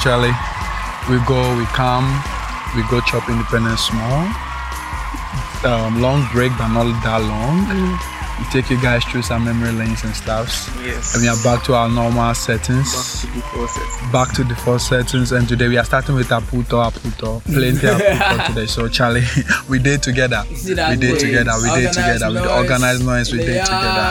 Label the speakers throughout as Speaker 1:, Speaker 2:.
Speaker 1: Charlie. We go, we come, we go chop Independence Mall. Um, long break, but not that long.
Speaker 2: Mm.
Speaker 1: We take you guys through some memory lanes and stuffs.
Speaker 3: Yes.
Speaker 1: And we are back to our normal settings.
Speaker 3: Back to the process.
Speaker 1: back to the first settings and today we are starting with Aputo Aputo plenty Aputo today so Charlie we did together
Speaker 2: See that
Speaker 1: we did
Speaker 2: noise.
Speaker 1: together we did
Speaker 2: Organized
Speaker 1: together we did
Speaker 2: noise.
Speaker 1: organized noise we did together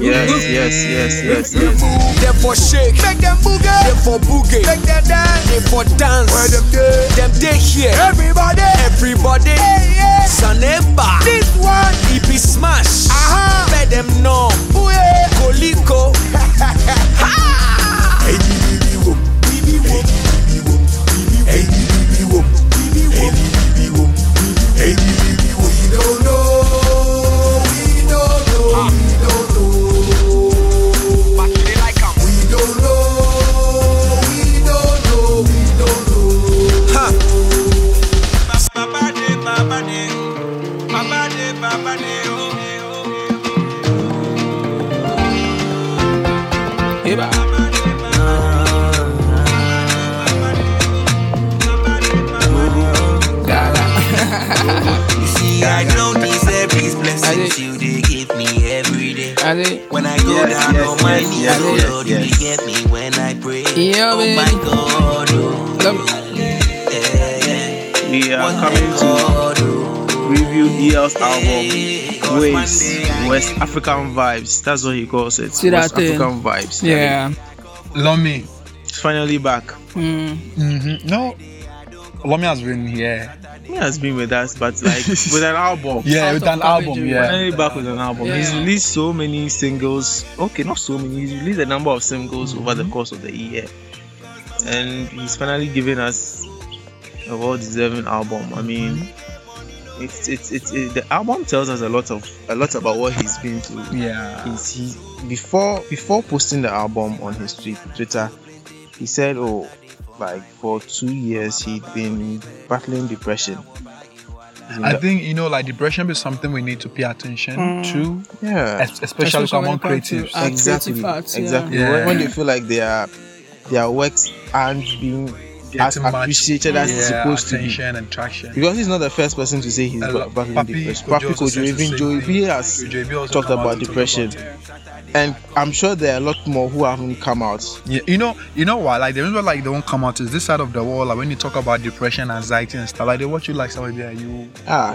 Speaker 2: Yeah.
Speaker 3: Yes, yes, yes, yes, yes.
Speaker 4: Therefore shake, make them boogie. Therefore boogie, make them dance. Therefore dance, where them day, them day here. Everybody, everybody, hey yeah. Saneba, this one, it be smash. Aha, let them know. Ooh yeah, Koliko. Ha! Hey, bibi whoop, bibi whoop, bibi whoop, bibi whoop. Hey, bibi whoop, bibi whoop, bibi whoop, hey bibi whoop. We don't know, we don't know, we don't know. We don't know, we don't know, we don't know. Ha!
Speaker 5: oh, oh. oh. I don't deserve these blessings you they give me every day. When I go
Speaker 3: Yes,
Speaker 5: down
Speaker 3: yes,
Speaker 5: on my
Speaker 3: yes,
Speaker 5: knees,
Speaker 3: yes,
Speaker 5: oh
Speaker 3: yes,
Speaker 5: Lord, you
Speaker 3: yes.
Speaker 5: get me when I pray.
Speaker 2: Yeah,
Speaker 5: oh
Speaker 2: man.
Speaker 5: my God, oh.
Speaker 2: Love-
Speaker 5: Yeah, yeah.
Speaker 3: We are
Speaker 5: Oh my
Speaker 3: coming to
Speaker 5: God, oh.
Speaker 3: review DL's album.
Speaker 5: Yeah, 'cause
Speaker 3: Waves,
Speaker 5: one day I
Speaker 3: West African vibes. That's what he calls it.
Speaker 2: See that
Speaker 3: West
Speaker 2: thing?
Speaker 3: African vibes.
Speaker 2: Yeah.
Speaker 1: Lomi
Speaker 3: It's finally back.
Speaker 2: Mm.
Speaker 1: hmm no Lomi has been here
Speaker 3: He has been with us, but like with an album.
Speaker 1: yeah
Speaker 2: Out
Speaker 1: with
Speaker 2: of
Speaker 1: an album
Speaker 2: coverage,
Speaker 1: yeah
Speaker 3: Finally back with an album. He's
Speaker 2: Yeah.
Speaker 3: released so many singles. Okay, not so many. He's released a number of singles over the course of the year, and he's finally given us a well-deserving album. I mean, it's it's it's it, the album tells us a lot of a lot about what he's been through.
Speaker 1: yeah
Speaker 3: He's, he before before posting the album on his tweet, Twitter, he said, "Oh, like for two years he'd been battling depression." He's been
Speaker 1: I
Speaker 3: ba-
Speaker 1: think you know like depression is something we need to pay attention to
Speaker 3: yeah.
Speaker 1: es- especially,
Speaker 2: Mm. Especially when
Speaker 1: among
Speaker 2: it comes to uh,
Speaker 1: creatives
Speaker 2: art.
Speaker 3: exactly
Speaker 2: creative arts, yeah.
Speaker 3: exactly
Speaker 1: Yeah.
Speaker 3: When, when they feel like their their works aren't being as
Speaker 1: much,
Speaker 3: appreciated as it's
Speaker 1: yeah,
Speaker 3: supposed to
Speaker 1: attention and traction
Speaker 3: be because he's not the first person to say he's
Speaker 1: A
Speaker 3: ba-
Speaker 1: lot-
Speaker 3: battling
Speaker 1: Papi
Speaker 3: depression
Speaker 1: Kojo
Speaker 3: Papi
Speaker 1: also
Speaker 3: Kojo
Speaker 1: says the
Speaker 3: even
Speaker 1: same
Speaker 3: Joey
Speaker 1: thing.
Speaker 3: B has
Speaker 1: Joey B also
Speaker 3: talked
Speaker 1: come out
Speaker 3: about
Speaker 1: and talked
Speaker 3: depression.
Speaker 1: it.
Speaker 3: and I'm sure there are a lot more who haven't come out
Speaker 1: Yeah, you know, you know why? Like the reason why like they won't come out is this side of the world. Like when you talk about depression, anxiety, and stuff, like they watch you like somebody that you.
Speaker 3: ah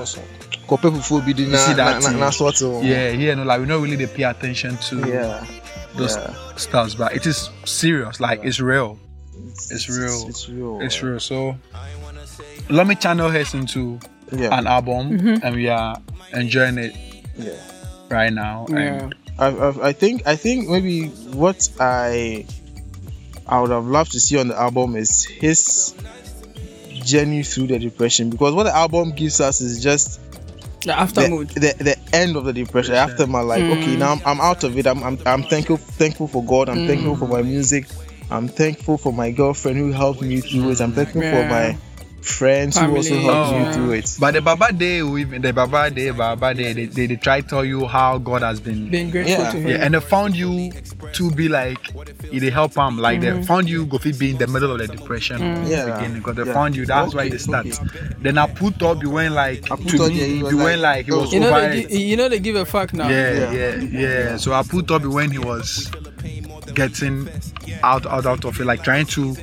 Speaker 3: kɔ pɛ fufuo bi di
Speaker 1: You see
Speaker 3: na
Speaker 1: that
Speaker 3: na- na
Speaker 1: thing?
Speaker 3: na sɔɔte
Speaker 1: Yeah, yeah, no, like we don't really they pay attention to
Speaker 3: Oh." yeah
Speaker 1: those
Speaker 3: yeah.
Speaker 1: stuffs, but it is serious. Like it's real, It's real.
Speaker 3: it's real
Speaker 1: it's real. So let me channel his into
Speaker 3: yeah
Speaker 1: an album, and we are enjoying it
Speaker 3: yeah.
Speaker 1: right now.
Speaker 2: Yeah.
Speaker 1: And
Speaker 3: I, I, I think I think maybe what I I would have loved to see on the album is his journey through the depression because what the album gives us is just
Speaker 2: The after
Speaker 3: the,
Speaker 2: mood. Mm.
Speaker 3: the, the end of the depression
Speaker 1: Depression.
Speaker 3: after my life okay now I'm, I'm out of it I'm, I'm, I'm thankful thankful for God I'm thankful for my music I'm thankful for my girlfriend who helped me through it I'm thankful for
Speaker 2: Yeah.
Speaker 3: my friends who also
Speaker 2: Family.
Speaker 3: helped me
Speaker 2: Oh.
Speaker 3: through it
Speaker 1: but the Baba Day, we the Baba Day, Baba Day, they, they, they try to tell you how God has been
Speaker 2: Being grateful
Speaker 3: Yeah.
Speaker 2: to him.
Speaker 1: Yeah, and they found you to be like they help him. Like they found you Gofi be in the middle of the depression in the
Speaker 3: Yeah.
Speaker 1: beginning because they
Speaker 3: Yeah.
Speaker 1: found you. That's why
Speaker 3: Okay,
Speaker 1: they start. Then I put up you went like
Speaker 3: Aputo,
Speaker 1: to me,
Speaker 3: yeah, he
Speaker 1: you,
Speaker 3: was
Speaker 1: went
Speaker 3: like,
Speaker 1: like he was
Speaker 3: oh.
Speaker 2: you know,
Speaker 1: over
Speaker 2: they,
Speaker 1: it.
Speaker 2: gi- you know they give a fuck now.
Speaker 1: Yeah, yeah,
Speaker 3: Yeah.
Speaker 1: yeah, So I put up when he was getting out out out of it, like trying to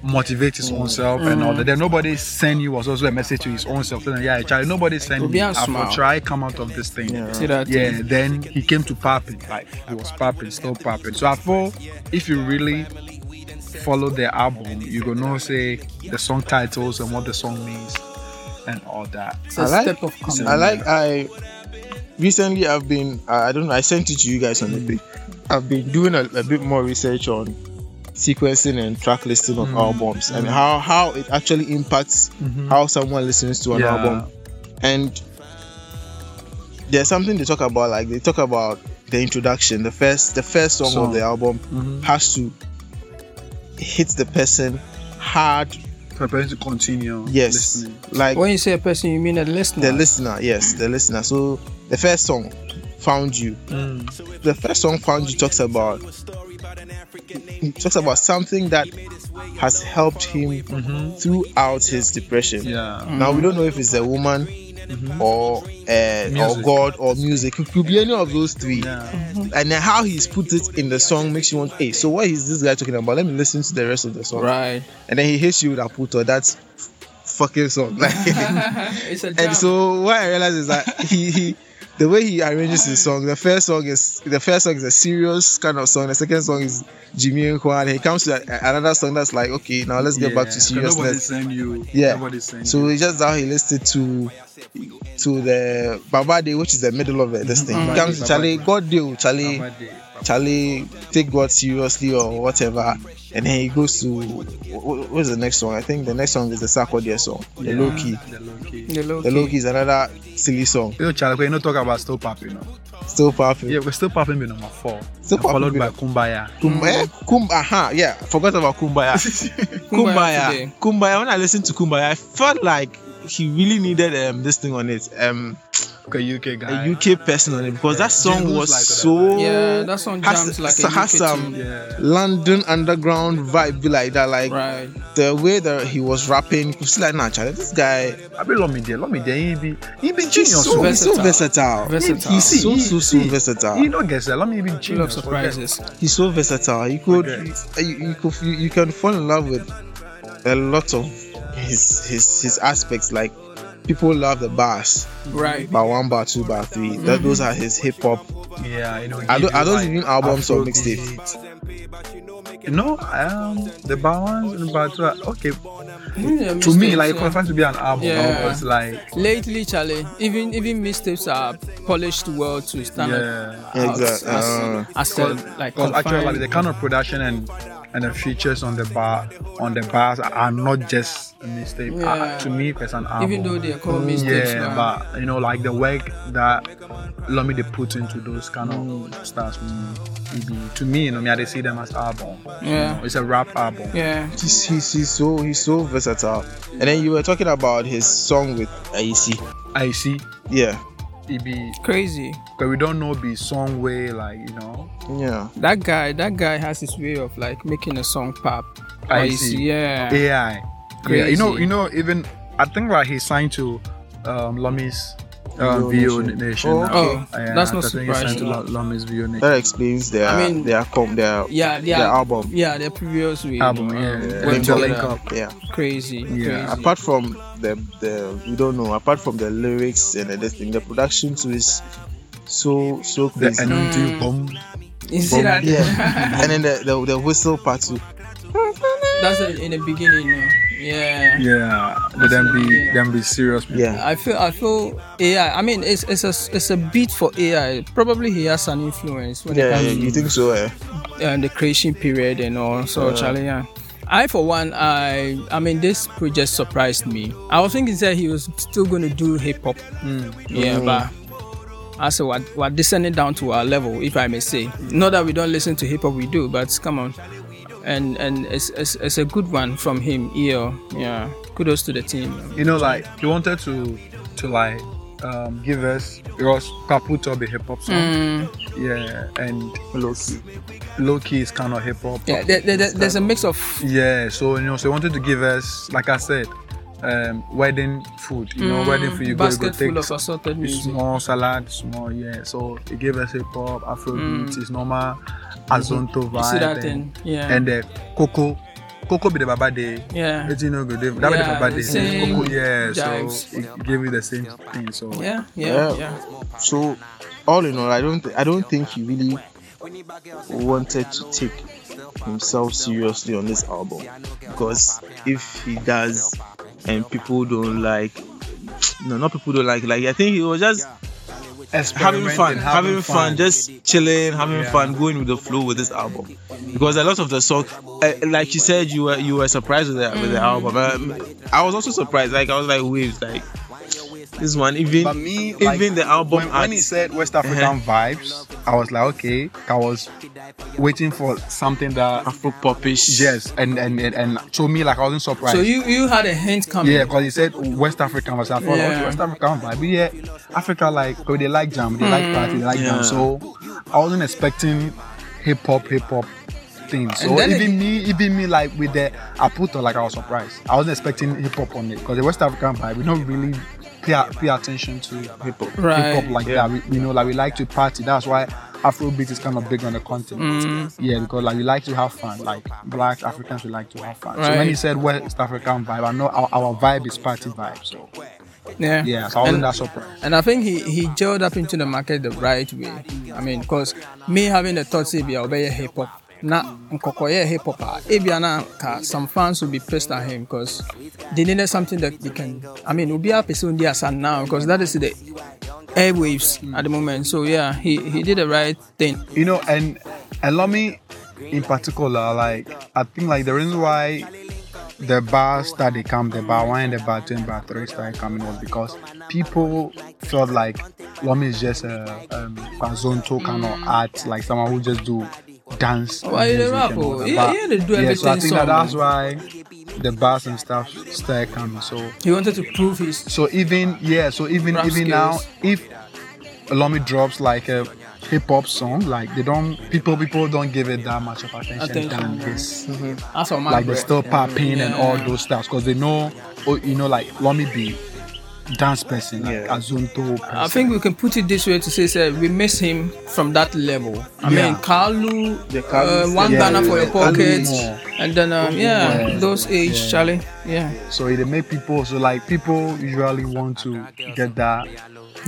Speaker 1: motivate his own self and all that. Then nobody send you was also a message to his own self. Then, yeah, child, nobody send me.
Speaker 2: Obiang
Speaker 1: I will
Speaker 2: smile.
Speaker 1: try come out of this thing.
Speaker 3: Yeah.
Speaker 2: See that
Speaker 1: Yeah,
Speaker 2: thing?
Speaker 1: then he came to popping. Like he was popping, still popping. So I thought if you really follow the album, you gonna know say the song titles and what the song means and all that.
Speaker 2: It's a
Speaker 3: I like-
Speaker 2: step of coming.
Speaker 3: I like I recently I've been I I don't know I sent it to you guys on
Speaker 2: Mm.
Speaker 3: the page. I've been doing a, a bit more research on sequencing and track listing
Speaker 2: Mm.
Speaker 3: of albums and how how it actually impacts
Speaker 2: Mm-hmm.
Speaker 3: how someone listens to an
Speaker 1: Yeah.
Speaker 3: album and there's something they talk about like they talk about the introduction the first the first song
Speaker 1: Song.
Speaker 3: of the album
Speaker 2: Mm-hmm.
Speaker 1: Mhm.
Speaker 3: has to hit the person hard
Speaker 1: Preparing to continue.
Speaker 3: yes
Speaker 1: listening.
Speaker 3: like
Speaker 2: When you say a person, you mean a listener.
Speaker 3: the listener, yes, the listener.
Speaker 1: Mm.
Speaker 3: So the first song, Found You. The first song, Found You, talks about he talks about something that has helped him throughout his depression.
Speaker 1: Mm-hmm. Yeah. Mm-hmm.
Speaker 3: Now we don't know if it's a woman or uh, or
Speaker 1: Music.
Speaker 3: God or music. It could be any of those three.
Speaker 1: Yeah.
Speaker 3: And then how he's put it in the song makes you want, hey, so what is this guy talking about? Let me listen to the rest of the song.
Speaker 2: Right.
Speaker 3: And then he hits you with a puto. That's fucking song. Like,
Speaker 2: it's a jam.
Speaker 3: and so what I realized is that he, he the way he arranges his song, the first song is the first song is a serious kind of song. The second song is Jimmy and Kwan. He comes to a, another song that's like, okay, now let's get
Speaker 1: Yeah,
Speaker 3: back to
Speaker 1: so Nobody
Speaker 3: seriousness.
Speaker 1: send you.
Speaker 3: Yeah.
Speaker 1: Nobody send
Speaker 3: So
Speaker 1: you.
Speaker 3: it's just how he listed to to the Babade, which is the middle of it. This thing he
Speaker 1: Mhm.
Speaker 3: comes to Charlie,
Speaker 1: Babade.
Speaker 3: God deal, Charlie.
Speaker 1: Nobody.
Speaker 3: Charlie take God seriously or whatever, and then he goes to wh- wh- what's the next song? I think the next song is the Sarkodia song, the low key.
Speaker 1: The low key.
Speaker 2: The low
Speaker 3: The
Speaker 2: key.
Speaker 3: low key is another silly song,
Speaker 1: Yo, Charlie, we not talk about still popping. No?
Speaker 3: still powerful.
Speaker 1: Yeah, we're still popping. Be number four.
Speaker 3: Still
Speaker 1: And
Speaker 3: Poppin'
Speaker 1: followed
Speaker 3: be
Speaker 1: by Kumbaya.
Speaker 3: Kumbaya, Kum, aha, yeah, I forgot about Kumbaya. Kumbaya,
Speaker 2: today.
Speaker 3: Kumbaya. When I listened to Kumbaya, I felt like he really needed um, this thing on it, um,
Speaker 1: Okay, UK guy.
Speaker 3: a UK person on it, because that song
Speaker 1: Jingles
Speaker 3: was
Speaker 1: like that.
Speaker 3: so
Speaker 2: Yeah, that song jams
Speaker 3: has,
Speaker 2: like a
Speaker 3: has
Speaker 2: UK
Speaker 3: some
Speaker 2: tune.
Speaker 1: Yeah.
Speaker 3: London underground vibe, be like that, like.
Speaker 2: Right.
Speaker 3: the way that he was rapping, it was like, nah, Charlie, this guy,
Speaker 1: I be Lomi there. Lomi there. He be. He be
Speaker 3: he's
Speaker 1: genius.
Speaker 3: so,
Speaker 1: oh.
Speaker 3: he's so versatile.
Speaker 2: Versatile.
Speaker 3: He's so,
Speaker 1: He-
Speaker 3: so, so
Speaker 1: he- He
Speaker 3: versatile.
Speaker 1: not get that. Lomi be genius.
Speaker 2: Full of
Speaker 1: forget.
Speaker 2: surprises.
Speaker 3: He's so versatile. You could,
Speaker 1: Okay.
Speaker 3: you, you could, you, you can fall in love with a lot of his, his, his aspects. Like people love the bars,
Speaker 2: Right.
Speaker 3: bar one, bar two, bar 3
Speaker 2: Mm-hmm.
Speaker 3: That those are his hip hop.
Speaker 1: Yeah, you know.
Speaker 3: I don't,
Speaker 1: give
Speaker 3: I
Speaker 1: you,
Speaker 3: don't
Speaker 1: like,
Speaker 3: even albums or
Speaker 1: Afro
Speaker 3: mixtape.
Speaker 1: You know, um, the balance and part two are- okay
Speaker 2: Mm, Yeah,
Speaker 1: to me,
Speaker 2: mistakes,
Speaker 1: like it
Speaker 2: yeah.
Speaker 1: confirms to be an album.
Speaker 2: Yeah.
Speaker 1: It's like
Speaker 2: Lately, Charlie, even even mistakes are polished well to stand
Speaker 1: yeah,
Speaker 2: out as,
Speaker 3: Exactly. Uh,
Speaker 2: as a, like
Speaker 1: because actually, like
Speaker 2: confined-
Speaker 1: the kind of production and and the features on the bar on the bars are not just a mistake. Uh,
Speaker 2: Yeah.
Speaker 1: to me, it's an album.
Speaker 2: even though they are called mistakes,
Speaker 1: yeah,
Speaker 2: now,
Speaker 1: but you know, like the work that Lomi they put into those kind of stars, mm, it be- to me, you know, me I dey see them as album.
Speaker 2: yeah,
Speaker 1: It's a rap album.
Speaker 2: yeah,
Speaker 3: He's, he's, he's so he's so versatile. And then you were talking about his song with AEC.
Speaker 1: I see.
Speaker 3: Yeah,
Speaker 1: It be
Speaker 2: crazy.
Speaker 1: because we don't know be song way like you know.
Speaker 3: yeah.
Speaker 2: That guy, that guy has his way of like making a song pop.
Speaker 1: I
Speaker 2: Or is-
Speaker 1: see.
Speaker 2: Yeah.
Speaker 1: AI. Yeah, you know,
Speaker 2: Crazy.
Speaker 1: you know, even I think like he signed to um Lomi's
Speaker 3: Vio
Speaker 1: um, Vio
Speaker 3: Nation.
Speaker 1: Nation.
Speaker 3: Oh,
Speaker 1: now.
Speaker 2: okay. Oh,
Speaker 1: Yeah,
Speaker 2: that's not
Speaker 1: I think he signed to
Speaker 2: surprising.
Speaker 1: Lo- Lomi's Vio Nation.
Speaker 3: That explains their
Speaker 2: I mean-
Speaker 3: their com their
Speaker 2: yeah, yeah,
Speaker 3: their album.
Speaker 2: yeah, their previous way,
Speaker 1: Album,
Speaker 2: um,
Speaker 1: yeah.
Speaker 2: went
Speaker 1: Link up,
Speaker 2: together.
Speaker 1: link up.
Speaker 3: Yeah.
Speaker 2: crazy,
Speaker 1: Yeah.
Speaker 2: crazy.
Speaker 3: Apart from the the we don't know. Apart from the lyrics and everything, the production too is so so
Speaker 1: The
Speaker 3: crazy.
Speaker 1: and
Speaker 2: Mm.
Speaker 1: do boom.
Speaker 2: You see that?
Speaker 3: yeah. and then the, the the whistle part too.
Speaker 2: That's the, in the beginning. uh, Yeah.
Speaker 1: Yeah, but then be then be serious. people.
Speaker 3: Yeah.
Speaker 2: I feel I feel AI. I mean, it's it's a it's a beat for AI. Probably he has an influence when it
Speaker 3: Yeah,
Speaker 2: comes
Speaker 3: yeah, you think so? Eh?
Speaker 2: and the creation period and all. So Charlie, yeah. I for one, I I mean this project surprised me. I was thinking that he was still going to do hip hop,
Speaker 1: Hmm.
Speaker 2: yeah, but I said we're, we're descending down to our level, if I may say. Not that we don't listen to hip hop, we do, but come on, and and it's, it's it's a good one from him. Yeah, yeah. Kudos to the team.
Speaker 1: You know, like he wanted to to like um give us because Caputo be hip hop song.
Speaker 2: Mm.
Speaker 1: Yeah, and Loki. Loki is kind of hip hop.
Speaker 2: Yeah, there, there- there- there's a mix of
Speaker 1: Yeah, so you know, so he wanted to give us, like I said, um, wedding food. You know, wedding food. You go, you go
Speaker 2: mm, basket
Speaker 1: take
Speaker 2: full of assorted music.
Speaker 1: small salad, small yeah. So he gave us hip hop, Afro beats, his normal Azonto vibe,
Speaker 2: Mm. You see that
Speaker 1: and,
Speaker 2: thing? Yeah,
Speaker 1: and the cocoa. Cocoa be the baba day.
Speaker 2: yeah,
Speaker 1: It's you know good. That be the
Speaker 2: Yeah,
Speaker 1: baba
Speaker 2: the
Speaker 1: day.
Speaker 2: same
Speaker 1: Cocoa, yeah.
Speaker 2: jibes.
Speaker 1: So it gave you the same thing. So
Speaker 2: yeah,
Speaker 3: Yeah.
Speaker 2: yeah, yeah.
Speaker 3: So all in all, I don't I don't think he really wanted to take himself seriously on this album because if he does and people don't like no not people don't like like I think he was just having
Speaker 1: Experimenting,
Speaker 3: fun having, fun, just chilling having fun going with the flow with this album because a lot of the song uh, like you said you were you were surprised with the, with the
Speaker 2: Mm-hmm.
Speaker 3: album um, I was also surprised like I was like waves like this one even
Speaker 1: But me,
Speaker 3: even
Speaker 1: like,
Speaker 3: the album Uh-huh.
Speaker 1: when, when
Speaker 3: art-
Speaker 1: he said West African vibes, I was like, okay, I was waiting for something that
Speaker 3: Afro popish.
Speaker 1: yes, and and and, and to me, like I wasn't surprised.
Speaker 2: So you you had a hint coming.
Speaker 1: yeah, because he said West African was I thought,
Speaker 2: Yeah.
Speaker 1: okay, West African vibe. Yeah, Africa like 'cause
Speaker 2: Hmm.
Speaker 1: they like jam, they like party, they like
Speaker 3: Yeah.
Speaker 1: jam. So I wasn't expecting hip hop, hip hop thing. So
Speaker 2: then
Speaker 1: even
Speaker 2: again-
Speaker 1: me, even me, like with the Aputo, like I was surprised. I wasn't expecting hip hop on it because the West African part we don't really pay, pay attention to hip hop, hip
Speaker 2: Right.
Speaker 1: hop like
Speaker 3: Yeah.
Speaker 1: that. We, you know, like we like to party. That's why Afrobeat is kind of big on the continent. Yeah, because like we like to have fun. Like black Africans, we like to have fun. So
Speaker 2: Right.
Speaker 1: when he said West African vibe, I know our, our vibe is party vibe. So
Speaker 2: Yeah.
Speaker 1: yeah, so I wasn't
Speaker 2: And-
Speaker 1: that surprised.
Speaker 2: And I think he, he gelled up into the market the right way. I mean, because me having the thought, say, I'll be a hip hop. Na nkokoye hip hop a ebi ana ka some fans will be pissed at him because they needed something that they can I mean will be a person there as now because that is the airwaves at the moment so yeah he he did the right thing
Speaker 1: you know, and and Lomi in particular, like I think like the reason why the bar started coming, the bar one, the bar two, and bar three started coming was because people felt like Lomi is just a um, Kwazonto kind of art, like someone who just do dance.
Speaker 2: Why they
Speaker 1: music
Speaker 2: rap,
Speaker 1: and all
Speaker 2: oh?
Speaker 1: that.
Speaker 2: Yeah,
Speaker 1: But-
Speaker 2: yeah, they do
Speaker 1: Yeah, so I
Speaker 2: everything
Speaker 1: think that
Speaker 2: song.
Speaker 1: that's why the bars and stuff started coming. So
Speaker 2: he wanted to prove his
Speaker 1: so even yeah, so even
Speaker 2: Rap
Speaker 1: even
Speaker 2: skills.
Speaker 1: now, if Lomi drops like a hip hop song, like they don't people people don't give it that much of attention, than
Speaker 2: attention Mm-hmm.
Speaker 1: this.
Speaker 2: as a man
Speaker 1: Like they're still popping and all
Speaker 2: Yeah.
Speaker 1: those stuff because they know, oh, you know, like Lomi be dance person, like
Speaker 3: Yeah.
Speaker 1: Azonto. Person.
Speaker 2: I think we can put it this way to say, sir, we miss him from that level. I
Speaker 1: Yeah.
Speaker 2: mean, Kalu,
Speaker 3: The
Speaker 2: uh,
Speaker 3: Kalu
Speaker 2: one
Speaker 1: yeah,
Speaker 2: Ghana for
Speaker 1: yeah,
Speaker 2: your
Speaker 1: Kalu
Speaker 2: pocket,
Speaker 1: more.
Speaker 2: and then um, yeah,
Speaker 1: more.
Speaker 2: those age,
Speaker 1: Yeah.
Speaker 2: Charlie, yeah,
Speaker 1: so. It make people so like people usually want to get that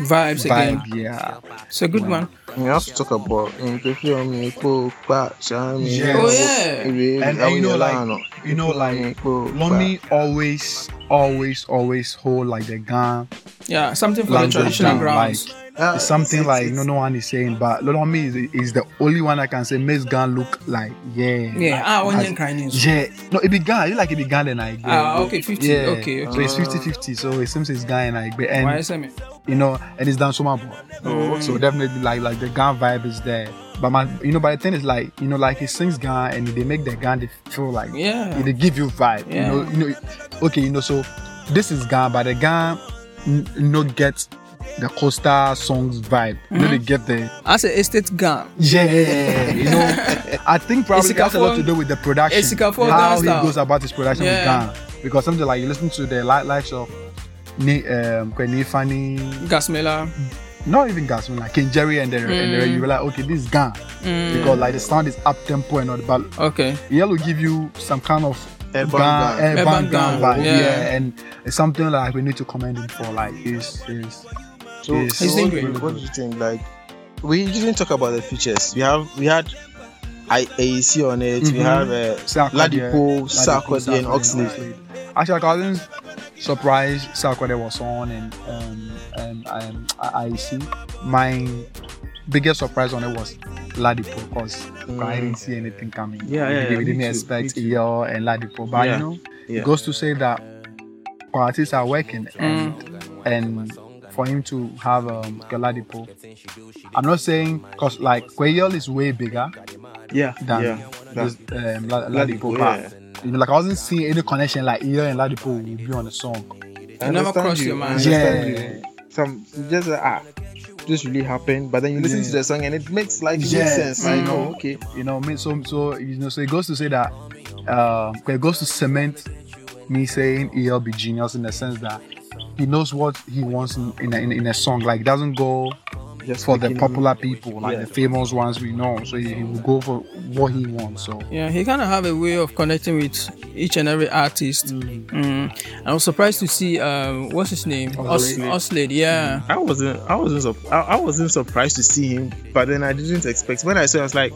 Speaker 2: vibes again.
Speaker 1: vibe, yeah.
Speaker 2: It's a good one.
Speaker 3: We have to talk about Mpefiome, Kpo, Kpa, Charmy,
Speaker 1: Yes.
Speaker 2: Oh, yeah.
Speaker 3: Ewe,
Speaker 1: and, and you know
Speaker 3: Awunyalano,
Speaker 1: like you know
Speaker 3: Mpefiome,
Speaker 1: like
Speaker 3: Kpo, Kpa.
Speaker 1: Lomi always always always hold like the gun
Speaker 2: Yeah, something for the
Speaker 1: language
Speaker 2: traditional
Speaker 1: down,
Speaker 2: grounds.
Speaker 1: like
Speaker 3: Ah,
Speaker 1: it's something
Speaker 3: it's-
Speaker 1: like
Speaker 3: it's-
Speaker 1: no no one is saying but Lomi is, is the only one I can say makes gun look like yeah
Speaker 2: yeah, ah,
Speaker 1: As-
Speaker 2: onion crying.
Speaker 1: yeah no it began you like it began and I agree.
Speaker 2: Ah, okay, 50,
Speaker 1: yeah
Speaker 2: okay, okay.
Speaker 1: so it's 50 50 so it seems it's guy and I agree. and
Speaker 2: Why is it?
Speaker 1: you know, and it's done so much.
Speaker 2: Oh.
Speaker 1: So definitely, like like the gun vibe is there. But my, you know, but the thing is, like you know, like he sings gun and they make the gun they feel like
Speaker 2: Yeah.
Speaker 1: they give you vibe.
Speaker 2: Yeah.
Speaker 1: You know, you know, okay, you know, so this is gun, but the gun n- not get the Costa songs vibe. You know,
Speaker 2: Mm-hmm.
Speaker 1: they get the
Speaker 2: As a estate gun.
Speaker 1: yeah. you know, I think probably
Speaker 2: It's
Speaker 1: that's a lot
Speaker 2: Sikafo-
Speaker 1: to do with the production,
Speaker 2: it's Sikafo
Speaker 1: how
Speaker 2: dance
Speaker 1: he
Speaker 2: style.
Speaker 1: goes about his production
Speaker 2: Yeah.
Speaker 1: with gun. Because something like you listen to the li- likes of. Ni, um, Kweni Fani,
Speaker 2: Gasmela.
Speaker 1: not even gas, like King Jerry and the, and the you were like, okay, this is gun because like the sound is up tempo and all, but
Speaker 2: Okay.
Speaker 1: yeah, will give you some kind of
Speaker 3: Urban
Speaker 1: gun,
Speaker 3: gun.
Speaker 1: urban
Speaker 2: Urban
Speaker 1: gun
Speaker 2: gun,
Speaker 1: vibe, yeah.
Speaker 2: yeah.
Speaker 1: and it's something like we need to commend him for, like is is
Speaker 3: So,
Speaker 1: Yes.
Speaker 3: so
Speaker 2: He's
Speaker 3: what, do
Speaker 2: angry.
Speaker 3: you, what do you think? Like, we didn't talk about the features. We have we had I- AEC on it. We
Speaker 1: Mhm.
Speaker 3: have uh, Ladipo, Sarkodie, and Oxley.
Speaker 1: Actually, I wasn't surprised Sarkodie was on and um, and um, I- IEC. My biggest surprise on it was Ladipo because I didn't see anything coming.
Speaker 3: Mm. Yeah,
Speaker 1: we,
Speaker 3: yeah,
Speaker 1: didn't- we
Speaker 3: yeah,
Speaker 1: didn't
Speaker 3: me too,
Speaker 1: expect
Speaker 3: me too.
Speaker 1: EO and Ladipo, but
Speaker 3: Yeah,
Speaker 1: you know,
Speaker 3: yeah.
Speaker 1: it goes to say that parties are working and and for him to have um, Ladipo. I'm not saying because like Quayol is way bigger
Speaker 3: Yeah,
Speaker 1: than
Speaker 3: yeah.
Speaker 1: this, um, La-
Speaker 3: Ladipo,
Speaker 1: Ladipo, but you know, like I wasn't seeing any connection like Eo and Ladipo will be on the song.
Speaker 3: I
Speaker 2: never
Speaker 3: understand
Speaker 2: crossed
Speaker 3: you,
Speaker 2: your
Speaker 3: I
Speaker 2: mind.
Speaker 3: understand
Speaker 1: Yeah.
Speaker 3: you. Some you just uh, ah, this really happened, but then you listen to
Speaker 1: Yeah.
Speaker 3: the song and it makes like it
Speaker 1: Yes,
Speaker 3: makes sense.
Speaker 1: I
Speaker 3: You
Speaker 1: know.
Speaker 3: know, okay.
Speaker 1: You know, me- so so you know, so it goes to say that uh, it goes to cement me saying Eo be genius in the sense that he knows what he wants in in a, in, in a song. Like doesn't go
Speaker 3: Just
Speaker 1: for the
Speaker 3: making-
Speaker 1: popular people, like
Speaker 3: Yeah.
Speaker 1: the famous ones we know. So he, he will go for what he wants. So
Speaker 2: Yeah, he kind of have a way of connecting with each and every artist. Mm. I was surprised to see um, what's his name, Os-
Speaker 1: Oslade.
Speaker 2: Oslade. Yeah,
Speaker 3: I wasn't I wasn't sup- I, I wasn't surprised to see him, but then I didn't expect when I saw him, I was like,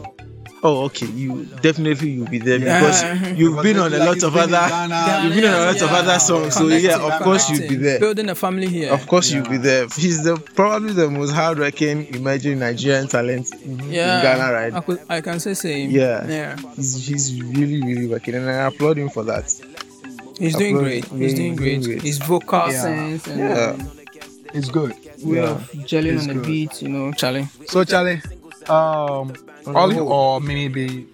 Speaker 3: oh okay, you definitely you'll be there because you've been on a lot of other you've been on a lot of
Speaker 2: Yeah.
Speaker 3: other songs, so yeah, of course you'll be
Speaker 2: Connecting,
Speaker 3: there.
Speaker 2: Building a family here.
Speaker 3: Of course you'll be there. He's the probably the most hardworking emerging Nigerian talent
Speaker 2: yeah.
Speaker 3: in Ghana right
Speaker 2: I, could, I can say same.
Speaker 3: Yeah.
Speaker 2: yeah.
Speaker 3: He's, he's really really working and I applaud him for that.
Speaker 2: He's doing
Speaker 3: Upload-
Speaker 2: great. He's
Speaker 3: yeah, he's
Speaker 2: doing
Speaker 3: doing
Speaker 2: great.
Speaker 3: great.
Speaker 2: His vocal
Speaker 1: Yeah.
Speaker 2: sense and
Speaker 3: Yeah.
Speaker 1: It's good.
Speaker 2: way
Speaker 3: Yeah.
Speaker 2: of gelling
Speaker 1: He's
Speaker 2: on the
Speaker 1: good.
Speaker 2: beat, you know, Charlie.
Speaker 1: So Charlie, um, all in all, Mini B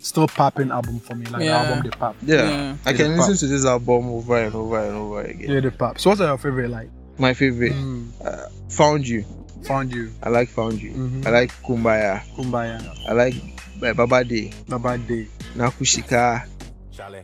Speaker 1: still popping album for me. Like
Speaker 2: Yeah.
Speaker 1: the album they pop.
Speaker 3: Yeah,
Speaker 2: Yeah.
Speaker 3: I
Speaker 1: Yeah,
Speaker 3: can
Speaker 1: pop.
Speaker 3: listen to this album over and over and over again.
Speaker 1: Yeah, they pop. So what's your favorite? Like
Speaker 3: My favorite, Found You.
Speaker 1: Found You,
Speaker 3: I like Found You.
Speaker 2: Mm-hmm.
Speaker 1: Mhm.
Speaker 3: I like Kumbaya.
Speaker 1: Kumbaya.
Speaker 3: I like uh, Baba Day,
Speaker 1: Baba Day.
Speaker 3: Nakushika,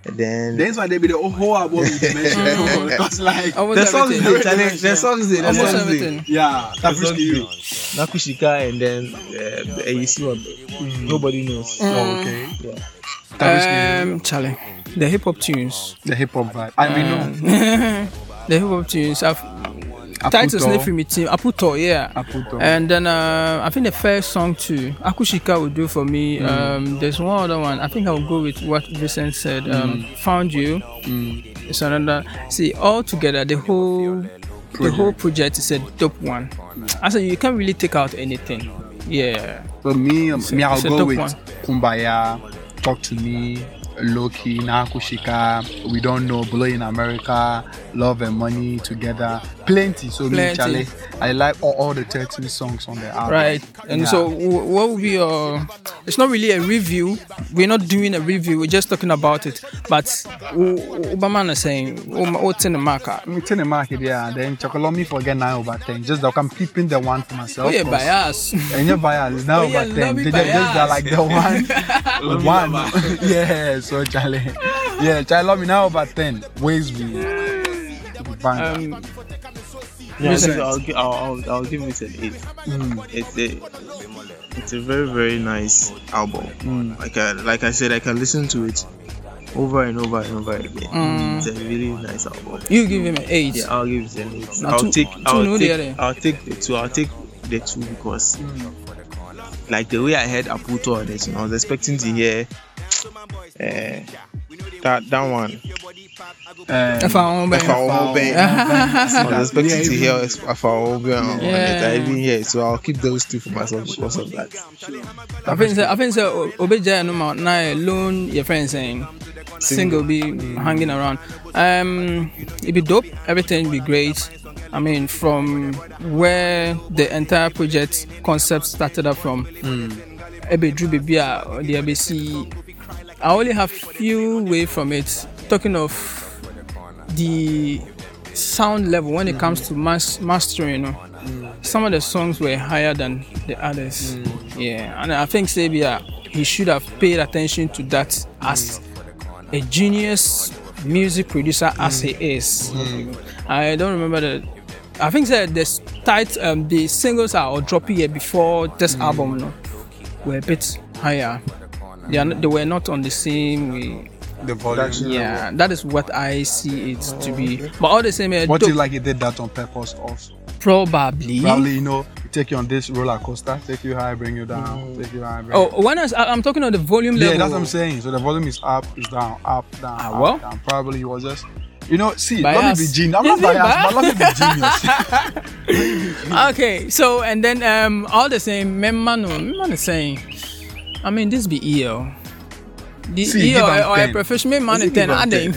Speaker 3: and then
Speaker 1: That's why they be the whole album you mentioned. Because like,
Speaker 2: Almost
Speaker 3: the songs
Speaker 2: everything.
Speaker 3: they challenge, the songs they, the
Speaker 2: Almost
Speaker 3: songs they.
Speaker 2: everything.
Speaker 1: yeah, that's
Speaker 3: That's
Speaker 1: risky.
Speaker 3: okay. Nakushika and then uh, the AC one. Nobody knows.
Speaker 1: Oh, okay.
Speaker 3: Mm. Yeah.
Speaker 2: Um, Charlie, the hip hop tunes.
Speaker 1: The hip hop vibe. I mean, no.
Speaker 2: the hip hop tunes. I've titles
Speaker 1: Aputo.
Speaker 2: Nefri Mitim, Aputo, yeah.
Speaker 1: Aputo.
Speaker 2: And then uh, I think the first song too, Akushika would do for me. Um, there's one other one. I think I will go with what Vincent said. Um, Found you. It's another. See, all together, the whole the whole project is a dope one. I said you can't really take out anything. Yeah.
Speaker 1: For me, um, me, I'll
Speaker 2: it's a
Speaker 1: go
Speaker 2: tough
Speaker 1: with
Speaker 2: one.
Speaker 1: Kumbaya, Talk to Me, Loki, Nakushika, We Don't Know, Blow in America, Love and Money Together. Plenty. So, me,
Speaker 2: Plenty.
Speaker 1: Charlie, I like all, all the 13 songs on the album.
Speaker 2: Right. And
Speaker 1: Yeah.
Speaker 2: so, w- what would be your? It's not really a review. We're not doing a review. We're just talking about it. But w- w- Obama is saying, "Oh, what's in the marker?"
Speaker 1: I'm telling you, Mark, yeah, then Chocolate, me forget 9 over 10. Just like I'm keeping the one for myself.
Speaker 2: Oh yeah,
Speaker 1: 'cause-
Speaker 2: bias.
Speaker 1: And your bias, now
Speaker 2: Oh, yeah,
Speaker 1: over 10.
Speaker 2: love me
Speaker 1: They just, just
Speaker 2: bias.
Speaker 1: are like the one. one. yeah, so Charlie. Yeah, Charlie, love me now over 10. Ways we. Bang.
Speaker 2: Um,
Speaker 3: Yeah, I
Speaker 2: Listen.
Speaker 3: think I'll, gi- I'll, I'll, I'll give it an 8. It's a, it's a very, very nice album. Like, I, like I said, I can listen to it over and over and over again. It's a really nice album.
Speaker 2: you give him an eight.
Speaker 3: Yeah, I'll give it an 8.
Speaker 2: Now,
Speaker 3: I'll,
Speaker 2: two-
Speaker 3: take,
Speaker 2: two
Speaker 3: I'll,
Speaker 2: no
Speaker 3: take,
Speaker 2: there.
Speaker 3: I'll take the 2. I'll take the 2 because, like, the way I heard Aputo on it, you know, I was expecting to hear eh, that, that one.
Speaker 1: Um,
Speaker 2: If I want
Speaker 3: If I
Speaker 2: to
Speaker 3: won't be- I was expecting to hear Afaobi on it.
Speaker 2: Yeah.
Speaker 3: I didn't hear it, so I'll keep those two for myself because of that.
Speaker 2: I think so. I think so. Obeja no ma na alone. Your friend saying single be hanging around. Um, it be dope. Everything be great. I mean, from where the entire project concept started up from. Ebe drew baby or the ABC. I only have few way from it. Talking of the sound level when it comes to mas- mastering. You know, some of the songs were higher than the others. Yeah, and I think Sabia he should have paid attention to that as a genius music producer as he is. I don't remember the. I think that the s- tit- um, the singles are all dropping here before this album you know, were a bit higher. They, are not, they were not on the same way.
Speaker 1: the volume.
Speaker 2: Yeah, that is what I see it to be. But all the same, eh,
Speaker 1: What
Speaker 2: dope.
Speaker 1: if like he did that on purpose also?
Speaker 2: probably.
Speaker 1: Probably, you know, take you on this roller coaster, take you high, bring you down, take you high, bring you
Speaker 2: Oh, when I, am talking on the volume level.
Speaker 1: Yeah, that's what I'm saying. So the volume is up, is down, up, down,
Speaker 2: Ah,
Speaker 1: up,
Speaker 2: well.
Speaker 1: down. Probably he was just, you know, see, let
Speaker 2: Bias.
Speaker 1: me be genius. I'm
Speaker 2: Is
Speaker 1: not
Speaker 2: it
Speaker 1: biased,
Speaker 2: bias?
Speaker 1: but let me be genius.
Speaker 2: Okay, so and then um all the same, oh, member no, member the same. I mean, this be EL. The E
Speaker 1: See,
Speaker 2: EL
Speaker 1: give am
Speaker 2: or
Speaker 1: 10.
Speaker 2: a professional man
Speaker 1: Is
Speaker 2: is
Speaker 1: it give
Speaker 2: ten.
Speaker 1: am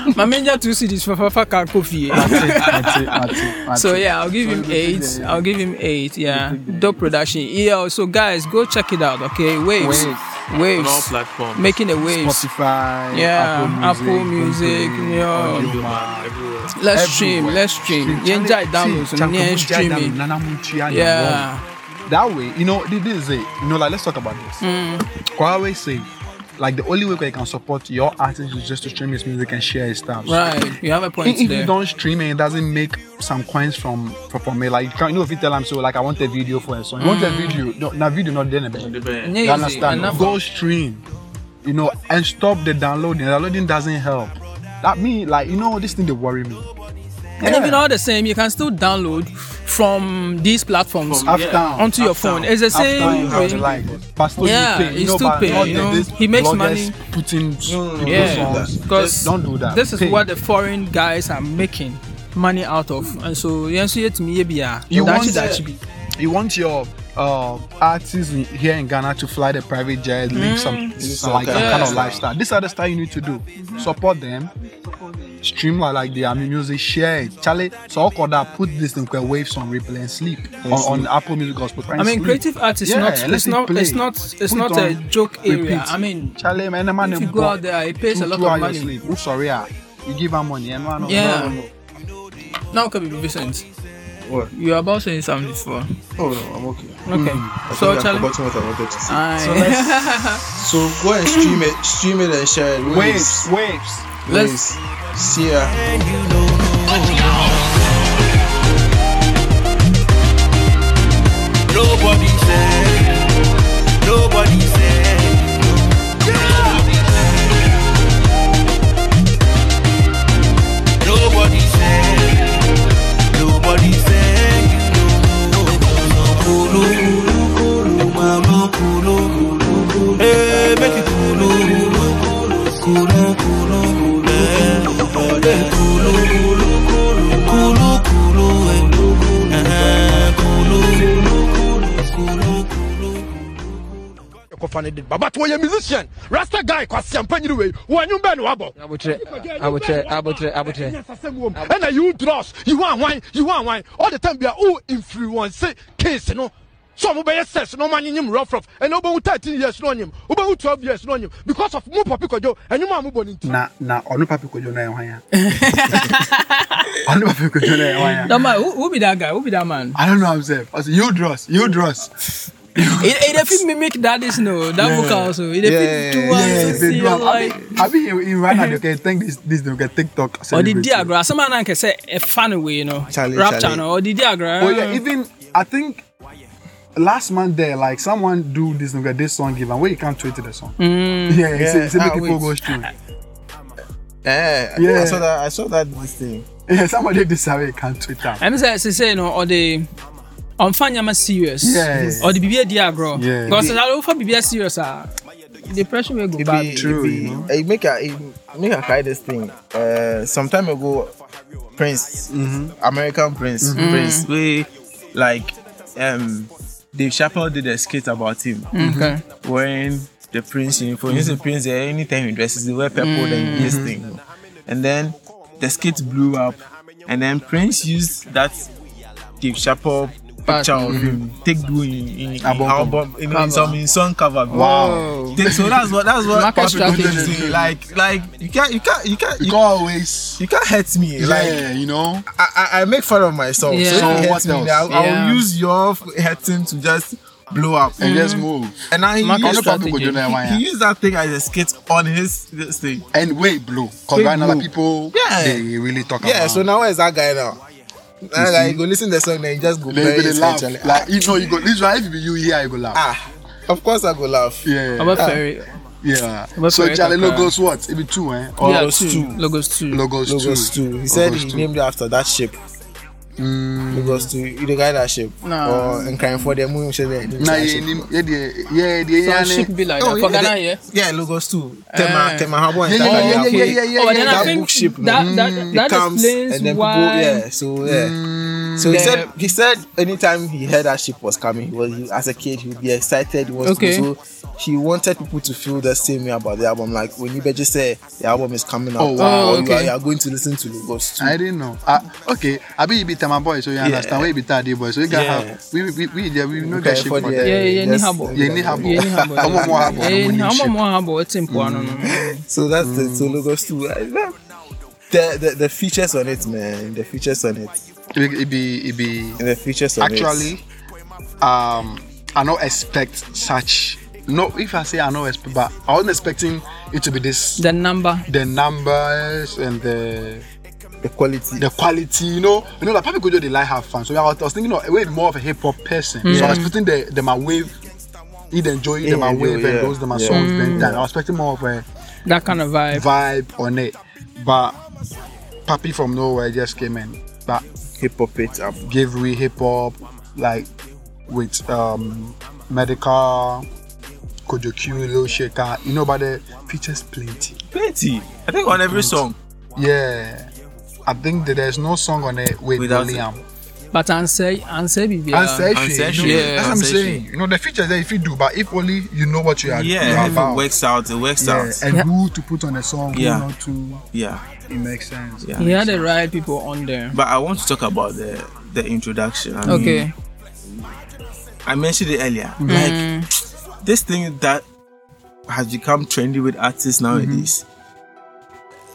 Speaker 2: I
Speaker 1: 10?
Speaker 2: My manager two CDs for Fafa can coffee.
Speaker 1: That's it, that's it, that's it, that's
Speaker 2: So
Speaker 1: it.
Speaker 2: yeah, I'll give him eight. I'll give him eight. Yeah, dope production. EL. So guys, go check it out. Okay,
Speaker 1: Waves.
Speaker 2: waves,
Speaker 3: On all
Speaker 2: waves,
Speaker 3: platforms.
Speaker 2: making the waves.
Speaker 1: Spotify,
Speaker 2: Yeah,
Speaker 1: Apple
Speaker 2: Apple
Speaker 1: Music,
Speaker 2: Music, yeah.
Speaker 1: yeah.
Speaker 2: Let's stream. Let's stream. Yeah, enjoy downloads. Yeah, streaming.
Speaker 1: Yeah.
Speaker 2: Yeah.
Speaker 1: That way, you know, this is it. You know, like let's talk about this.
Speaker 2: Mm.
Speaker 1: I always say, like the only way you can support your artist is just to stream his music and share his stuff.
Speaker 2: Right, you have a point
Speaker 1: If if you
Speaker 2: there.
Speaker 1: don't stream it, it doesn't make some coins from from, from it. Like you can't you know if you tell them so like I want a video for a song. You want
Speaker 2: Mm.
Speaker 1: a video, no, na video not there. You
Speaker 2: Yeah, you see,
Speaker 1: understand?
Speaker 2: enough
Speaker 1: Go stream. You know, and stop the downloading. Downloading doesn't help. That me like you know this thing they worry me.
Speaker 2: And even all the same, you can still download from these platforms
Speaker 1: Up down.
Speaker 2: onto your phone. It's the
Speaker 1: Up down,
Speaker 2: same
Speaker 1: how they
Speaker 2: way.
Speaker 1: like it. But still
Speaker 2: Yeah,
Speaker 1: you pay. You
Speaker 2: you
Speaker 1: know,
Speaker 2: still
Speaker 1: but
Speaker 2: pay,
Speaker 1: not
Speaker 2: you
Speaker 1: the-
Speaker 2: know.
Speaker 1: this
Speaker 2: He makes
Speaker 1: bloggers
Speaker 2: money. Mm,
Speaker 1: Putting people
Speaker 2: Yeah,
Speaker 1: songs.
Speaker 2: because
Speaker 1: Don't do that.
Speaker 2: This is
Speaker 1: Pay.
Speaker 2: what the foreign guys are making money out of, and so yes, so yet me be a
Speaker 1: You
Speaker 2: that
Speaker 1: want
Speaker 2: should
Speaker 1: that.
Speaker 2: actually be.
Speaker 1: you want your uh, artists in, here in Ghana to fly the private jet,
Speaker 2: Mm.
Speaker 1: live some, some like some kind of lifestyle. This are the stuff you need to do. Support them, stream like, like their music, share it. Charlie, so all call that put this thing called waves on replay and sleep on, on Apple Music or Spotify. and
Speaker 2: I mean,
Speaker 1: sleep.
Speaker 2: creative arts is
Speaker 1: Yeah,
Speaker 2: not.
Speaker 1: let
Speaker 2: It's
Speaker 1: it
Speaker 2: not.
Speaker 1: play.
Speaker 2: It's not. It's
Speaker 1: Put
Speaker 2: not a
Speaker 1: on
Speaker 2: joke
Speaker 1: repeat.
Speaker 2: area. I mean,
Speaker 1: Charlie, man, the man
Speaker 2: if
Speaker 1: them
Speaker 2: you go
Speaker 1: got
Speaker 2: out there, it pays
Speaker 1: two,
Speaker 2: a lot
Speaker 1: two
Speaker 2: of
Speaker 1: hours
Speaker 2: money.
Speaker 1: Sleep. Oh, sorry, ah. you give them money. eh, No, no, no,
Speaker 2: Yeah.
Speaker 1: no, no.
Speaker 2: Now could be Vincent.
Speaker 3: What?
Speaker 2: You were about saying something before.
Speaker 3: Oh no, I'm okay.
Speaker 2: Okay.
Speaker 1: Mm.
Speaker 3: I
Speaker 2: So,
Speaker 3: think I've
Speaker 2: Charlie. Ah.
Speaker 3: forgotten what I wanted to say.
Speaker 2: Aye.
Speaker 3: So So go and stream it, stream it and share it.
Speaker 1: Waves, waves.
Speaker 2: Let's-
Speaker 3: Waves. See ya.
Speaker 5: Nobody said. Nobody said. Nobody said. Nobody said. Kulu, kulu, kulu, mama, kulu, kulu, kulu. Eh, make it kulu, kulu, kulu, kulu, kulu, eh. Eh, kulu, kulu, kulu, kulu, kulu, eh. Eh, kulu, kulu, kulu, kulu, kulu.
Speaker 6: kɔfa ne de ba but wɔyɛ musician rasta guy kwasiampa nyiri wei wɔanwom bɛɛ ne wabɔ
Speaker 7: Abotre, abotre, abotre, abotre.
Speaker 6: ɛna you dross you want wine you want wine all the time bia o influence case no so ɔmo bɛyɛ sex na ɔmo anyim rough rough ɛna wobɛhu thirteen years na ɔnyim wobɛhu twelve years na ɔnyim because of mo papi kɔdwo ɛnyim a mobɔ ne nti
Speaker 1: Na na ɔno papi kojo na ɛwan ya. ɔno papi kojo na ɛwan ya.
Speaker 2: No man, who, who be that guy? Who be that man?
Speaker 1: I don't know himself. I said, you dross, you dross.
Speaker 2: It if he mimic that is no that yeah. vocal also. It if
Speaker 3: Yeah,
Speaker 2: yeah. do one
Speaker 1: Yeah,
Speaker 2: to see
Speaker 1: they do. I
Speaker 2: like.
Speaker 1: mean, I mean, in Ghana they can think this, this they can TikTok.
Speaker 2: Or the
Speaker 1: celebrity.
Speaker 2: diagra, some man can say a funny way, you know.
Speaker 3: Charlie, Charlie.
Speaker 2: Rap channel or the diagra.
Speaker 1: Oh yeah, even I think last month there, like someone do this nigga this song given where you can't tweet the song.
Speaker 2: Mm.
Speaker 1: Yeah, yeah, it's, it's
Speaker 3: Yeah,
Speaker 1: make
Speaker 3: ah,
Speaker 1: people
Speaker 3: wait.
Speaker 1: go through.
Speaker 3: Eh, I, think
Speaker 1: Yeah.
Speaker 3: I saw that. I saw that this thing.
Speaker 1: Yeah, somebody did this away can't tweet out.
Speaker 2: I'm saying, say no, or the on fanyama serious.
Speaker 1: Yes.
Speaker 2: Or the BBA diagra.
Speaker 1: Yeah.
Speaker 2: Because I love for BBA serious. Ah, depression will go
Speaker 3: It
Speaker 2: bad.
Speaker 3: be,
Speaker 1: true,
Speaker 3: it be,
Speaker 1: you know.
Speaker 3: eh, make a it, make a try this thing. Uh, some time ago, Prince, American Prince, Mm-hmm. Prince, we like um, Dave Chappelle did a skit about him
Speaker 2: Okay.
Speaker 3: wearing the Prince uniform. He's a Prince. eh, Anytime he dresses, he wear purple
Speaker 2: Mm.
Speaker 3: and this thing. And then the skit blew up, and then Prince used that Dave Chappelle.
Speaker 2: Part.
Speaker 3: Picture of him, take blue in, in, in
Speaker 1: Album cover.
Speaker 3: album, in, in some in song cover.
Speaker 1: Wow.
Speaker 3: Then- so that's what that's what
Speaker 2: Market
Speaker 3: Patrick Oden
Speaker 2: strategy.
Speaker 3: is doing. Like like you can't you can't you can't
Speaker 1: You
Speaker 3: you,
Speaker 1: can always
Speaker 3: you can't hurt me. Like
Speaker 1: yeah, you know.
Speaker 3: I, I I make fun of myself.
Speaker 2: Yeah.
Speaker 3: So,
Speaker 2: So
Speaker 3: if you hurt
Speaker 1: what
Speaker 3: me,
Speaker 1: else?
Speaker 3: I'll,
Speaker 2: Yeah.
Speaker 3: I'll use your f- hurting to just blow up.
Speaker 1: And just
Speaker 2: Mm.
Speaker 1: move.
Speaker 3: And now he used,
Speaker 2: Market
Speaker 3: that,
Speaker 2: strategy.
Speaker 1: Kojo na
Speaker 3: he,
Speaker 1: ɛwan
Speaker 3: he
Speaker 1: ya.
Speaker 3: used that thing as a skit on his this thing.
Speaker 1: And way blue. Cause
Speaker 3: Way
Speaker 1: right now like,
Speaker 3: blue.
Speaker 1: people
Speaker 3: Yeah.
Speaker 1: they really talk about
Speaker 3: Yeah. So now where's that guy now? That guy you go listen to the song then you just go
Speaker 1: they,
Speaker 3: bury
Speaker 1: they, they
Speaker 3: his
Speaker 1: laugh.
Speaker 3: head, Charlie.
Speaker 1: Like you know you go this one if it be you here you go laugh.
Speaker 3: ah, of course I go laugh.
Speaker 1: Yeah.
Speaker 2: About ferry.
Speaker 1: yeah.
Speaker 2: But
Speaker 1: So
Speaker 2: for
Speaker 1: Charlie
Speaker 2: Etaka-
Speaker 1: logos what? It be two, eh? Or
Speaker 2: Yeah,
Speaker 3: Logos
Speaker 2: two.
Speaker 3: two.
Speaker 2: Logos two.
Speaker 1: logos,
Speaker 3: Logos
Speaker 1: two.
Speaker 3: two. He said
Speaker 1: Logos
Speaker 3: he
Speaker 1: two.
Speaker 3: named it after that ship. Logos two. You the guy that ship.
Speaker 2: Nah.
Speaker 3: Or in crime for the moon.
Speaker 1: Na ye nim ye de ye de ye
Speaker 2: So
Speaker 1: ane-
Speaker 2: ship be like that. For Ghana, yeah.
Speaker 3: Oh, Yeah, Logos two. Tema,
Speaker 2: Eh.
Speaker 3: Tema Harbor. and
Speaker 1: Yeah, yeah,
Speaker 3: Tata
Speaker 1: yeah,
Speaker 3: Yaku.
Speaker 1: yeah, yeah, yeah,
Speaker 2: Oh, but then
Speaker 1: yeah.
Speaker 2: I
Speaker 3: That
Speaker 2: think
Speaker 3: book ship, no? Mm.
Speaker 2: that that, that
Speaker 3: It comes
Speaker 2: explains
Speaker 3: and then
Speaker 2: why. Mm.
Speaker 3: people, yeah. So yeah. So he
Speaker 2: Yeah.
Speaker 3: said he said anytime he heard that ship was coming, he was he, as a kid he would be excited. He wants
Speaker 2: Okay.
Speaker 3: to do so he wanted people to feel the same way about the album. Like when you just say the album is coming out,
Speaker 1: Oh, wow.
Speaker 3: or you, are,
Speaker 2: Okay.
Speaker 3: you are going to listen to Logos two.
Speaker 1: I didn't know. Uh, okay, I be beat my boy, so you understand. We beat our boy, so you got
Speaker 3: Yeah.
Speaker 1: have we we we we, we know
Speaker 3: Okay,
Speaker 1: that shit
Speaker 3: for
Speaker 1: for
Speaker 3: the-
Speaker 1: that.
Speaker 2: Yeah, yeah,
Speaker 3: yes.
Speaker 2: ni habo.
Speaker 1: Yeah, ni habo.
Speaker 2: Yeah, ni habo.
Speaker 1: Omo mo habo,
Speaker 2: Yeah,
Speaker 1: omo ni
Speaker 2: omo
Speaker 1: ship. Mm.
Speaker 2: mo habo. It's important. no?
Speaker 3: So that's the so
Speaker 2: Mm.
Speaker 3: Logos two. I- that- The, the the features on it, man. The features on it.
Speaker 1: It be- it be it be
Speaker 3: The features on it.
Speaker 1: actually um I don't expect such no if I say I don't expect but I wasn't expecting it to be this
Speaker 2: The number.
Speaker 1: the numbers and the
Speaker 3: the quality.
Speaker 1: the quality, you know, you know, like Papi Gojo, they like have fun. So I was, I was thinking, you know, way more of a hip hop person. So I was putting the the my wave, either enjoy the my
Speaker 3: Yeah,
Speaker 1: wave
Speaker 3: yeah.
Speaker 1: and those the my
Speaker 3: Yeah.
Speaker 1: songs. Then that I was expecting more of a
Speaker 2: That kind of vibe.
Speaker 1: vibe on it, but Papi from nowhere just came in, but
Speaker 3: hip hop it um, up.
Speaker 1: gave we hip hop like with um medical. Kojo Q, Lil Shaker, you know, but the features plenty.
Speaker 3: Plenty. I think on every song.
Speaker 1: Yeah, I think that there's no song on it with
Speaker 3: Without it.
Speaker 1: Liam.
Speaker 2: But answer, answer, be
Speaker 1: and
Speaker 2: yeah.
Speaker 1: session.
Speaker 3: session.
Speaker 1: You know,
Speaker 2: Yeah,
Speaker 1: that's what
Speaker 3: and
Speaker 1: I'm
Speaker 3: session.
Speaker 1: saying. You know, the features there if you do, but if only you know what you are, you
Speaker 3: Yeah,
Speaker 1: are
Speaker 3: if
Speaker 1: about.
Speaker 3: it works out, it works
Speaker 1: yeah,
Speaker 3: out.
Speaker 1: and
Speaker 2: Yeah.
Speaker 1: who to put on a song,
Speaker 3: Yeah.
Speaker 1: who not to.
Speaker 3: Yeah,
Speaker 1: It makes sense.
Speaker 3: yeah.
Speaker 2: He had the right people on there.
Speaker 3: But I want to talk about the the introduction.
Speaker 1: Mm.
Speaker 3: I mean,
Speaker 2: Okay.
Speaker 3: I mentioned it earlier. Like this thing that has become trendy with artists nowadays.
Speaker 1: Mm-hmm.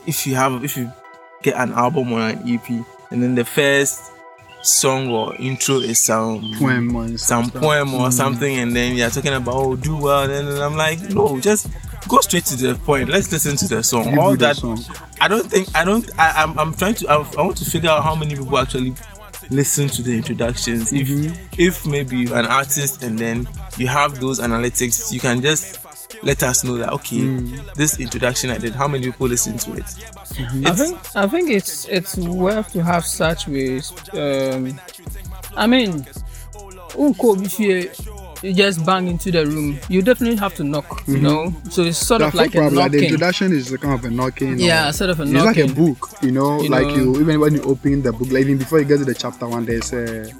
Speaker 3: E If you have, if you get an album or an EP, and then the first song or intro is some
Speaker 1: Poem or
Speaker 3: some
Speaker 1: something. Mm.
Speaker 3: poem or something, and then you're talking about oh do well, and then I'm like no, just go straight to the point. Let's listen to the song.
Speaker 1: Give
Speaker 3: All
Speaker 1: me the
Speaker 3: that
Speaker 1: song.
Speaker 3: I don't think I don't I, I'm I'm trying to I, I want to figure out how many people actually listen to the introductions.
Speaker 2: Mm-hmm.
Speaker 3: If if maybe you're an artist and then you have those analytics, you can just let us know that okay,
Speaker 2: Mm.
Speaker 3: this introduction I did, how many people listen to it?
Speaker 2: I
Speaker 3: It's-
Speaker 2: think I think it's it's worth to have such ways. Um, I mean, unko if you you just bang into the room, you definitely have to knock. You know, so it's sort
Speaker 1: Mm-hmm. There
Speaker 2: of
Speaker 1: are
Speaker 2: like
Speaker 1: four
Speaker 2: a
Speaker 1: problems, like the
Speaker 2: knocking.
Speaker 1: introduction is kind of a knocking. or-
Speaker 2: yeah, sort of a
Speaker 1: It's
Speaker 2: knocking.
Speaker 1: like a book, you know,
Speaker 2: You
Speaker 1: like
Speaker 2: know.
Speaker 1: you even when you open the book, like even before you get to the chapter one, there's a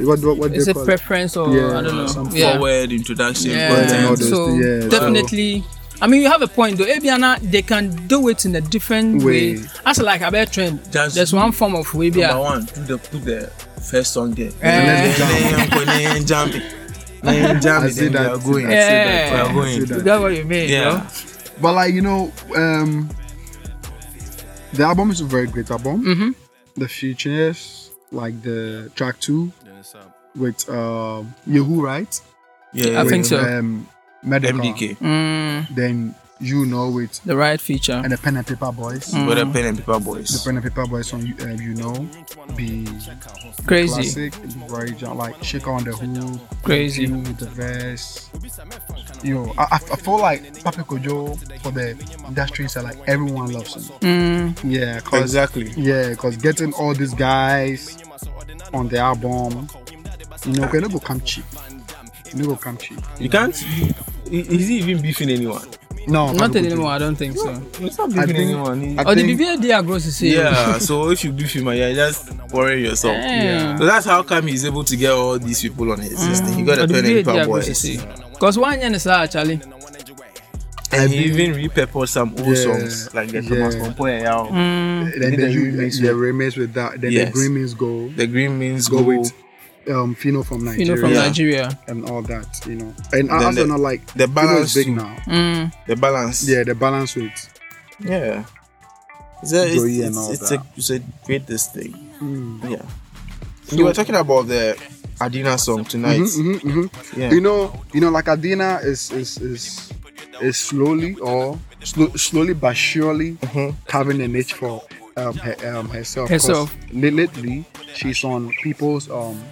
Speaker 1: what what what do
Speaker 2: It's
Speaker 1: they
Speaker 2: a
Speaker 1: call it?
Speaker 2: preference or
Speaker 1: Yeah,
Speaker 2: I don't know.
Speaker 1: some
Speaker 2: yeah.
Speaker 3: Forward introduction,
Speaker 1: and all
Speaker 2: Yeah,
Speaker 3: content.
Speaker 1: those
Speaker 2: so
Speaker 1: things, yeah, so-
Speaker 2: definitely. I mean, you have a point though. Abiana, they can do it in a different way.
Speaker 1: Way.
Speaker 2: As like a better trend,
Speaker 3: Just-
Speaker 2: there's one form of way.
Speaker 3: Number
Speaker 2: Yeah,
Speaker 3: one, do the put the first song there.
Speaker 2: Eh.
Speaker 3: Then jump it. Then jump
Speaker 1: I
Speaker 3: it,
Speaker 1: see
Speaker 3: then we
Speaker 1: that.
Speaker 3: are
Speaker 1: I see
Speaker 3: going.
Speaker 2: Eh.
Speaker 1: that, I see
Speaker 3: We
Speaker 1: that,
Speaker 3: are
Speaker 1: I
Speaker 3: going.
Speaker 1: see
Speaker 2: you
Speaker 1: that.
Speaker 2: got what you mean. you know?
Speaker 3: Yeah.
Speaker 1: But like you know, um, the album is a very great album.
Speaker 2: Mhm.
Speaker 1: The features like the track two with um, Yahoo, right?
Speaker 3: Yeah,
Speaker 2: I
Speaker 1: With,
Speaker 2: think so.
Speaker 1: Um, Medical.
Speaker 3: MDK.
Speaker 2: Mm,
Speaker 1: Then you know with
Speaker 2: the right feature.
Speaker 1: and the Pen and Paper Boys.
Speaker 3: With the
Speaker 2: Mm.
Speaker 3: pen and paper
Speaker 1: The
Speaker 3: boys.
Speaker 1: Pen and Paper Boys on uh, you know be
Speaker 2: Crazy,
Speaker 1: classic, very jam- like shake on the hook.
Speaker 2: crazy.
Speaker 1: With the verse. Yo, I, I I feel like Papi Kojo for the industry is like everyone loves him.
Speaker 2: Mm,
Speaker 1: Yeah, cause
Speaker 3: Exactly.
Speaker 1: yeah, cause getting all these guys on the album, you know, they no go come cheap. You no go come cheap.
Speaker 3: You can't. i- Is he even beefing anyone?
Speaker 1: No,
Speaker 2: not
Speaker 1: Papi Kojo.
Speaker 2: anymore. I don't think so.
Speaker 3: He's not
Speaker 1: I
Speaker 3: beefing
Speaker 1: think-
Speaker 3: anyone. he-
Speaker 1: I
Speaker 2: Oh, the
Speaker 1: think-
Speaker 2: BBA they are gross to see.
Speaker 3: yeah. so if you beef him, you're just worrying yourself.
Speaker 2: Yeah.
Speaker 3: So that's how come he's able to get all these people on his system. He got a
Speaker 2: Oh, the
Speaker 3: pen and
Speaker 2: BBA they
Speaker 3: paper
Speaker 2: are gross to
Speaker 3: boys,
Speaker 2: see. Cause one year is actually.
Speaker 3: and he even repurposed some old
Speaker 1: Yeah.
Speaker 3: songs like the
Speaker 1: Yeah.
Speaker 3: Thomas Compoy out.
Speaker 2: Mm,
Speaker 1: Then
Speaker 3: Did
Speaker 1: the,
Speaker 3: the
Speaker 1: you,
Speaker 3: remix
Speaker 1: the remix with that. Then
Speaker 3: Yes.
Speaker 1: the green means go.
Speaker 3: The Green Means
Speaker 1: Go
Speaker 3: Go.
Speaker 1: with um, Fino from
Speaker 2: you
Speaker 1: Nigeria
Speaker 2: know, from
Speaker 3: Yeah.
Speaker 2: Nigeria.
Speaker 1: and all that, you know. And
Speaker 3: Then
Speaker 1: I also
Speaker 3: the-
Speaker 1: not like Fino
Speaker 3: the
Speaker 1: is
Speaker 3: balance
Speaker 1: big
Speaker 3: too.
Speaker 1: now.
Speaker 2: Mm,
Speaker 3: The balance.
Speaker 1: Yeah, the balance with.
Speaker 3: Yeah. It's a, it's,
Speaker 1: Joey and
Speaker 3: it's-
Speaker 1: all
Speaker 3: it's
Speaker 1: that.
Speaker 3: a, it's a great this thing.
Speaker 1: Mm.
Speaker 3: Yeah. you were talking about the Adina song tonight.
Speaker 1: Mhm, mhm, mhm.
Speaker 3: Yeah.
Speaker 1: you know you know like adina is is is is slowly or slo- slowly but surely
Speaker 3: Mhm.
Speaker 1: having a niche for um, her, um herself 'Cause
Speaker 2: Herself.
Speaker 1: la- lately she's on people's um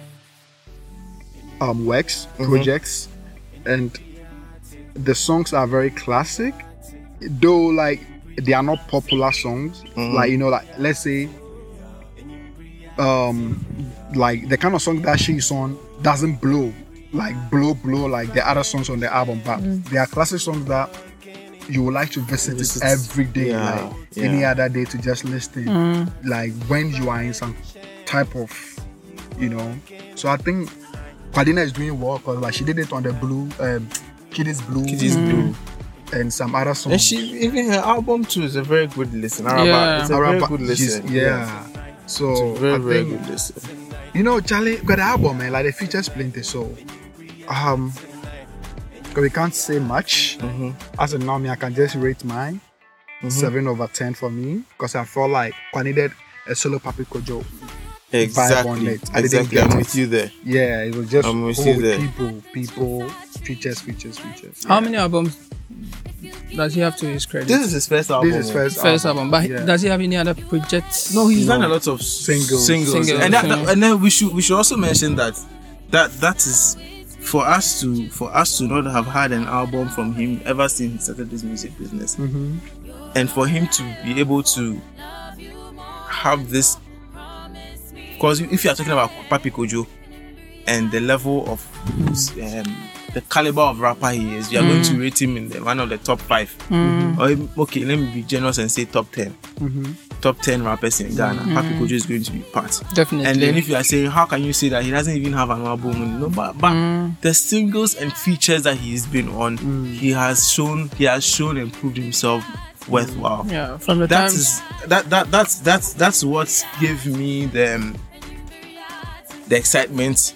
Speaker 1: um works
Speaker 3: Mhm.
Speaker 1: projects and the songs are very classic though like they are not popular songs
Speaker 3: Mhm.
Speaker 1: like you know like let's say um like the kind of song that she's on doesn't blow like blow blow like the other songs on the album but they are classic songs that you would like to visit it
Speaker 3: Visit.
Speaker 1: every day
Speaker 3: Yeah,
Speaker 1: like any
Speaker 3: yeah.
Speaker 1: other day to just listen like when you are in some type of you know so i think Kwadina is doing well because like she did it on the blue um Kid is blue,
Speaker 3: Kid is
Speaker 1: mm-hmm.
Speaker 3: blue.
Speaker 1: and some other songs
Speaker 3: And she even her album too is a very good listen. Araba,
Speaker 2: Yeah.
Speaker 3: it's a
Speaker 1: Araba-
Speaker 3: very good
Speaker 1: she's-
Speaker 3: listen.
Speaker 1: yeah
Speaker 3: It's
Speaker 1: so
Speaker 3: a very,
Speaker 1: I
Speaker 3: very
Speaker 1: think
Speaker 3: good listen.
Speaker 1: You know, Charlie, got the album, man. Like the features plenty, so um, 'cause we can't say much.
Speaker 3: Mhm.
Speaker 1: As of now, me, I can just rate mine seven over ten for me, cause I felt like I needed a solo Papi Kojo. on
Speaker 3: Exactly.
Speaker 1: it. I didn't
Speaker 3: Exactly.
Speaker 1: get
Speaker 3: I'm
Speaker 1: it.
Speaker 3: with you there.
Speaker 1: Yeah, it was just
Speaker 3: I'm with
Speaker 1: oh,
Speaker 3: you there.
Speaker 1: people, people, features, features, features.
Speaker 2: How many albums does he have to his credit?
Speaker 3: This is his first album. eh?
Speaker 1: This is first,
Speaker 2: First album, but he-
Speaker 1: yeah.
Speaker 2: does he have any other projects?
Speaker 3: No, he's
Speaker 1: No.
Speaker 3: done a lot of s-
Speaker 1: Singles.
Speaker 3: singles.
Speaker 2: Singles,
Speaker 3: And, that,
Speaker 2: yeah.
Speaker 3: that- and then we should we should also mention that that that is for us to for us to not have had an album from him ever since he started this music business,
Speaker 1: Mhm.
Speaker 3: and for him to be able to have this, because if you are talking about Papi Kojo and the level of um, the caliber of rapper he is, you are going to rate him in the, one of the top five. Or, okay, let me be generous and say top ten
Speaker 1: Mhm.
Speaker 3: top 10 rappers in Ghana, Papi
Speaker 1: Mm-hmm.
Speaker 3: Kojo is going to be part.
Speaker 2: Definitely.
Speaker 3: And then if you are saying, how can you say that he doesn't even have an album? No, but, but
Speaker 1: Mm.
Speaker 3: the singles and features that he's been on, he has shown he has shown and proved himself worthwhile.
Speaker 2: yeah, from the
Speaker 3: That
Speaker 2: time
Speaker 3: is that that that's that's that's what gave me the um, the excitement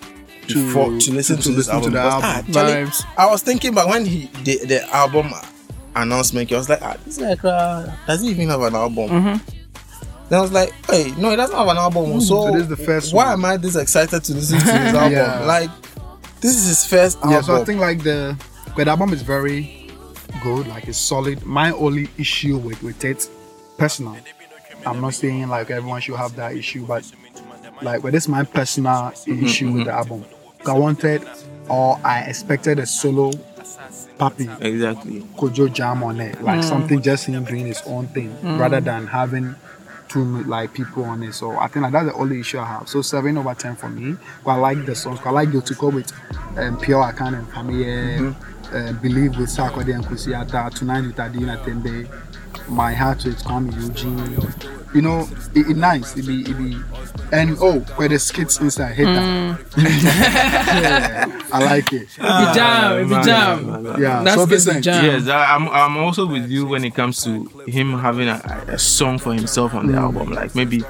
Speaker 3: to
Speaker 1: To-
Speaker 3: for, to listen to,
Speaker 1: to- to
Speaker 3: this
Speaker 1: listen to the
Speaker 3: album. Because,
Speaker 1: album.
Speaker 3: ah, Charlie,
Speaker 2: vibes.
Speaker 3: I was thinking back when he the, the
Speaker 2: uh,
Speaker 3: album announcement, I was like, ah, this guy cra- does he even have an album?
Speaker 8: Then I was like, hey, no, it doesn't have an album. so,
Speaker 1: so this is the first
Speaker 8: why
Speaker 1: one.
Speaker 8: am I this excited to listen to his album?
Speaker 1: Yeah.
Speaker 8: Like, this is his first album.
Speaker 1: yeah, so I think like the but the album is very good, like it's solid. My only issue with with it, personal. I'm not saying like everyone should have that issue, but like but this is my personal issue with the album. I wanted or I expected a solo puppy
Speaker 3: Exactly.
Speaker 1: Kojo jam on it,
Speaker 2: Mm.
Speaker 1: like something just him doing his own thing rather than having too many, like people on it. So I think like, that's the only issue I have. So seven over ten for me. 'Cause I like the songs. 'Cause I like Guilty Code with um, Pure Akan and Kamiye,
Speaker 2: Mm-hmm.
Speaker 1: uh, Believe with Sakode and Kusiata, Tonight with Adina Tembe, My Heart with Kwame Eugene. You know, it, it nice. It be, it be, and oh, where the skits inside, hate that.
Speaker 2: Mm.
Speaker 1: yeah, I like it.
Speaker 2: If you jam, if you jam.
Speaker 1: Yeah,
Speaker 2: That's
Speaker 1: so
Speaker 2: good to
Speaker 1: Vincent,
Speaker 2: jam.
Speaker 3: Yes, I, I'm. I'm also with you when it comes to him having a, a song for himself on the
Speaker 1: Mm.
Speaker 3: album. Like maybe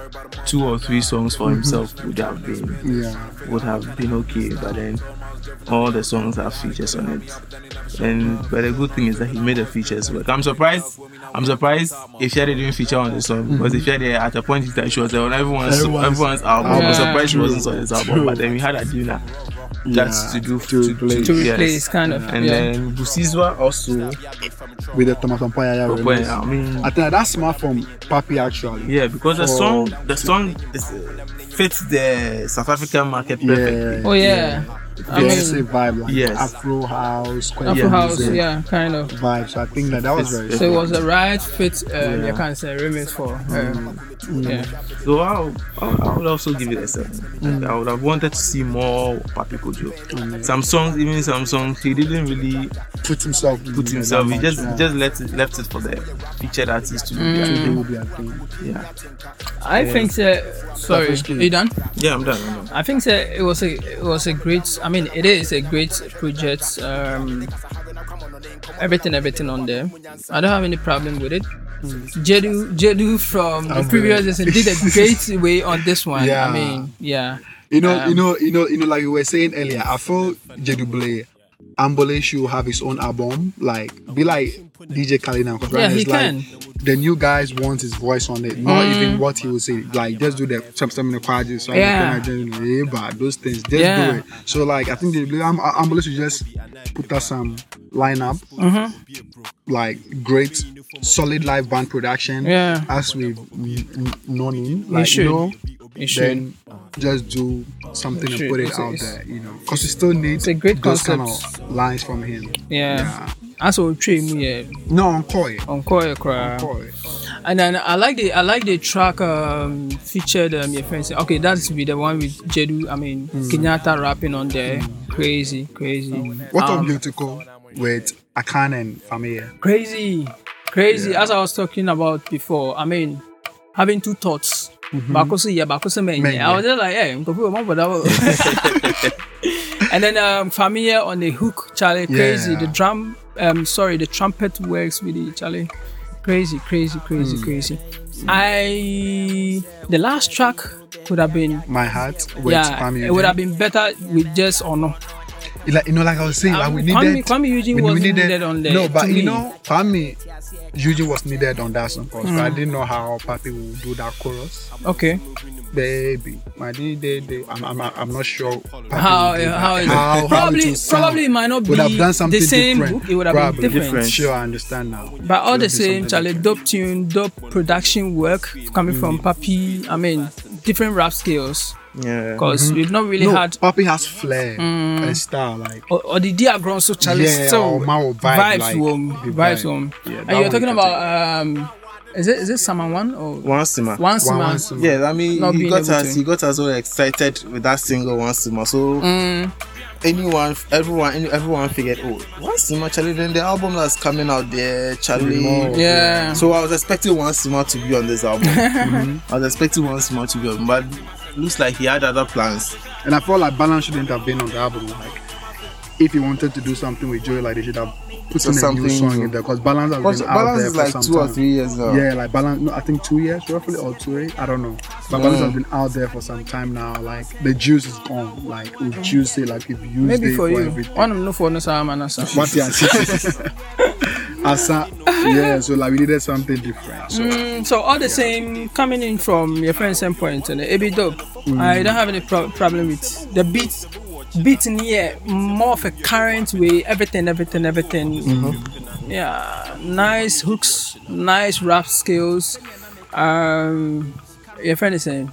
Speaker 3: two or three songs
Speaker 1: Mm-hmm.
Speaker 3: for himself would have been
Speaker 1: yeah.
Speaker 3: would have been okay, but then all the songs have features on it. And but the good thing is that he made the features work. I'm surprised. I'm surprised if didn't feature on the song because if at a point in time she was on everyone's
Speaker 1: Everyone's-
Speaker 3: Mm-hmm. everyone's, album.
Speaker 2: Yeah.
Speaker 3: I'm surprised she wasn't on his album. But then we had Adina. That's
Speaker 1: Yeah,
Speaker 3: to do
Speaker 1: to replace.
Speaker 2: To replace, kind of,
Speaker 3: and
Speaker 2: yeah.
Speaker 3: then Busizwa also
Speaker 1: with the Thomas and Paya
Speaker 3: Well, Oh, I mean,
Speaker 1: I think that's smart from Papi actually.
Speaker 3: yeah, because the
Speaker 1: For-
Speaker 3: song, the song is, uh, fits the South African market perfectly.
Speaker 2: Oh, yeah. I mean,
Speaker 1: Yes, a vibe like
Speaker 3: Yes.
Speaker 1: Afro house,
Speaker 2: Afro
Speaker 1: yeah.
Speaker 2: House,
Speaker 1: music
Speaker 2: yeah, kind of.
Speaker 1: vibe. So I think that that was very.
Speaker 3: It's-
Speaker 1: smart.
Speaker 2: So it was the right fit, uh, you can say, remix for her. Yeah.
Speaker 3: So I'll, I'll, I would also give it a seven. Like, I would have wanted to see more Papi Kojo. Some songs, even some songs, he didn't really
Speaker 1: put himself. in
Speaker 3: put
Speaker 1: there
Speaker 3: himself.
Speaker 1: that
Speaker 3: He
Speaker 1: much,
Speaker 3: just
Speaker 1: yeah. Mm.
Speaker 3: just left it, left it for the featured artist to do their
Speaker 1: It
Speaker 3: thing.
Speaker 1: would be a thing.
Speaker 3: Yeah,
Speaker 2: I think, uh, sorry, you done?
Speaker 3: yeah, I'm done. I'm done.
Speaker 2: I think that it was a it was a great. I mean, it is a great project. Um, everything, everything on there. I don't have any problem with it. Jedu, Jedu from the
Speaker 1: I'm
Speaker 2: previous
Speaker 1: very-
Speaker 2: season did a great way on this one. I
Speaker 1: Yeah.
Speaker 2: mean, yeah,
Speaker 1: You know, you
Speaker 2: Um,
Speaker 1: know, you know, you know. Like you were saying earlier, I feel Jeduble, Ambole should have his own album. Like be like DJ Khaled now. 'cause right
Speaker 2: Yeah,
Speaker 1: now
Speaker 2: he
Speaker 1: it's like,
Speaker 2: can. Mm.
Speaker 1: The new guys want his voice on it, not even what he will say. Like just do the some some in the quadrants, so
Speaker 2: Yeah.
Speaker 1: yeah, but those things, just
Speaker 2: Yeah.
Speaker 1: do it. So like I think um, Jeduble, I'm I'm going to just put out some lineup,
Speaker 2: Mm-hmm.
Speaker 1: like great solid live band production.
Speaker 2: Yeah.
Speaker 1: as we've we- we- known him. Like
Speaker 2: should.
Speaker 1: you know
Speaker 2: it should.
Speaker 1: then just do something
Speaker 2: Sure,
Speaker 1: and put it
Speaker 2: it's-
Speaker 1: out
Speaker 2: it's-
Speaker 1: there, you know, because you still need
Speaker 2: a great
Speaker 1: those
Speaker 2: concept.
Speaker 1: kind of lines from him.
Speaker 2: Yeah. As we train yeah,
Speaker 1: No, on Koi.
Speaker 2: on Koya Cry.
Speaker 1: Koi.
Speaker 2: And then I like the I like the track um, featured um, your friends. Okay, that's be the one with Jedu. I mean
Speaker 1: Hmm.
Speaker 2: Kenyatta rapping on there. Crazy, crazy.
Speaker 1: What
Speaker 2: Um,
Speaker 1: of Beautiful with Akan and Famia?
Speaker 2: crazy crazy as i was talking about before i mean having two thoughts baako so yɛ baako so mɛnyɛ
Speaker 1: Mɛnyɛ.
Speaker 2: i was just like "Eh, hey nkɔfu wɔn bɔda and then um, familiar on the hook charlie crazy
Speaker 1: Yeah.
Speaker 2: the drum um, sorry the trumpet works with it charlie crazy crazy crazy crazy i the last track could have been
Speaker 1: My Heart with
Speaker 2: yeah
Speaker 1: Famia.
Speaker 2: it would have been better with just or no
Speaker 1: Like, you know, like I was saying, like, we needed.
Speaker 2: Um, Kwame, Kwame Eugene
Speaker 1: we
Speaker 2: wasn't
Speaker 1: needed-
Speaker 2: needed on there
Speaker 1: No, but
Speaker 2: to
Speaker 1: you
Speaker 2: me.
Speaker 1: know, Kwame Eugene was needed on that song because
Speaker 2: Hmm.
Speaker 1: I didn't know how Papi would do that chorus.
Speaker 2: okay
Speaker 1: Baby, my day, day, day. I'm, I'm, I'm not sure. Papi
Speaker 2: how eh,
Speaker 1: would do that.
Speaker 2: how is
Speaker 1: How- how
Speaker 2: it? Probably
Speaker 1: it will sound.
Speaker 2: probably it might not be
Speaker 1: would have done something
Speaker 2: the same
Speaker 1: different.
Speaker 2: book. It would have
Speaker 1: Probably.
Speaker 2: been different.
Speaker 1: Sure, I understand now.
Speaker 2: But all the
Speaker 1: Would be something
Speaker 2: same, Charlie, dope tune, dope production work coming from
Speaker 1: Mm.
Speaker 2: Papi. I mean, different rap skills
Speaker 3: Yeah.
Speaker 2: because we've not really
Speaker 1: Mm-hmm. no,
Speaker 2: had. Mm.
Speaker 1: Papi has flair and style. Like
Speaker 2: Or, or the Diagron, so Charlie,
Speaker 1: Yeah,
Speaker 2: so
Speaker 1: or Mao vibe,
Speaker 2: vibes,
Speaker 1: like,
Speaker 2: warm,
Speaker 1: the
Speaker 2: vibes,
Speaker 1: vibe.
Speaker 2: warm.
Speaker 1: Yeah, that
Speaker 2: and you're
Speaker 1: one
Speaker 2: talking
Speaker 1: you can
Speaker 2: about um, is it is it Saman one or
Speaker 3: One Sima.
Speaker 2: one
Speaker 1: one,
Speaker 2: Saman?
Speaker 1: one, yeah.
Speaker 3: Yeah, I mean,
Speaker 2: Not
Speaker 3: he
Speaker 2: being
Speaker 3: got
Speaker 2: able
Speaker 3: us.
Speaker 2: to.
Speaker 3: He got us all excited with that single "One Sima." So anyone, everyone, any- everyone figured, oh, One Sima, Charlie. Then the album that's coming out there, Charlie.
Speaker 2: Yeah.
Speaker 3: So I was expecting One Sima to be on this album. Mm-hmm. I was expecting One Sima to be on, but looks like he had other plans.
Speaker 1: And I felt like balance shouldn't have been on the album. Like if you wanted to do something with Joey, like they should have put
Speaker 3: So
Speaker 1: in a new
Speaker 3: something
Speaker 1: song
Speaker 3: new.
Speaker 1: in there because balance has been out
Speaker 3: balance
Speaker 1: there
Speaker 3: is
Speaker 1: for
Speaker 3: like
Speaker 1: some
Speaker 3: two or
Speaker 1: time.
Speaker 3: three years uh, now.
Speaker 1: Yeah, like balance. No, I think two years roughly or two. years, I don't know. But balance
Speaker 3: Mm.
Speaker 1: has been out there for some time now. Like the juice is gone. Like we've juiced it. Like we've used
Speaker 2: Maybe
Speaker 1: it
Speaker 2: for you.
Speaker 1: everything.
Speaker 2: One of no for no Saman or something.
Speaker 1: What you are saying. Asa, yeah, so like we needed something different. So
Speaker 2: Mm, so all the same, coming in from your friend's endpoint, and it be dope.
Speaker 1: Mm.
Speaker 2: I don't have any pro- problem with the beat. Beat in here, more of a current way. Everything, everything, everything.
Speaker 1: Mm-hmm.
Speaker 2: Yeah, nice hooks, nice rap skills. Um, your friend is saying,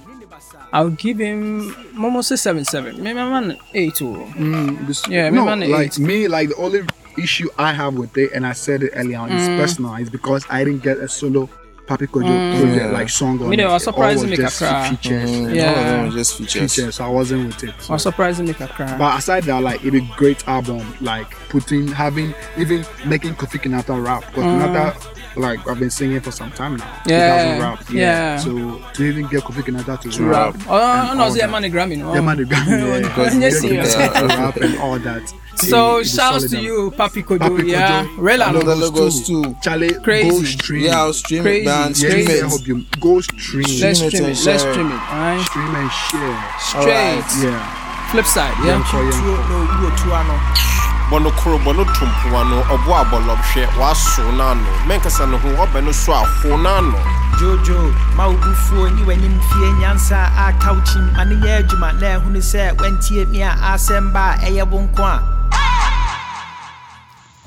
Speaker 2: I'll give him almost a seven seven. Maybe I'm an eight oh. or
Speaker 1: Mm, this-
Speaker 2: Yeah,
Speaker 1: no,
Speaker 2: remember the
Speaker 1: like
Speaker 2: eight.
Speaker 1: me, like the only issue I have with it, and I said it earlier on,
Speaker 2: Mm.
Speaker 1: it's personal. It's because I didn't get a solo Papi Kojo project, like song on
Speaker 2: Me, they
Speaker 1: it.
Speaker 2: were
Speaker 1: It all
Speaker 2: surprising me,
Speaker 1: just
Speaker 2: Kakra.
Speaker 3: Mm-hmm.
Speaker 2: Mm.
Speaker 1: features,
Speaker 2: Yeah.
Speaker 8: All of them are just features.
Speaker 1: features. So I wasn't with it. so.
Speaker 2: or surprising me cry.
Speaker 1: But aside that, like it'd be great album, like putting having even making Kofi Kinata rap. Kofi Kinata, like I've been singing for some time now. He
Speaker 2: Mm. Yeah,
Speaker 1: doesn't rap.
Speaker 2: yeah.
Speaker 1: So to even get Kofi Kinata to,
Speaker 8: rap.
Speaker 1: rap.
Speaker 2: oh,
Speaker 1: and
Speaker 2: no,
Speaker 1: all
Speaker 2: see,
Speaker 1: that.
Speaker 2: I'm on the Grammy. No?
Speaker 1: Oh. Yeah, man, the Grammy, yeah.
Speaker 2: Because- Yes,
Speaker 1: Get Kofi
Speaker 2: yes.
Speaker 1: Kinata to rap and all that.
Speaker 2: So
Speaker 1: It- it's a
Speaker 2: shouts
Speaker 1: solid
Speaker 2: to
Speaker 1: album.
Speaker 2: you, Papi Kodo.
Speaker 1: Papi Kojo.
Speaker 2: yeah, Rela.
Speaker 8: Another
Speaker 1: Logos
Speaker 8: Logos
Speaker 1: too.
Speaker 8: too.
Speaker 1: Charlie,
Speaker 2: Crazy.
Speaker 1: go stream.
Speaker 8: Yeah, I'll stream
Speaker 2: Crazy.
Speaker 8: it, man.
Speaker 1: yeah,
Speaker 8: Stream
Speaker 1: it's
Speaker 8: it.
Speaker 1: a album. Go stream.
Speaker 2: Let's
Speaker 8: Stream it
Speaker 2: stream it.
Speaker 8: and
Speaker 2: Let's
Speaker 8: share.
Speaker 2: stream it. Alright.
Speaker 1: stream and share.
Speaker 2: Straight.
Speaker 1: Yeah.
Speaker 2: Flip side. Yeah.
Speaker 1: For you.
Speaker 9: bɔno koro bɔno tompoa no ɔbo abɔlɔhwɛ waso n'ano mɛnkasa ne ho ɔbɛ no so afo n'ano
Speaker 10: jojo ma wo bo fuo ne w'anim fie nyansa aka wo kyim ma ne yɛ adwuma na ɛhunu sɛ wantie me a asɛm ba a ɛyɛ wo nko a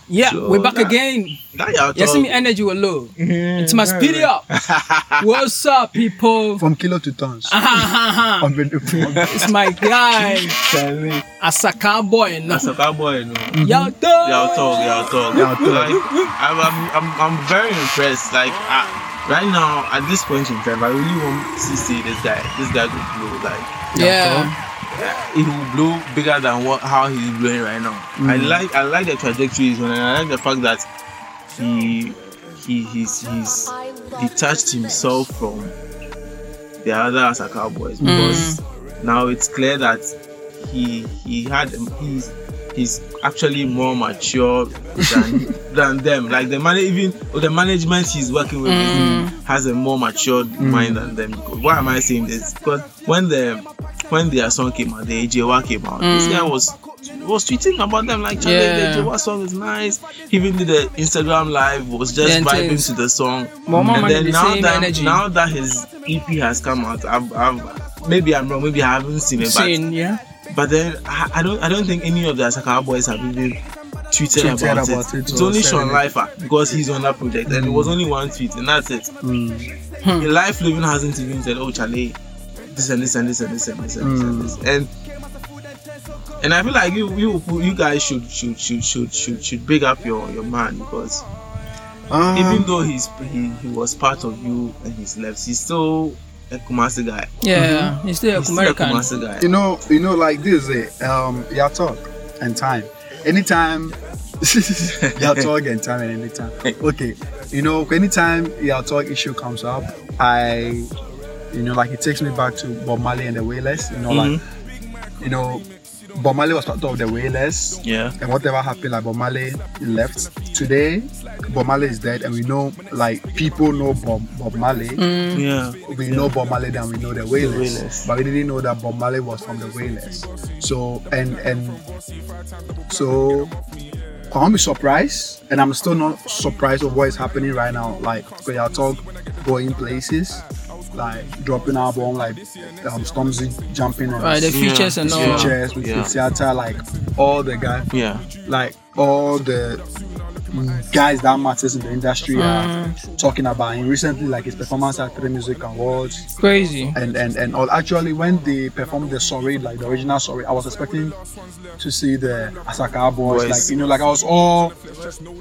Speaker 2: Yeah.
Speaker 3: So
Speaker 2: We're back
Speaker 3: that-
Speaker 2: again.
Speaker 3: That y'all
Speaker 2: You see
Speaker 3: talk- Mm-hmm.
Speaker 2: me energy was low. It must speed it up. What's up, people?
Speaker 1: From kilo to tons.
Speaker 2: Ah. it's
Speaker 1: I've been doing-
Speaker 2: my guy, Asaka boy. No.
Speaker 3: That's a bad boy, no.
Speaker 2: Y'all talk.
Speaker 3: Y'all talk, y'all talk. Like, I'm, I'm, I'm, I'm very impressed. Like, I, right now, at this point in time, I really want to see this guy. This guy could blow. Like,
Speaker 2: Yeah.
Speaker 3: it will blow bigger than what how he's blowing right now. I like, I like the trajectory he's on, and I like the fact that he, he, he's, he's detached himself from the other Asaka boys because now it's clear that he he had he's he's actually more mature than than them. Like the man even or the management he's working with has a more matured mind than them. Why am I saying this? Because when the when their song came out, the AJWA came out, this guy was was tweeting about them like Charlie,
Speaker 2: Yeah.
Speaker 3: the AJWA song is nice. He even did the Instagram live, was just
Speaker 2: Then
Speaker 3: vibing
Speaker 2: things-
Speaker 3: to the song.
Speaker 2: More
Speaker 3: and
Speaker 2: money,
Speaker 3: then
Speaker 2: the
Speaker 3: now
Speaker 2: same
Speaker 3: that
Speaker 2: energy.
Speaker 3: now that his EP has come out, I've, I've maybe I'm wrong, maybe I haven't seen it, but
Speaker 2: Seen, yeah.
Speaker 3: but then I, I don't I don't think any of the Asakawa boys have even tweeted,
Speaker 1: Tweeted
Speaker 3: about,
Speaker 1: about
Speaker 3: it.
Speaker 1: it
Speaker 3: It's
Speaker 1: or
Speaker 3: only
Speaker 1: said
Speaker 3: Sean
Speaker 1: anything.
Speaker 3: Lifer because he's on that project and it was only one tweet and that's it.
Speaker 1: Hmm.
Speaker 3: Life Living hasn't even said, oh Charlie, this and this and this and this and this and this and
Speaker 1: Hmm.
Speaker 3: this and and I feel like you you you guys should should should should should, should big up your, your man because
Speaker 1: Um,
Speaker 3: even though he's he, he was part of you and he's left, he's still a Kumasi guy.
Speaker 2: Yeah. He's
Speaker 3: Mm-hmm. He's
Speaker 2: still a
Speaker 3: still a
Speaker 2: American.
Speaker 3: Kumasi guy.
Speaker 1: you know, you know, like this is it. Um, your talk and time. Anytime your talk and time and anytime. Okay. You know, anytime your talk issue comes up, I you know, like it takes me back to Bob Marley and the Wailers, you know, like you know, Bob Marley was part of the Wailers.
Speaker 3: Yeah.
Speaker 1: And whatever happened, like Bob Marley left today, Bob Marley is dead, and we know, like, people know Bob, Bob Marley,
Speaker 3: Yeah.
Speaker 1: we know Bob Marley than we know the Wailers,
Speaker 3: Wailers.
Speaker 1: but we didn't know that Bob Marley was from the Wailers. So and and so I'm surprised, and I'm still not surprised of what is happening right now. Like Koya Talk going places, like dropping album, like um, Stormzy jumping on
Speaker 2: Right. The
Speaker 1: his
Speaker 2: features and all.
Speaker 3: Yeah.
Speaker 1: features with
Speaker 3: Yeah.
Speaker 1: the theater, like all the guys
Speaker 3: Yeah.
Speaker 1: like all the mm, guys that matters in the industry are talking about him recently like his performance at three music awards
Speaker 2: Crazy.
Speaker 1: and and and all actually when they performed the sorry like the original sorry i was expecting to see the asaka boys
Speaker 3: Boys.
Speaker 1: like you know like i was all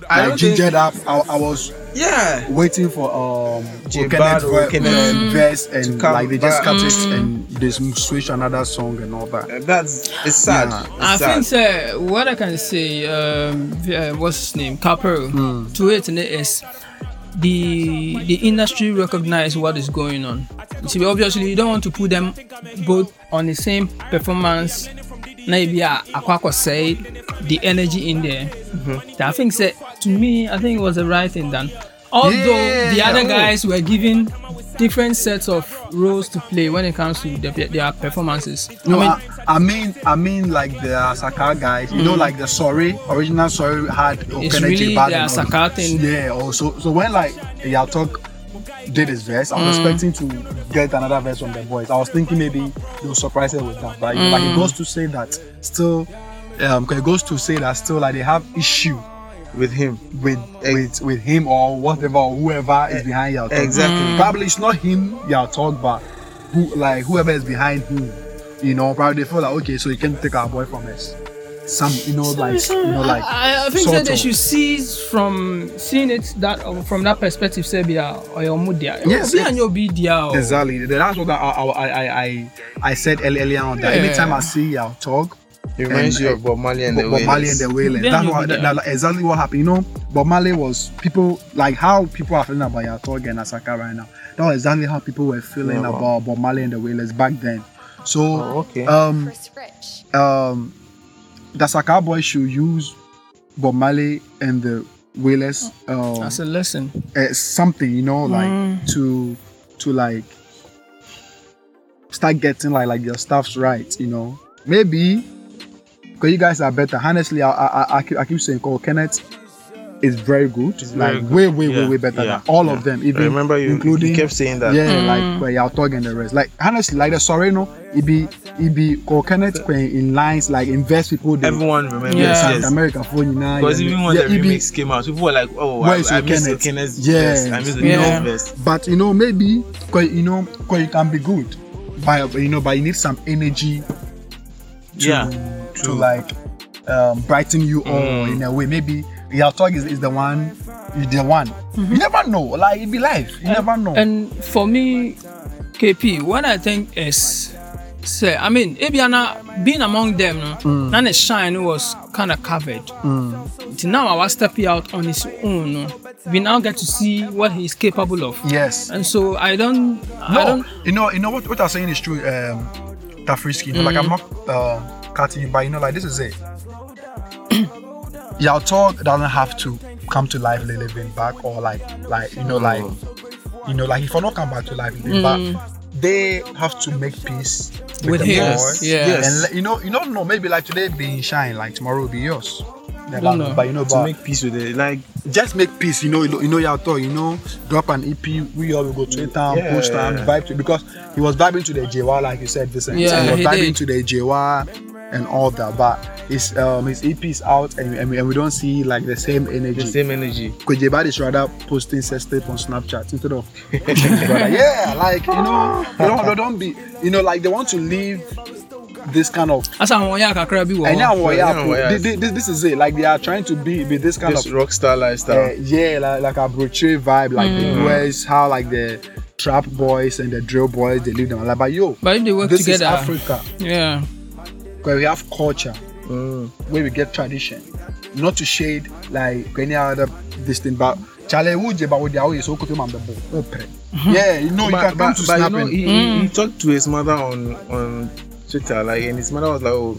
Speaker 3: I
Speaker 1: like
Speaker 3: don't think-
Speaker 1: gingered up I, I was
Speaker 3: Yeah.
Speaker 1: waiting for um
Speaker 3: J
Speaker 1: Kenneth
Speaker 3: Bad or
Speaker 1: Ver-
Speaker 3: Kenneth
Speaker 1: verse and
Speaker 3: come
Speaker 1: like they just
Speaker 3: back. Mm.
Speaker 1: cut it and they switch to another song and all that
Speaker 3: That's it's sad.
Speaker 2: I
Speaker 3: It's sad.
Speaker 2: think uh, what I can say, um, uh, what's his name, Capro,
Speaker 1: Hmm.
Speaker 2: to it and it is the the industry recognize what is going on. You see, obviously you don't want to put them both on the same performance. Maybe Aquaco said the energy in there.
Speaker 1: Mm-hmm.
Speaker 2: I think say, to me, I think it was the right thing done. Although the
Speaker 1: Yeah.
Speaker 2: other guys were giving different sets of roles to play when it comes to their, their performances.
Speaker 1: No, I mean, I, mean, I mean, like the Asaka guys. You know,
Speaker 2: Mm.
Speaker 1: like the sorry original sorry had
Speaker 2: It's really the Asaka thing.
Speaker 1: Yeah. Oh, so so when like Yao Talk did his verse, I was
Speaker 2: Mm.
Speaker 1: expecting to get another verse from the boys. I was thinking maybe they will surprise her with that, but you know, like it
Speaker 2: Mm.
Speaker 1: goes to say that still, um, 'cause it goes to say that still like they have issue
Speaker 3: with him
Speaker 1: with with with him or whatever or whoever is behind your talk.
Speaker 3: exactly. Mm.
Speaker 1: Probably it's not him your talk, but who like whoever is behind him. You know, probably they feel like okay, so you can take our boy from us. Some you know like you know like
Speaker 2: I, I think
Speaker 1: sort
Speaker 2: that they
Speaker 1: of.
Speaker 2: should see from seeing it that um, from that perspective, say, be a- or your mood there.
Speaker 1: Yes,
Speaker 2: Be
Speaker 1: yes.
Speaker 2: and your be there, or-
Speaker 1: Exactly. That's what I I I I- I, I said earl- earlier on that
Speaker 2: Yeah.
Speaker 1: anytime I see your talk.
Speaker 3: It reminds
Speaker 1: and,
Speaker 3: you
Speaker 1: uh,
Speaker 3: of Bob Marley and the
Speaker 1: Bob Marley and the Wailers.
Speaker 2: Then
Speaker 1: That's
Speaker 2: you'll
Speaker 1: what,
Speaker 2: be
Speaker 1: that, that- exactly what happened. You know, Bob Marley was people like how people are feeling about Yatoga and Asaka right now. That was exactly how people were feeling
Speaker 3: Yeah, wow.
Speaker 1: about Bob Marley and the Wailers back then. So,
Speaker 3: Oh, okay.
Speaker 1: um, um, the Asaka boy should use Bob Marley and the Wailers um,
Speaker 2: As a lesson.
Speaker 1: as eh, something, you know, like
Speaker 2: Mm.
Speaker 1: to to like start getting like like your stuffs right, you know. Maybe because you guys are better. Honestly, I I, I, I, keep, I keep saying, Cole Kenneth is very good,
Speaker 3: very
Speaker 1: like
Speaker 3: good.
Speaker 1: way way way
Speaker 3: Yeah,
Speaker 1: way better
Speaker 3: yeah,
Speaker 1: than all
Speaker 3: yeah.
Speaker 1: of them.
Speaker 3: I
Speaker 1: Even
Speaker 3: remember you,
Speaker 1: including
Speaker 3: you kept saying that.
Speaker 1: yeah,
Speaker 2: Mm.
Speaker 1: like where you're talking the rest. Like honestly, like the Soreno, it be it be Cole Kenneth when in lines like invest people. They,
Speaker 3: Everyone remembers.
Speaker 1: yeah,
Speaker 2: Yes,
Speaker 1: South
Speaker 3: Yes.
Speaker 1: America for you now.
Speaker 3: Because
Speaker 1: yeah,
Speaker 3: even when
Speaker 1: yeah,
Speaker 3: the
Speaker 1: it be-
Speaker 3: remix came out, people were like, "Oh,
Speaker 1: Where
Speaker 3: I,
Speaker 1: is
Speaker 3: I
Speaker 1: your
Speaker 3: missed
Speaker 1: Kenneth?
Speaker 3: Kenneth's
Speaker 1: Yes.
Speaker 3: verse. I missed the
Speaker 2: Yeah.
Speaker 3: Kenneth's verse."
Speaker 1: but you know maybe cause you know cause you can be good but you know but you need some energy to,
Speaker 3: Yeah,
Speaker 1: to like um, brighten you all in a way maybe your talk is, is the one is the one you never know like it be life you never know
Speaker 2: Mm-hmm. And for me, KP, what I think is, say, I mean, Ibiana being among them, no,
Speaker 1: Mm.
Speaker 2: and the shine was kind of covered. Till Now I was stepping out on his own. no. We now get to see what he's capable of.
Speaker 1: yes
Speaker 2: And so I don't, I
Speaker 1: no
Speaker 2: don't.
Speaker 1: you know you know what, what i'm saying is true um tafrisky you know, like i'm
Speaker 2: Mm.
Speaker 1: not uh, cutting you but you know like this is it your talk doesn't have to come to life living back or like like you know like you know like if I not come back to life living back they have to make peace with,
Speaker 2: Mm. With
Speaker 1: the
Speaker 2: him.
Speaker 1: boys.
Speaker 2: Yes, yes.
Speaker 1: and let- you know you don't know maybe like today being shine like tomorrow will be yours Never
Speaker 2: Don't know.
Speaker 1: but you know
Speaker 3: To
Speaker 1: but
Speaker 3: make peace with it, like
Speaker 1: just make peace, you know, you know, you know your talk, you know, drop an EP, we all will go to a town,
Speaker 3: Yeah.
Speaker 1: post town, vibe to because he was vibing to the JWA, like you said, Vincent.
Speaker 2: Yeah,
Speaker 1: he was
Speaker 2: he
Speaker 1: vibing
Speaker 2: did.
Speaker 1: to the JWA and all that, but his um his EP is out and, and, we, and we don't see like the same energy.
Speaker 3: the same energy.
Speaker 1: Because J-Bad is rather posting sex tape on Snapchat instead of pushing his brother. Yeah, like you know, they don't, they don't be you know, like they want to leave this kind of
Speaker 2: As I'm one kakra bi wɔ
Speaker 1: and now
Speaker 2: hɔ.
Speaker 1: what
Speaker 3: yeah, yeah.
Speaker 1: yeah, this, this is it. Like they are trying to be be this kind
Speaker 3: This
Speaker 1: of
Speaker 3: rock star
Speaker 1: uh,
Speaker 3: lifestyle.
Speaker 1: yeah, like, like a brochure vibe, like the US, how like the trap boys and the drill boys they live them. Like, but yo,
Speaker 2: But if they work
Speaker 1: this is
Speaker 2: together,
Speaker 1: Africa
Speaker 2: yeah,
Speaker 1: where we have culture, where we get tradition. Not to shade like any other this thing, but Charlie Woods, but with their way, so could the ball. Open. Yeah, you know, you
Speaker 3: but,
Speaker 1: can come
Speaker 3: but,
Speaker 1: to
Speaker 3: but you know,
Speaker 1: snapping.
Speaker 3: he, he- he talked to his mother on on Twitter, like, and his mother was like, "Oh,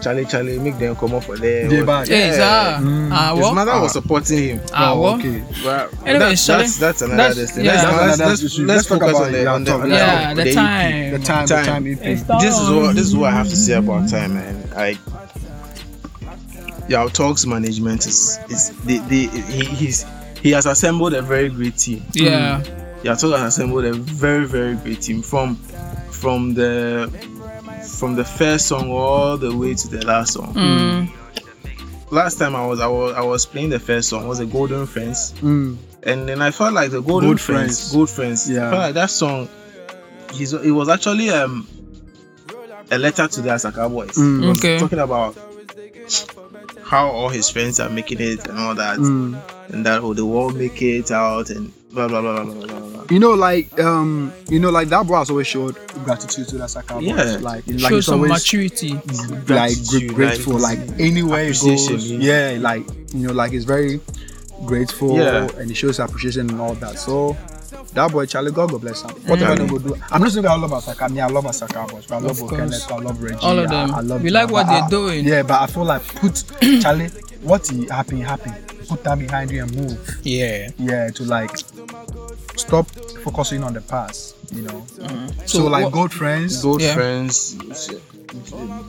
Speaker 3: Charlie, Charlie, make them come up for there."
Speaker 1: J Bad.
Speaker 2: yeah, yeah.
Speaker 1: Mm.
Speaker 2: Ah,
Speaker 3: His
Speaker 2: what?
Speaker 3: mother was supporting him.
Speaker 2: Ah, what?
Speaker 1: Oh, okay.
Speaker 3: Well,
Speaker 2: Anyway,
Speaker 3: that's,
Speaker 2: Charlie,
Speaker 3: that's that's another
Speaker 2: that's-
Speaker 3: thing.
Speaker 2: yeah.
Speaker 3: Let's,
Speaker 2: That's
Speaker 3: let's,
Speaker 1: another
Speaker 3: let's,
Speaker 1: issue.
Speaker 3: let's
Speaker 1: Let's talk
Speaker 3: focus
Speaker 1: about
Speaker 3: on
Speaker 1: it.
Speaker 3: the, on the,
Speaker 1: I'll
Speaker 3: on
Speaker 1: talk.
Speaker 3: the,
Speaker 2: Yeah,
Speaker 3: on
Speaker 2: the
Speaker 3: EP.
Speaker 2: time.
Speaker 1: The time, the
Speaker 3: Time.
Speaker 1: time, EP.
Speaker 2: It's time.
Speaker 3: This is what this is what I have to say about time, man. I yeah, talks management is is they, they he, he's he has assembled a very great team.
Speaker 2: Yeah,
Speaker 3: Yeah, Togo has assembled a very, very great team from from the from the first song all the way to the last song.
Speaker 2: mm.
Speaker 3: Last time I was I was I was playing the first song was the Golden Friends,
Speaker 1: Mm.
Speaker 3: and then I felt like the Golden
Speaker 1: Good
Speaker 3: Friends,
Speaker 1: Friends.
Speaker 3: Good Friends.
Speaker 1: Yeah.
Speaker 3: I felt like that song. He's, it was actually um a letter to the Asaka boys.
Speaker 1: Mm.
Speaker 3: It was
Speaker 2: Okay.
Speaker 3: talking about how all his friends are making it and all that,
Speaker 1: Mm.
Speaker 3: and that oh, they will all make it out and blah blah blah blah blah blah. blah.
Speaker 1: you know, like um, you know, like that boy has always showed gratitude to that Saka boy.
Speaker 3: Yeah.
Speaker 1: Like,
Speaker 2: show
Speaker 1: like he's
Speaker 2: some
Speaker 1: always Mm.
Speaker 2: maturity.
Speaker 1: like
Speaker 3: Gratitude,
Speaker 1: gr- grateful, like,
Speaker 3: like,
Speaker 1: anywhere he
Speaker 3: appreciation,
Speaker 1: goes.
Speaker 3: yeah.
Speaker 1: Yeah, like you know, like he's very grateful
Speaker 3: Yeah.
Speaker 1: and he shows appreciation and all that. So that boy Charlie God, God bless him.
Speaker 3: Mm.
Speaker 1: What am I gonna go do? I'm not saying I love Asaka. I mean, I love Asaka, but I love
Speaker 2: Of
Speaker 1: Kenneth, I love Reggie,
Speaker 2: All of
Speaker 1: I-
Speaker 2: them.
Speaker 1: I, love
Speaker 2: We like what
Speaker 1: but
Speaker 2: they're
Speaker 1: I-
Speaker 2: doing.
Speaker 1: Yeah, but I feel like put Charlie, what he happy happy. Put that behind you and move.
Speaker 2: Yeah.
Speaker 1: Yeah, to like stop focusing on the past, you know.
Speaker 2: Mm.
Speaker 1: So,
Speaker 3: So
Speaker 1: like
Speaker 3: what-
Speaker 1: good friends,
Speaker 3: Good friends.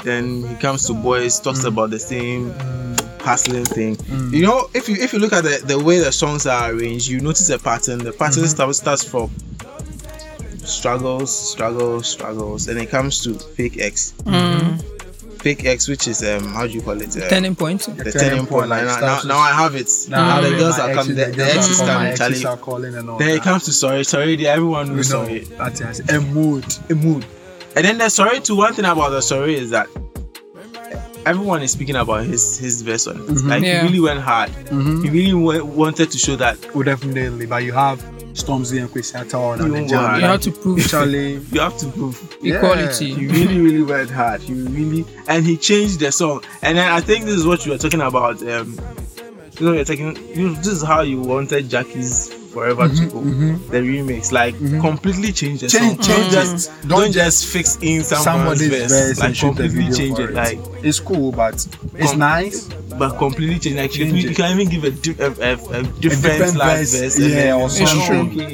Speaker 3: Then he comes to boys, talks about the same Mm. hustling thing. You know, if you if you look at the, the way the songs are arranged, you notice a pattern. The pattern starts starts from struggles, struggles, struggles, and it comes to fake X. Mm-hmm.
Speaker 2: Mm.
Speaker 3: Fake X, which is um, how do you call it? Uh,
Speaker 2: Turning point.
Speaker 3: The turning point. Like, now, now, now I have it. Now, the girls are coming. The, the X is coming. Charlie.
Speaker 1: Are calling and all
Speaker 3: Then it
Speaker 1: that.
Speaker 3: comes to sorry, sorry. dear, Everyone knows
Speaker 1: You know,
Speaker 3: sorry.
Speaker 1: That's it. A mood, a mood.
Speaker 3: And then the sorry too. One thing about the sorry is that everyone is speaking about his his verse on it.
Speaker 1: Mhm.
Speaker 3: Like
Speaker 2: Yeah.
Speaker 3: he really went hard.
Speaker 1: Mm-hmm.
Speaker 3: He really wa- wanted to show that
Speaker 1: Oh, definitely. But you have Stormzy and Kwesi Atawale
Speaker 3: You
Speaker 1: and the
Speaker 3: were
Speaker 1: jam.
Speaker 3: right.
Speaker 2: You have to prove
Speaker 1: Charlie.
Speaker 3: you have to prove.
Speaker 1: Yeah.
Speaker 2: equality.
Speaker 3: He really, really went hard. He really and he changed the song. And then I think this is what you were talking about. Um, you know, you're talking. You, this is how you wanted Jackie's forever to go. The remix, like completely change the
Speaker 1: Mm-hmm. Change-
Speaker 3: song.
Speaker 1: change
Speaker 3: Don't just
Speaker 1: it.
Speaker 3: don't,
Speaker 1: Don't
Speaker 3: just fix in someone's,
Speaker 1: Somebody's
Speaker 3: verse.
Speaker 1: verse
Speaker 3: Like
Speaker 1: and shoot a
Speaker 3: completely
Speaker 1: video
Speaker 3: change
Speaker 1: for
Speaker 3: it.
Speaker 1: it.
Speaker 3: Like
Speaker 1: It's cool, but it's
Speaker 3: Com-
Speaker 1: nice.
Speaker 3: but completely change. Like you,
Speaker 1: Change
Speaker 3: you
Speaker 1: it.
Speaker 3: can even give a, di- a, a, a different,
Speaker 1: different
Speaker 3: last
Speaker 1: verse,
Speaker 3: verse. and
Speaker 1: yeah,
Speaker 3: then
Speaker 1: or
Speaker 3: you know,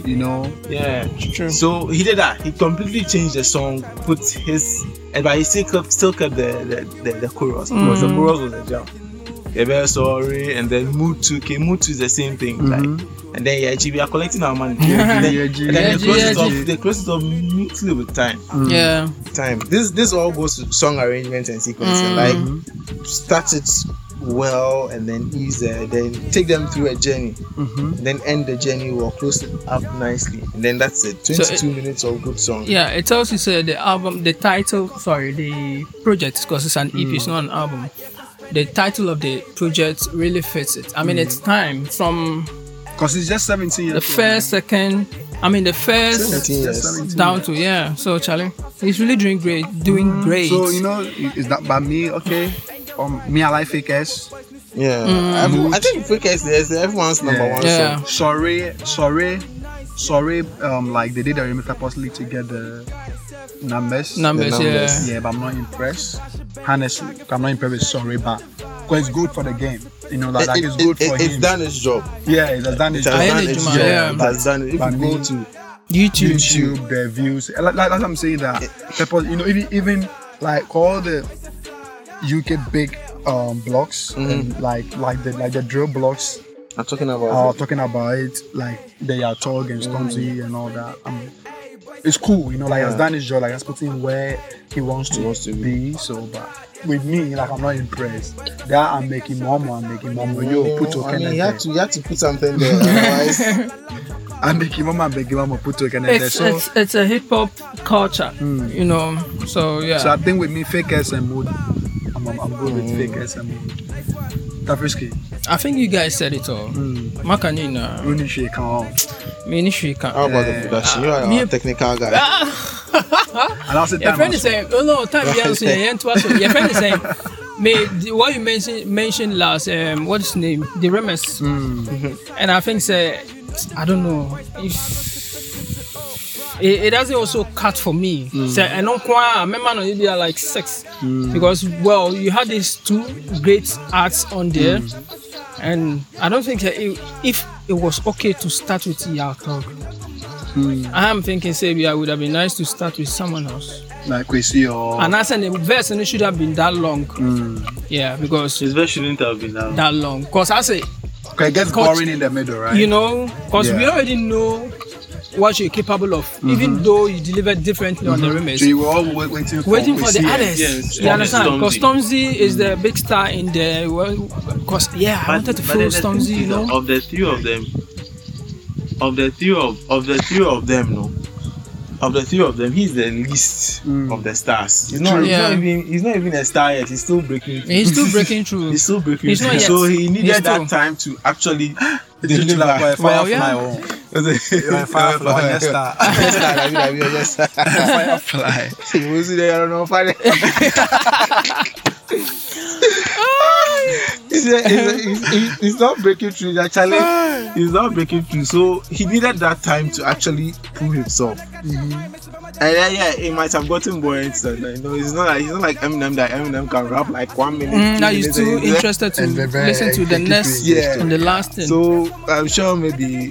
Speaker 1: something, you know.
Speaker 3: Yeah.
Speaker 2: True.
Speaker 3: So he did that. He completely changed the song, put his, and but he still kept, still kept the the, the, the chorus because the
Speaker 1: Mm.
Speaker 3: chorus was a jump. Yeah, very sorry, and then mood two came. Mood two is the same thing, like, and then yeah, G, we are collecting our money. and then,
Speaker 1: Mm-hmm. yeah, G.
Speaker 3: and then
Speaker 2: Yeah,
Speaker 3: the
Speaker 2: G,
Speaker 3: closest
Speaker 2: yeah,
Speaker 3: of the closest of mutually with time.
Speaker 1: Mm.
Speaker 2: Yeah.
Speaker 3: Time. This this all goes to song arrangement and
Speaker 2: Mm.
Speaker 3: sequencing. Like, start it well and then ease there, then take them through a journey
Speaker 2: Mm-hmm.
Speaker 3: then end the journey or close it up nicely. And then that's it.
Speaker 2: So it-
Speaker 3: 22 minutes of good song.
Speaker 2: Yeah, it tells you so the album, the title, sorry, the project, because it's an EP,
Speaker 1: Mm.
Speaker 2: it's not an album. The title of the project really fits it. I mean, it's
Speaker 1: Mm.
Speaker 2: time from
Speaker 1: Because it's just 17 years
Speaker 2: the first, second, I mean, the first
Speaker 3: 17
Speaker 1: Just
Speaker 3: years.
Speaker 1: 17
Speaker 2: down to, yeah. So, Charlie, he's really doing great, doing great.
Speaker 1: Mm. So, you know, is that by me? Okay. Um, me, I like fake ass.
Speaker 3: Yeah. Every- I think Fake S is everyone's number one
Speaker 2: Mm. Yeah.
Speaker 3: song.
Speaker 1: Sorry, sorry, sorry. Um, like they did a remix purposely to get the numbers.
Speaker 2: numbers,
Speaker 3: the
Speaker 2: yeah.
Speaker 3: numbers.
Speaker 1: Yeah, but I'm not impressed. Honestly, I'm not impressed with sorry, but because it's good for the game. You know, that,
Speaker 3: It-
Speaker 1: like
Speaker 3: it-
Speaker 1: it's good
Speaker 3: it-
Speaker 1: for
Speaker 3: it's
Speaker 1: him.
Speaker 3: done its job.
Speaker 1: Yeah, it has done its
Speaker 3: It has
Speaker 2: I
Speaker 1: job.
Speaker 3: done
Speaker 2: ended
Speaker 3: its
Speaker 2: Juma,
Speaker 3: job.
Speaker 2: yeah.
Speaker 3: It has done it. If
Speaker 1: But
Speaker 3: you go
Speaker 1: me-
Speaker 3: to
Speaker 2: YouTube.
Speaker 1: YouTube, the views. Like, like, like I'm saying that, people, you know, even, even like all the UK big um, blocks, and
Speaker 3: Mm-hmm.
Speaker 1: like like the like the drill blocks
Speaker 3: I'm talking about
Speaker 2: Oh,
Speaker 1: are Oh, talking about it, like they are talk and Stormzy and all that. Um, it's cool, you know, like as Dan is job, like that's putting where he wants to,
Speaker 3: wants to
Speaker 1: be. So, but with me, like I'm not impressed. That I'm making more, more, I'm making more, more. Yo, put
Speaker 3: I mean,
Speaker 1: token
Speaker 3: you have
Speaker 1: there.
Speaker 3: to, you have to put something there. Otherwise,
Speaker 1: I'm making more, more, I'm making more, more. Put token there.
Speaker 2: It's,
Speaker 1: So,
Speaker 2: it's, it's a hip hop culture, you know. So, yeah.
Speaker 1: Hmm. so I think with me, fake S and mood, I'm, I'm, I'm good with fake S and mood. Tafriski,
Speaker 2: I think you guys said it all.
Speaker 1: Hmm.
Speaker 2: Makanina,
Speaker 1: Rooney Shake, come on.
Speaker 2: Ministry can.
Speaker 1: Oh.
Speaker 3: how about the production? You are
Speaker 2: me-
Speaker 3: a technical guy.
Speaker 2: Ah!
Speaker 1: And I'll say
Speaker 2: Your friend is
Speaker 1: that.
Speaker 2: saying, oh no, time yeah, so yeah, to us. Your friend is saying, me, the- what you mentioned mentioned last, um, what's his name, the Remus, and I think say, I don't know if it, it doesn't also cut for me. Say, and on choir, I remember no, you are like six because well, you had these two great arts on there, and I don't think that it, if it was okay to start with Yao Talk. I am thinking, say, yeah, it would have been nice to start with someone else.
Speaker 1: Like Kwesi oh." or
Speaker 2: And I said the verse and it should have been that long. Yeah, because
Speaker 3: His verse shouldn't have been now.
Speaker 2: that long. Cause I say,
Speaker 1: 'Cause it gets boring in the middle, right?
Speaker 2: you know, cause we
Speaker 1: Yeah.
Speaker 2: already know what you're capable of,
Speaker 3: Mm-hmm.
Speaker 2: even though you deliver differently on the remix.
Speaker 1: So you were all wait, waiting for
Speaker 2: Waiting for the
Speaker 1: Kwesi. eh?
Speaker 2: others.
Speaker 3: Yes,
Speaker 2: you understand?
Speaker 3: Stormzy.
Speaker 2: Because Stormzy is the big star in there. Well, cause yeah, I wanted to feel Stormzy, you know.
Speaker 3: of the three of them, of the three of of the three of them, no, of the three of them, he's the least
Speaker 1: Hmm.
Speaker 3: of the stars. He's not, he's
Speaker 2: Yeah.
Speaker 3: not even he's not even a star yet. He's still breaking. through.
Speaker 2: He's still breaking through.
Speaker 3: He's still breaking.
Speaker 2: He's
Speaker 3: through.
Speaker 2: not yet.
Speaker 3: So he needed
Speaker 2: He's still.
Speaker 3: that time to actually
Speaker 1: Did you like
Speaker 3: deliver.
Speaker 1: firefly
Speaker 2: yeah.
Speaker 1: or
Speaker 3: Firefly,
Speaker 1: firefly? Yes, sir.
Speaker 3: Yes, sir, I mean, I mean, yes, sir.
Speaker 1: firefly.
Speaker 3: He was there, I don't know, Father. He It's, it's, it's, it's not breaking through. Actually, it's not breaking through. So he needed that time to actually prove himself.
Speaker 2: Mm-hmm.
Speaker 3: And yeah, yeah, he might have gotten bored. So, like, no, it's not. Like, it's not like Eminem that Eminem can rap like one minute.
Speaker 2: Mm,
Speaker 3: two
Speaker 2: now you're
Speaker 3: minutes,
Speaker 2: too
Speaker 3: and-
Speaker 2: interested to
Speaker 3: and then-
Speaker 2: listen to the
Speaker 3: and-
Speaker 2: next
Speaker 3: yeah.
Speaker 2: and the last thing.
Speaker 3: So I'm sure maybe he,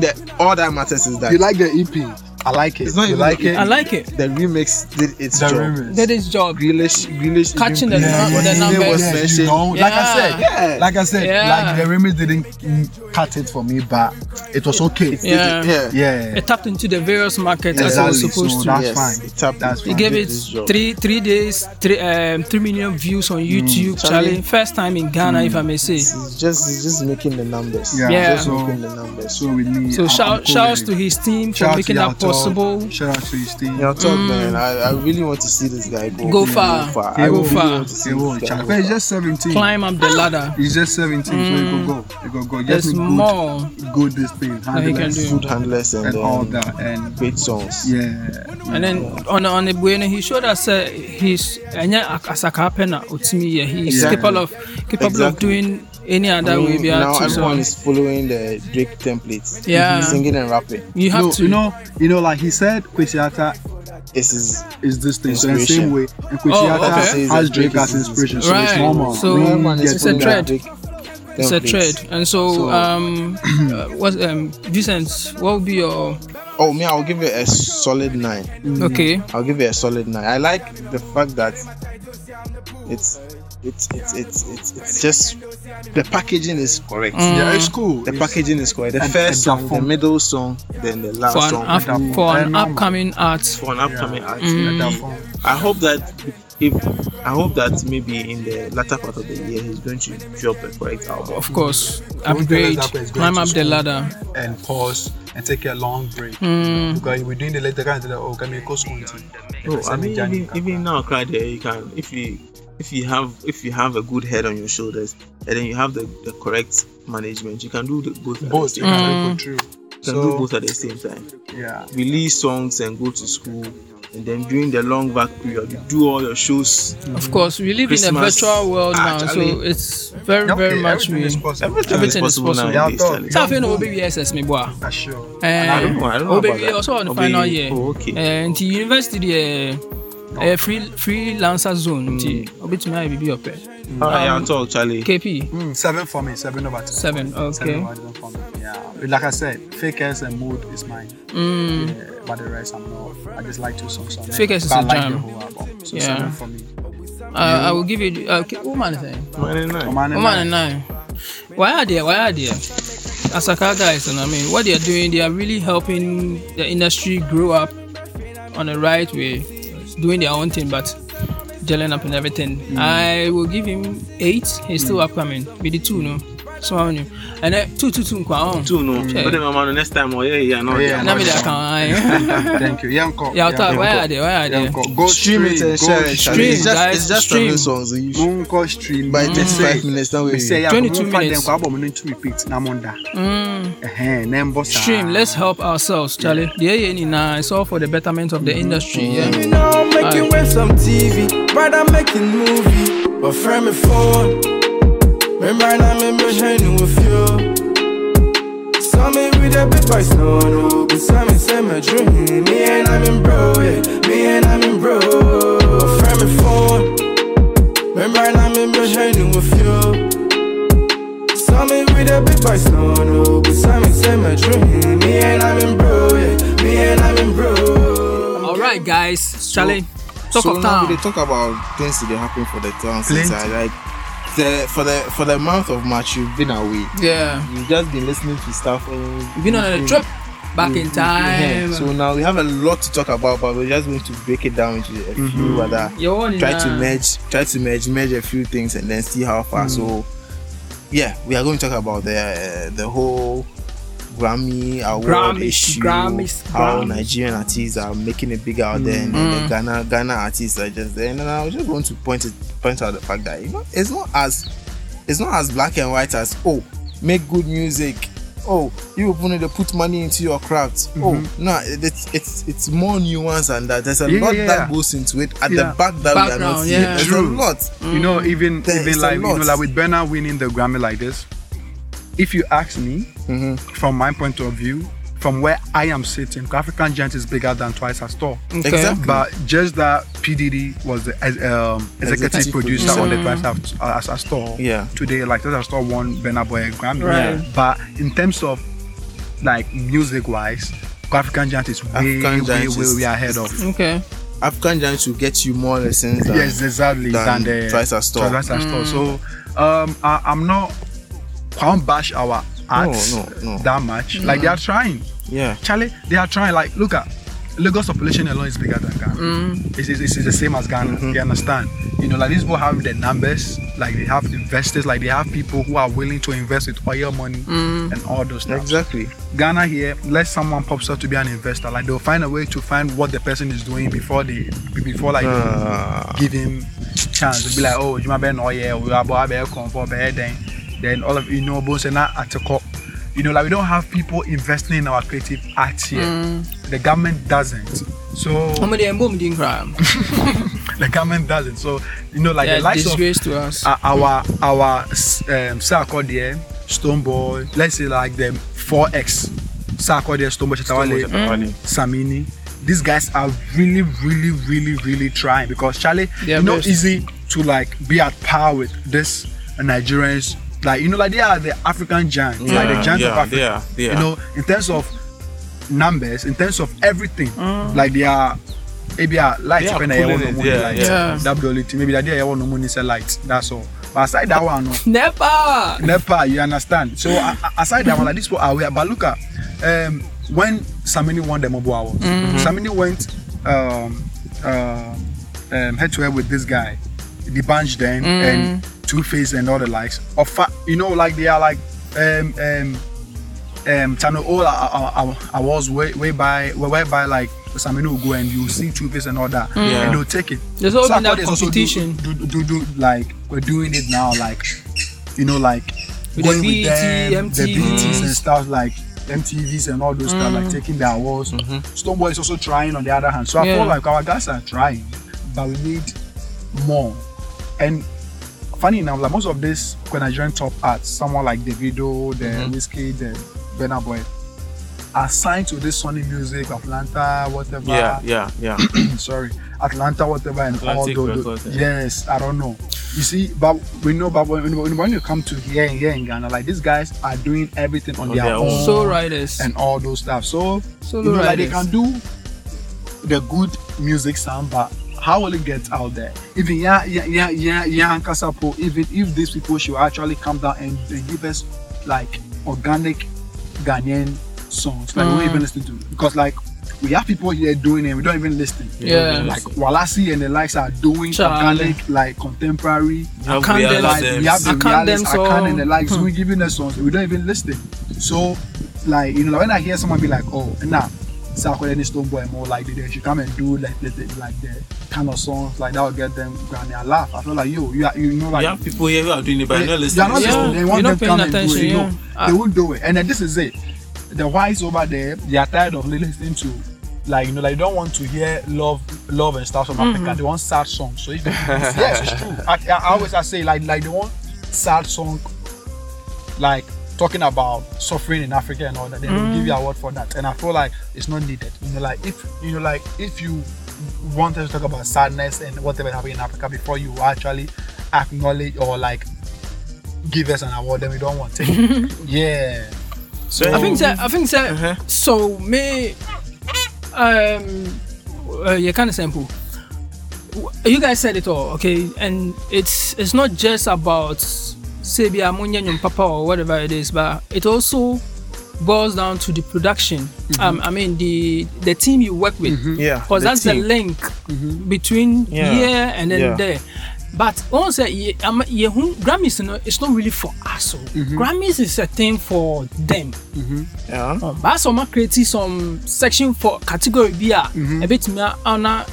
Speaker 3: the, all that matters is that
Speaker 1: You like the EP? I like it.
Speaker 3: It's not
Speaker 1: you
Speaker 3: even
Speaker 1: E like
Speaker 3: the
Speaker 1: it?
Speaker 2: I like it.
Speaker 3: the remix did its
Speaker 1: The
Speaker 3: job.
Speaker 1: remix.
Speaker 2: Did his job.
Speaker 3: Grealish, Grealish
Speaker 2: Catching
Speaker 3: even
Speaker 2: the
Speaker 3: played
Speaker 2: num-
Speaker 3: when
Speaker 2: the
Speaker 3: his name
Speaker 2: numbers.
Speaker 3: was
Speaker 1: Yeah, you
Speaker 3: mentioned.
Speaker 1: know, like I said,
Speaker 3: Yeah.
Speaker 1: like I said,
Speaker 2: Yeah.
Speaker 1: like the remix didn't mm, cut it for me, but it was okay.
Speaker 2: Yeah.
Speaker 3: yeah.
Speaker 1: Yeah,
Speaker 2: It tapped into the various markets as
Speaker 1: Exactly.
Speaker 2: it was supposed
Speaker 1: So
Speaker 2: to.
Speaker 1: that's
Speaker 3: Yes,
Speaker 1: fine.
Speaker 3: it tapped
Speaker 1: That's
Speaker 3: into
Speaker 1: fine.
Speaker 2: He gave it
Speaker 3: his job.
Speaker 2: three three days, three um three million views on
Speaker 1: Hmm.
Speaker 2: YouTube, Charlie.
Speaker 3: Charlie.
Speaker 2: First time in Ghana, if I may say.
Speaker 3: It's just, it's just making the numbers.
Speaker 1: yeah.
Speaker 2: Yeah.
Speaker 3: Just
Speaker 1: So,
Speaker 3: making the numbers.
Speaker 1: so with me.
Speaker 2: So
Speaker 1: I'm- I'm
Speaker 2: shout
Speaker 1: cool
Speaker 2: shouts
Speaker 1: with
Speaker 2: to
Speaker 1: it.
Speaker 2: his team for
Speaker 1: Shout Hmm. out
Speaker 2: making
Speaker 1: to
Speaker 2: that
Speaker 1: Yalto.
Speaker 2: possible.
Speaker 1: Shout out to his team.
Speaker 3: Your talk, man. I, I really want to see this guy go,
Speaker 2: Go far.
Speaker 3: I
Speaker 2: Go
Speaker 3: really
Speaker 2: far.
Speaker 3: want to see
Speaker 1: mm. He
Speaker 3: this
Speaker 1: won't.
Speaker 3: guy
Speaker 1: Charlie,
Speaker 3: go
Speaker 1: but he's
Speaker 3: far.
Speaker 1: just 17.
Speaker 2: Climb up the ladder.
Speaker 1: He's just 17, so he could go. He could go. Just
Speaker 2: There's
Speaker 1: need
Speaker 2: more
Speaker 1: Good, good this thing.
Speaker 2: that he can
Speaker 1: handlers
Speaker 2: do.
Speaker 3: Good handless and,
Speaker 1: And all
Speaker 3: um,
Speaker 1: that. And
Speaker 3: great songs.
Speaker 1: yeah.
Speaker 2: And then on on the bueno, he showed us uh, he's and yeah, as a carpenter, Utimi, he's
Speaker 1: Yeah.
Speaker 2: capable of capable of
Speaker 3: Exactly.
Speaker 2: doing any other
Speaker 3: I mean,
Speaker 2: way. we are
Speaker 3: now
Speaker 2: too, so
Speaker 3: everyone is following the Drake template.
Speaker 2: Yeah.
Speaker 3: Singing and rapping.
Speaker 2: you have
Speaker 1: no,
Speaker 2: to.
Speaker 1: you know, you know, like he said, Kwesiata
Speaker 3: This is
Speaker 1: is this thing. So in the
Speaker 3: Inspiration.
Speaker 1: same way, and Kwesiata
Speaker 2: Oh, okay.
Speaker 3: Says
Speaker 1: has
Speaker 3: that
Speaker 1: Drake
Speaker 3: Drake
Speaker 1: as
Speaker 3: is his
Speaker 1: inspiration. So it's
Speaker 2: Right.
Speaker 1: normal.
Speaker 2: So um,
Speaker 1: We
Speaker 3: everyone is
Speaker 1: get
Speaker 2: it's a
Speaker 3: following
Speaker 1: that.
Speaker 3: the
Speaker 2: trend.
Speaker 3: Drake
Speaker 2: it's a
Speaker 3: template.
Speaker 2: trade. And so,
Speaker 3: So-
Speaker 2: um, uh, what um, Vincent, what would be your
Speaker 3: Oh, me, I'll give it a solid nine.
Speaker 1: Hmm.
Speaker 2: okay?
Speaker 3: I'll give it a solid nine. I like the fact that it's it's it's it's it's, it's just the packaging is correct.
Speaker 2: Mm.
Speaker 1: Yeah, it's cool.
Speaker 3: The
Speaker 1: It's-
Speaker 3: packaging is correct. The
Speaker 1: And- and
Speaker 3: first song, the
Speaker 1: perform-
Speaker 3: middle song, then the last
Speaker 2: for an,
Speaker 3: song.
Speaker 2: up,
Speaker 1: that
Speaker 2: for an
Speaker 1: phone.
Speaker 2: upcoming art.
Speaker 3: for an upcoming artist.
Speaker 2: Mm.
Speaker 1: Yeah, that form.
Speaker 3: I hope that if I hope that maybe in the latter part of the year he's going to drop a correct album.
Speaker 2: Of course, upgrade,
Speaker 1: tell us that we're going
Speaker 2: climb
Speaker 1: to
Speaker 2: up the
Speaker 1: school.
Speaker 2: ladder.
Speaker 1: and pause and take a long break.
Speaker 2: Mm.
Speaker 1: Because we're doing the later kind of like, oh, can we go school? too?"
Speaker 3: No, Oh, I
Speaker 1: Send me
Speaker 3: mean
Speaker 1: Johnny
Speaker 3: even,
Speaker 1: Kaka.
Speaker 3: even now, cry there. You can if you if you have if you have a good head on your shoulders and then you have the, the correct management, you can do the, both. mm. at the
Speaker 1: both
Speaker 3: same
Speaker 1: you
Speaker 2: Mm.
Speaker 3: time.
Speaker 1: can go through.
Speaker 3: You can do
Speaker 1: So
Speaker 3: both at the same time.
Speaker 1: yeah,
Speaker 3: Release songs and go to school, and then during the long back period, you do all your shows.
Speaker 2: Of course, we live in a
Speaker 3: Mm. Christmas,
Speaker 2: virtual world now, so
Speaker 3: actually.
Speaker 2: it's very, very much
Speaker 1: everything
Speaker 2: we.
Speaker 1: is possible.
Speaker 3: Everything,
Speaker 2: Everything is
Speaker 3: is possible,
Speaker 2: possible.
Speaker 3: nowadays.
Speaker 1: Yeah, I
Speaker 3: Charlie.
Speaker 1: thought-
Speaker 2: Sáfẹ́ ní obi BSS mi bua.
Speaker 1: Ah, sure.
Speaker 3: I don't know. I don't know
Speaker 2: Obi
Speaker 3: about that.
Speaker 2: also on the
Speaker 3: Obi-
Speaker 2: final year.
Speaker 3: Oh, okay.
Speaker 2: Eh, Nti university deɛ ɛyɛ free freelancer zone nti
Speaker 3: Mm.
Speaker 2: obitumi ayɛ biribi ɔpɛ.
Speaker 3: All right,
Speaker 2: Um,
Speaker 3: yeah, talk, Charlie.
Speaker 2: KP
Speaker 1: Mm, seven for me, seven over ten.
Speaker 2: seven okay.
Speaker 1: Seven over ten for me. Yeah, But like I said, fakers and mood is mine. Yeah, but the rest, I'm not. I just like two songs. on it.
Speaker 2: Fakers Hmm. is
Speaker 1: But I
Speaker 2: a
Speaker 1: like
Speaker 2: jam.
Speaker 1: the whole album. So
Speaker 2: Yeah.
Speaker 1: seven for me.
Speaker 2: Uh, I will give you uh, K- woman ten.
Speaker 3: Man, and I.
Speaker 1: Oman and
Speaker 2: Woman
Speaker 1: I.
Speaker 2: and nine. Why are there? Why are there? Asaka guys, and I mean, what they are doing, they are really helping the industry grow up on the right way, doing their own thing, but gelling up and everything. I will give him eight. He's still upcoming. With the two, no. So I knew. And then two, two, oh. two, kwa on.
Speaker 3: Two, no.
Speaker 2: Okay.
Speaker 3: But then, my man, next time, oh yeah, yeah, no,
Speaker 1: Yeah,
Speaker 3: yeah.
Speaker 1: no.
Speaker 2: Let me that can.
Speaker 1: Thank you. Yeah, Uncle.
Speaker 2: Yeah, I'll ah, talk. Why are
Speaker 1: Uncle.
Speaker 2: they? Why are
Speaker 1: Yeah,
Speaker 2: they?
Speaker 1: Uncle. Go
Speaker 3: Stream it and share it. Charlie.
Speaker 2: Stream,
Speaker 3: It's just,
Speaker 2: guys,
Speaker 3: it's just
Speaker 2: stream.
Speaker 3: seven songs. and You should
Speaker 1: Munko stream.
Speaker 3: by
Speaker 1: Mm.
Speaker 3: 35 minutes. That way,
Speaker 1: We say,
Speaker 3: you-
Speaker 1: yeah,
Speaker 2: 22
Speaker 1: Munko
Speaker 2: minutes.
Speaker 1: dem kwa album, we need to repeat. na monda.
Speaker 2: Mm.
Speaker 1: Ehem, na mbo saa.
Speaker 2: Stream, let's help ourselves, Charlie. Yeah, yeah, yeah. It's all for the betterment of the industry. Yeah.
Speaker 5: now making waves on TV, brother making movie, but frame me phone. Remember now me me shining with you. Some me with the big boys no no, but some me say me dream. Me and I'm in bro, yeah. me and I'm in bro. But frame me phone. Remember now me me shining with you. Some me with the big boys no no, but some me say me dream. Me and I'm in bro, yeah. me and I'm in bro.
Speaker 2: All right, guys. Charlie, talk
Speaker 3: so
Speaker 2: of
Speaker 3: now
Speaker 2: town.
Speaker 3: they talk about things that happen for the town since I
Speaker 1: Plenty.
Speaker 3: like the for the for the month of March you've been away.
Speaker 2: Yeah.
Speaker 3: You've just been listening to stuff. and-
Speaker 2: You've been on a
Speaker 3: Yeah.
Speaker 2: trip back in
Speaker 3: Yeah.
Speaker 2: time.
Speaker 3: So now we have a lot to talk about, but we're just going to break it down into a
Speaker 2: Mm-hmm.
Speaker 3: few other.
Speaker 2: Your one
Speaker 3: Try to
Speaker 2: nah.
Speaker 3: merge, try to merge, merge a few things, and then see how
Speaker 1: Hmm.
Speaker 3: far. So yeah, we are going to talk about the uh, the whole. Grammy award
Speaker 2: Grammys,
Speaker 3: issue,
Speaker 2: Grammys,
Speaker 3: how
Speaker 2: Grammys.
Speaker 3: Nigerian artists are making it big out there, and
Speaker 1: Hmm.
Speaker 3: then the Ghana Ghana artists are just there. And then I was just going to point it point out the fact that you know it's not as it's not as black and white as oh make good music
Speaker 8: oh, you people need to put money into your craft. Oh,
Speaker 1: Mhm.
Speaker 8: no, it- it's it's it's more nuanced than that. There's a
Speaker 1: Yeah,
Speaker 8: lot
Speaker 1: yeah,
Speaker 8: that
Speaker 1: yeah.
Speaker 8: goes into it at
Speaker 1: Yeah.
Speaker 8: the back that we are not
Speaker 1: Background,
Speaker 8: seeing.
Speaker 1: yeah.
Speaker 8: There's
Speaker 1: True.
Speaker 8: a lot.
Speaker 1: You know, even
Speaker 8: There is
Speaker 1: even
Speaker 8: a
Speaker 1: like you know,
Speaker 8: lot.
Speaker 1: like with Bernard winning the Grammy like this, if you ask me,
Speaker 8: Mm-hmm.
Speaker 1: from my point of view, from where I am sitting, African Giant is bigger than twice as tall.
Speaker 8: Okay. Exactly.
Speaker 1: But just that PDD was the ex- um, executive,
Speaker 8: Executive
Speaker 1: producer
Speaker 8: producer.
Speaker 1: on the
Speaker 8: Mm.
Speaker 1: twice as, as, as tall.
Speaker 8: Yeah.
Speaker 1: Today, like twice as tall won Bernard Boy a Grammy.
Speaker 8: Right. Yeah.
Speaker 1: But in terms of like music wise, African Giant is way
Speaker 8: African
Speaker 1: way,
Speaker 8: Giant
Speaker 1: way
Speaker 8: is-
Speaker 1: way ahead of.
Speaker 2: Okay.
Speaker 8: African giant should get you more lessons. Than,
Speaker 1: yes, exactly. uh,
Speaker 8: Than,
Speaker 1: Than, the
Speaker 8: twice as tall.
Speaker 1: Twice as tall. So um, I, I'm not. I won't bash our arts
Speaker 8: no, no.
Speaker 1: that much. Like they are trying.
Speaker 8: Yeah.
Speaker 1: Charlie, they are trying. Like look at Lagos population alone is bigger than Ghana. It's, it's, it's the same as Ghana.
Speaker 8: Mm-hmm.
Speaker 1: You understand? You know, like these people have the numbers. Like they have investors. Like they have people who are willing to invest with oil money and all those stuff.
Speaker 8: Exactly.
Speaker 1: Ghana here, let someone pops up to be an investor. Like they'll find a way to find what the person is doing before they before like
Speaker 8: Ah.
Speaker 1: give him chance. They'll be like, oh, you might be an oil, we are about to come for better then. Then all of you know bones and that at a cop. You know, like we don't have people investing in our creative arts here. The government doesn't. So
Speaker 2: How many boom didn't cry?
Speaker 1: the government doesn't. So you know, like
Speaker 2: Yeah,
Speaker 1: the likes of
Speaker 2: disgrace to us.
Speaker 1: uh, our our um, Sarko there, Stone Boy, let's say like the 4X, Sarko there, Stone Boy, Chetawale, Samini. These guys are really, really, really, really trying because Charlie,
Speaker 2: They are
Speaker 1: you know,
Speaker 2: best.
Speaker 1: easy to like be at par with this Nigerians. Like you know, like they are the African giants, like the giants of
Speaker 9: yeah,
Speaker 1: Africa.
Speaker 9: they are, they
Speaker 1: You
Speaker 9: are.
Speaker 1: know, in terms of numbers, in terms of everything, like they are. Maybe a light
Speaker 9: They are
Speaker 1: up and I
Speaker 9: cool in
Speaker 1: want no
Speaker 9: it,
Speaker 1: money
Speaker 9: yeah,
Speaker 1: light.
Speaker 2: yeah.
Speaker 1: That's the only thing. Maybe the idea I want no money is a light. That's all. But aside that one, no,
Speaker 2: Never.
Speaker 1: Nepal, you understand? So a- a- aside that one, like this people are aware. But look at um, when Samini won the Mobile Award,
Speaker 2: Mm-hmm.
Speaker 1: Samini went um, uh, um, head to head with this guy, the bunch
Speaker 2: Mm.
Speaker 1: then and Two Face and all the likes. Of fa- you know, like they are like um, um, um, Tano all our, our, our uh, awards way, way by way by like Samini will go and you see Two Face and all that, and they'll take it.
Speaker 2: Mm. There's always been
Speaker 1: Sarkodie
Speaker 2: that
Speaker 1: is also do-
Speaker 2: competition.
Speaker 1: Do, do, do, like we're doing it now, like you know, like
Speaker 2: With
Speaker 1: going
Speaker 2: the E
Speaker 1: with
Speaker 2: BET,
Speaker 1: them, the BTs and
Speaker 2: MTVs.
Speaker 1: stuff like MTVs and all those stuff,
Speaker 2: Mm.
Speaker 1: like taking their awards. Stone Boy is also trying on the other hand. So I
Speaker 2: Mm-hmm. Yeah.
Speaker 1: feel like our guys are trying, but we need more. And funny enough, like most of this when I join top arts, someone like Davido, the
Speaker 2: Mm-hmm.
Speaker 1: Whiskey, the Burna Boy, are signed to this Sony Music, Atlanta, whatever.
Speaker 9: Yeah, yeah, yeah.
Speaker 1: sorry, Atlanta, whatever, and
Speaker 3: Atlantic
Speaker 1: all those.
Speaker 3: Records,
Speaker 1: Yes, I don't know. You see, but we know, but when, when, when you come to here and here in Ghana, like these guys are doing everything on, their,
Speaker 3: their
Speaker 1: own,
Speaker 3: own.
Speaker 2: Soul riders.
Speaker 1: Oh. and all those stuff. So
Speaker 2: Solo
Speaker 1: you know, like they
Speaker 2: riders.
Speaker 1: can do the good music sound, but how will it get out there? Even yeah, yeah, yeah, yeah, yeah, and Kasapo, even if these people should actually come down and, and give us like organic Ghanaian songs, like we
Speaker 2: Mm.
Speaker 1: don't even listen to because like we have people here doing it, we don't even listen.
Speaker 2: Yeah.
Speaker 1: Like Walasi and the likes are doing
Speaker 2: Charlie.
Speaker 1: organic, like contemporary
Speaker 9: Have
Speaker 2: can't
Speaker 9: we
Speaker 2: deny-
Speaker 9: allowed
Speaker 1: like,
Speaker 9: them?
Speaker 1: we have the
Speaker 2: I can't
Speaker 1: realists,
Speaker 2: them,
Speaker 1: I can't
Speaker 2: so-
Speaker 1: and the likes. We're giving us songs, we don't even listen. So, like, you know, when I hear someone be like, oh, nah, Sakura and Stone Boy more like, they should come and do like, the- the- like the kind of songs, like, that will get them granny. I laugh. I feel like, yo, you, are, you know, like,
Speaker 9: We have people here who are doing it, but
Speaker 1: they-
Speaker 9: they're not
Speaker 1: They are
Speaker 9: listening.
Speaker 1: not
Speaker 2: Yeah,
Speaker 1: listening. They
Speaker 2: you're
Speaker 1: want
Speaker 2: not
Speaker 1: them to
Speaker 2: paying
Speaker 1: come and do it.
Speaker 2: attention,
Speaker 1: No,
Speaker 2: yeah.
Speaker 1: They won't do it. And then this is it. The wise over there, they are tired of listening to, like you know, like they don't want to hear love, love and stuff from
Speaker 2: Mm-hmm.
Speaker 1: Africa. They want sad songs. So if they, yes, it's true. I, I always I say like like they want sad song, like talking about suffering in Africa and all that. They don't give you
Speaker 2: Mm.
Speaker 1: a word for that. And I feel like it's not needed. You know, like if you know, like if you want us to talk about sadness and whatever happened in Africa before you actually acknowledge or like give us an award, then we don't want it. yeah. So
Speaker 2: I think that I think that so me um uh, you kind of simple. You guys said it all, okay? And it's it's not just about say be amunya nyom papa or whatever it is, but it also boils down to the production. Um, I mean the the team you work with.
Speaker 8: Yeah.
Speaker 2: Because
Speaker 8: the
Speaker 2: that's
Speaker 8: team. Mm-hmm.
Speaker 2: the link between
Speaker 8: Yeah.
Speaker 2: here and then
Speaker 8: Yeah.
Speaker 2: there. But once uh, ye, um, ye, whom- Grammys, you know, it's not really for us. oh. Grammys is a thing for them.
Speaker 8: Mm-hmm. Yeah.
Speaker 2: Um, but as ọma create some section for category bi a
Speaker 8: Mm-hmm.
Speaker 2: ebetumi a honor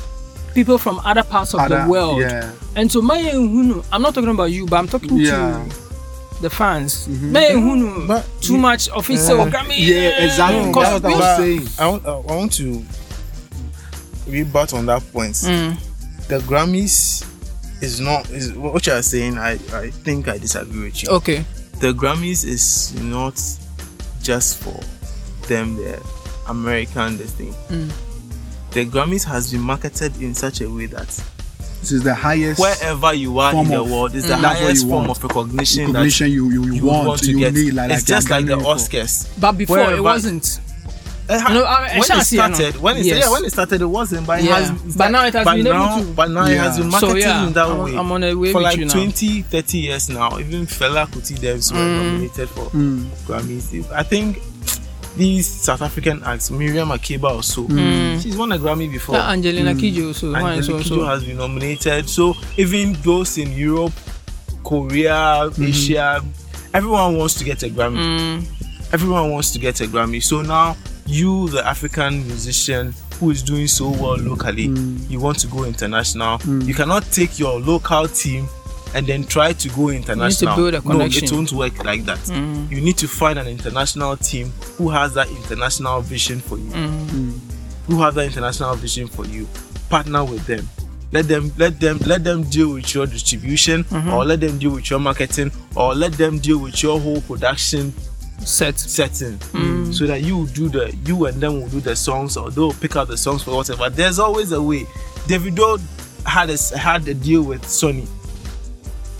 Speaker 2: people from other parts of the
Speaker 1: Other-
Speaker 2: world
Speaker 1: yeah.
Speaker 2: and so maye nhunu i'm not talking about you but i'm talking
Speaker 1: Yeah.
Speaker 2: to the fans.
Speaker 8: Mm-hmm.
Speaker 2: May who know too much of it. so Grammy, eh,
Speaker 8: No,
Speaker 2: because
Speaker 8: that's what I
Speaker 2: we-
Speaker 8: was saying. I want, I want to rebut on that point.
Speaker 2: Mm.
Speaker 8: The Grammys is not is what you are saying. I I think I disagree with you.
Speaker 2: Okay.
Speaker 8: The Grammys is not just for them the American the thing.
Speaker 2: Mm.
Speaker 8: The Grammys has been marketed in such a way that
Speaker 1: This is the highest
Speaker 8: wherever you are in
Speaker 1: form
Speaker 8: the
Speaker 1: of-
Speaker 8: world is the
Speaker 1: Mm. that's what
Speaker 8: highest
Speaker 1: you
Speaker 8: form
Speaker 1: want.
Speaker 8: of recognition,
Speaker 1: Recognition
Speaker 8: that
Speaker 1: you- you- you
Speaker 8: would
Speaker 1: want,
Speaker 8: to
Speaker 1: you
Speaker 8: get.
Speaker 1: need, like-
Speaker 8: it's
Speaker 1: like
Speaker 8: just
Speaker 1: the
Speaker 8: like the
Speaker 1: Grammy Award.
Speaker 8: Oscars.
Speaker 2: But before it
Speaker 8: Wherever-
Speaker 2: wasn't.
Speaker 8: it ha-
Speaker 2: No, I- I
Speaker 8: Ah, when
Speaker 2: shall
Speaker 8: it
Speaker 2: see, I know.
Speaker 8: started, when it,
Speaker 2: Yes.
Speaker 8: yeah, when it started, it wasn't, but it
Speaker 2: Yeah.
Speaker 8: has,
Speaker 2: But now it has
Speaker 8: but
Speaker 2: been able
Speaker 8: now,
Speaker 2: to-
Speaker 8: But now it has
Speaker 1: Yeah.
Speaker 8: been
Speaker 2: So,
Speaker 8: marketed
Speaker 2: yeah,
Speaker 8: in that
Speaker 2: I'm-
Speaker 8: way.
Speaker 2: I'm on a way
Speaker 8: for
Speaker 2: with
Speaker 8: like
Speaker 2: you now.
Speaker 8: 20, 30 years now. Even Fela Kuti Devs were
Speaker 2: Mm.
Speaker 8: nominated for
Speaker 1: Mm.
Speaker 8: Grammys. I think these South African acts, Miriam Makeba also,
Speaker 2: Mm.
Speaker 8: she's won a Grammy before.
Speaker 2: That Angelina Kidjo also.
Speaker 8: Mm. And
Speaker 2: why so
Speaker 8: Delikiju
Speaker 2: so.
Speaker 8: has been nominated. So even those in Europe, Korea,
Speaker 2: Mm-hmm.
Speaker 8: Asia, everyone wants to get a Grammy
Speaker 2: Mm.
Speaker 8: everyone wants to get a Grammy. So now you, the African musician who is doing so well locally,
Speaker 2: Mm.
Speaker 8: you want to go international. You cannot take your local team and then try to go international.
Speaker 2: build a
Speaker 8: no,
Speaker 2: connection. Mm.
Speaker 8: it won't work like that. You need to find an international team who has that international vision for you.
Speaker 2: Mm.
Speaker 8: Who have that international vision for you. Partner with them. Let them let them let them deal with your distribution
Speaker 2: Mm-hmm.
Speaker 8: or let them deal with your marketing or let them deal with your whole production
Speaker 2: Set.
Speaker 8: setting
Speaker 1: Mm.
Speaker 8: so that you do the you and them will do the songs or they'll pick out the songs for whatever there's always a way davido had a s had a deal with sony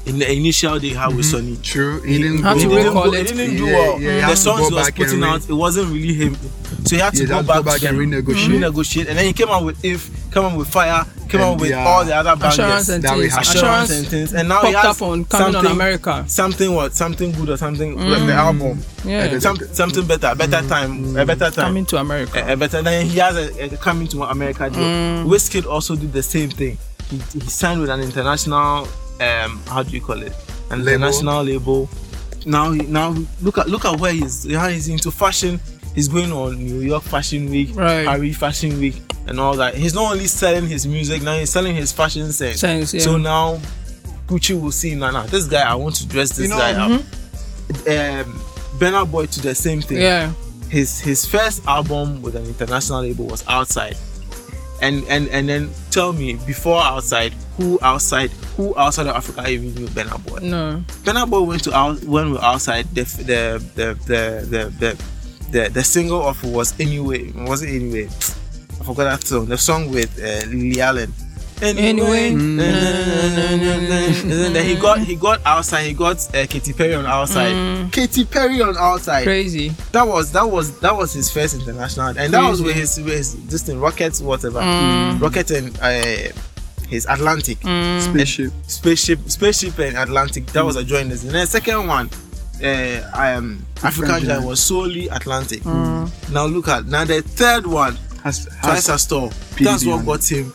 Speaker 8: in the initial they had with
Speaker 1: Mm-hmm.
Speaker 8: sony
Speaker 1: True. He didn't
Speaker 2: How
Speaker 1: go.
Speaker 2: to
Speaker 8: it didn't,
Speaker 2: recall
Speaker 8: go,
Speaker 2: it.
Speaker 8: it didn't do
Speaker 1: Yeah,
Speaker 8: well.
Speaker 1: yeah, you
Speaker 8: the
Speaker 1: have to
Speaker 8: songs
Speaker 1: go
Speaker 8: he was
Speaker 1: back and
Speaker 8: putting
Speaker 1: re-
Speaker 8: out, it wasn't really him. So he had to
Speaker 1: Yeah, you have to
Speaker 8: go
Speaker 1: go
Speaker 8: back,
Speaker 1: back
Speaker 8: to
Speaker 1: and renegotiate.
Speaker 8: renegotiate. And then he came out with If, came out with Fire,
Speaker 1: And
Speaker 8: came out with
Speaker 1: the, uh,
Speaker 8: all the other bangers.
Speaker 2: Assurance and
Speaker 1: that we
Speaker 2: things.
Speaker 1: have.
Speaker 8: Assurance and
Speaker 2: Assurance
Speaker 8: things. And now he
Speaker 2: popped
Speaker 8: has
Speaker 2: up on coming on
Speaker 8: something-
Speaker 2: America.
Speaker 8: Something what? Something good or something
Speaker 1: Mm.
Speaker 8: like the album.
Speaker 2: Yeah.
Speaker 8: Some, something better, better time, a better time
Speaker 2: Mm. Coming to America.
Speaker 8: uh, but then he has a, a coming to America deal.
Speaker 2: Mm.
Speaker 8: Wizkid also did the same thing. He, he signed with an international, um, how do you call it? An
Speaker 1: Label.
Speaker 8: international label. Now, he, now look at look at where he's. Now he's into fashion. He's going on New York Fashion Week,
Speaker 2: Right.
Speaker 8: Paris Fashion Week, and all that. He's not only selling his music now; he's selling his fashion sense.
Speaker 2: Sense, yeah.
Speaker 8: So now, Gucci will see Nana. This guy, I want to dress this
Speaker 1: You know,
Speaker 8: guy
Speaker 2: mm-hmm.
Speaker 8: up. Um, Burna Boy to the same thing
Speaker 2: Yeah.
Speaker 8: his his first album with an international label was Outside. And and and then tell me before Outside, who outside who outside of Africa even knew Burna Boy?
Speaker 2: No.
Speaker 8: Burna Boy went to out when we were outside the f- the the the the the, the, the single of was anyway was it anyway? I forgot that song. The song with uh, Lily Allen.
Speaker 2: Anyway.
Speaker 8: na, na, na, na, na, na. And then then he got he got outside. He got uh, Katy Perry on outside. Katy Perry on outside
Speaker 2: Crazy.
Speaker 8: that was that was that was his first international, and that was with his
Speaker 2: Crazy.
Speaker 8: with his this thing Rocket whatever,
Speaker 2: Mm.
Speaker 8: Rocket and uh, his Atlantic
Speaker 2: Mm.
Speaker 1: Spaceship.
Speaker 8: spaceship spaceship and Atlantic. That was a joint list. And then second one, uh, um, African
Speaker 1: French
Speaker 8: Giant
Speaker 1: Giant.
Speaker 8: was solely Atlantic.
Speaker 2: Mm.
Speaker 8: Now look at now the third one,
Speaker 2: Mm-hmm.
Speaker 1: Has, has,
Speaker 8: Twice a Store.
Speaker 1: PDD
Speaker 8: That's what
Speaker 1: on
Speaker 8: got him.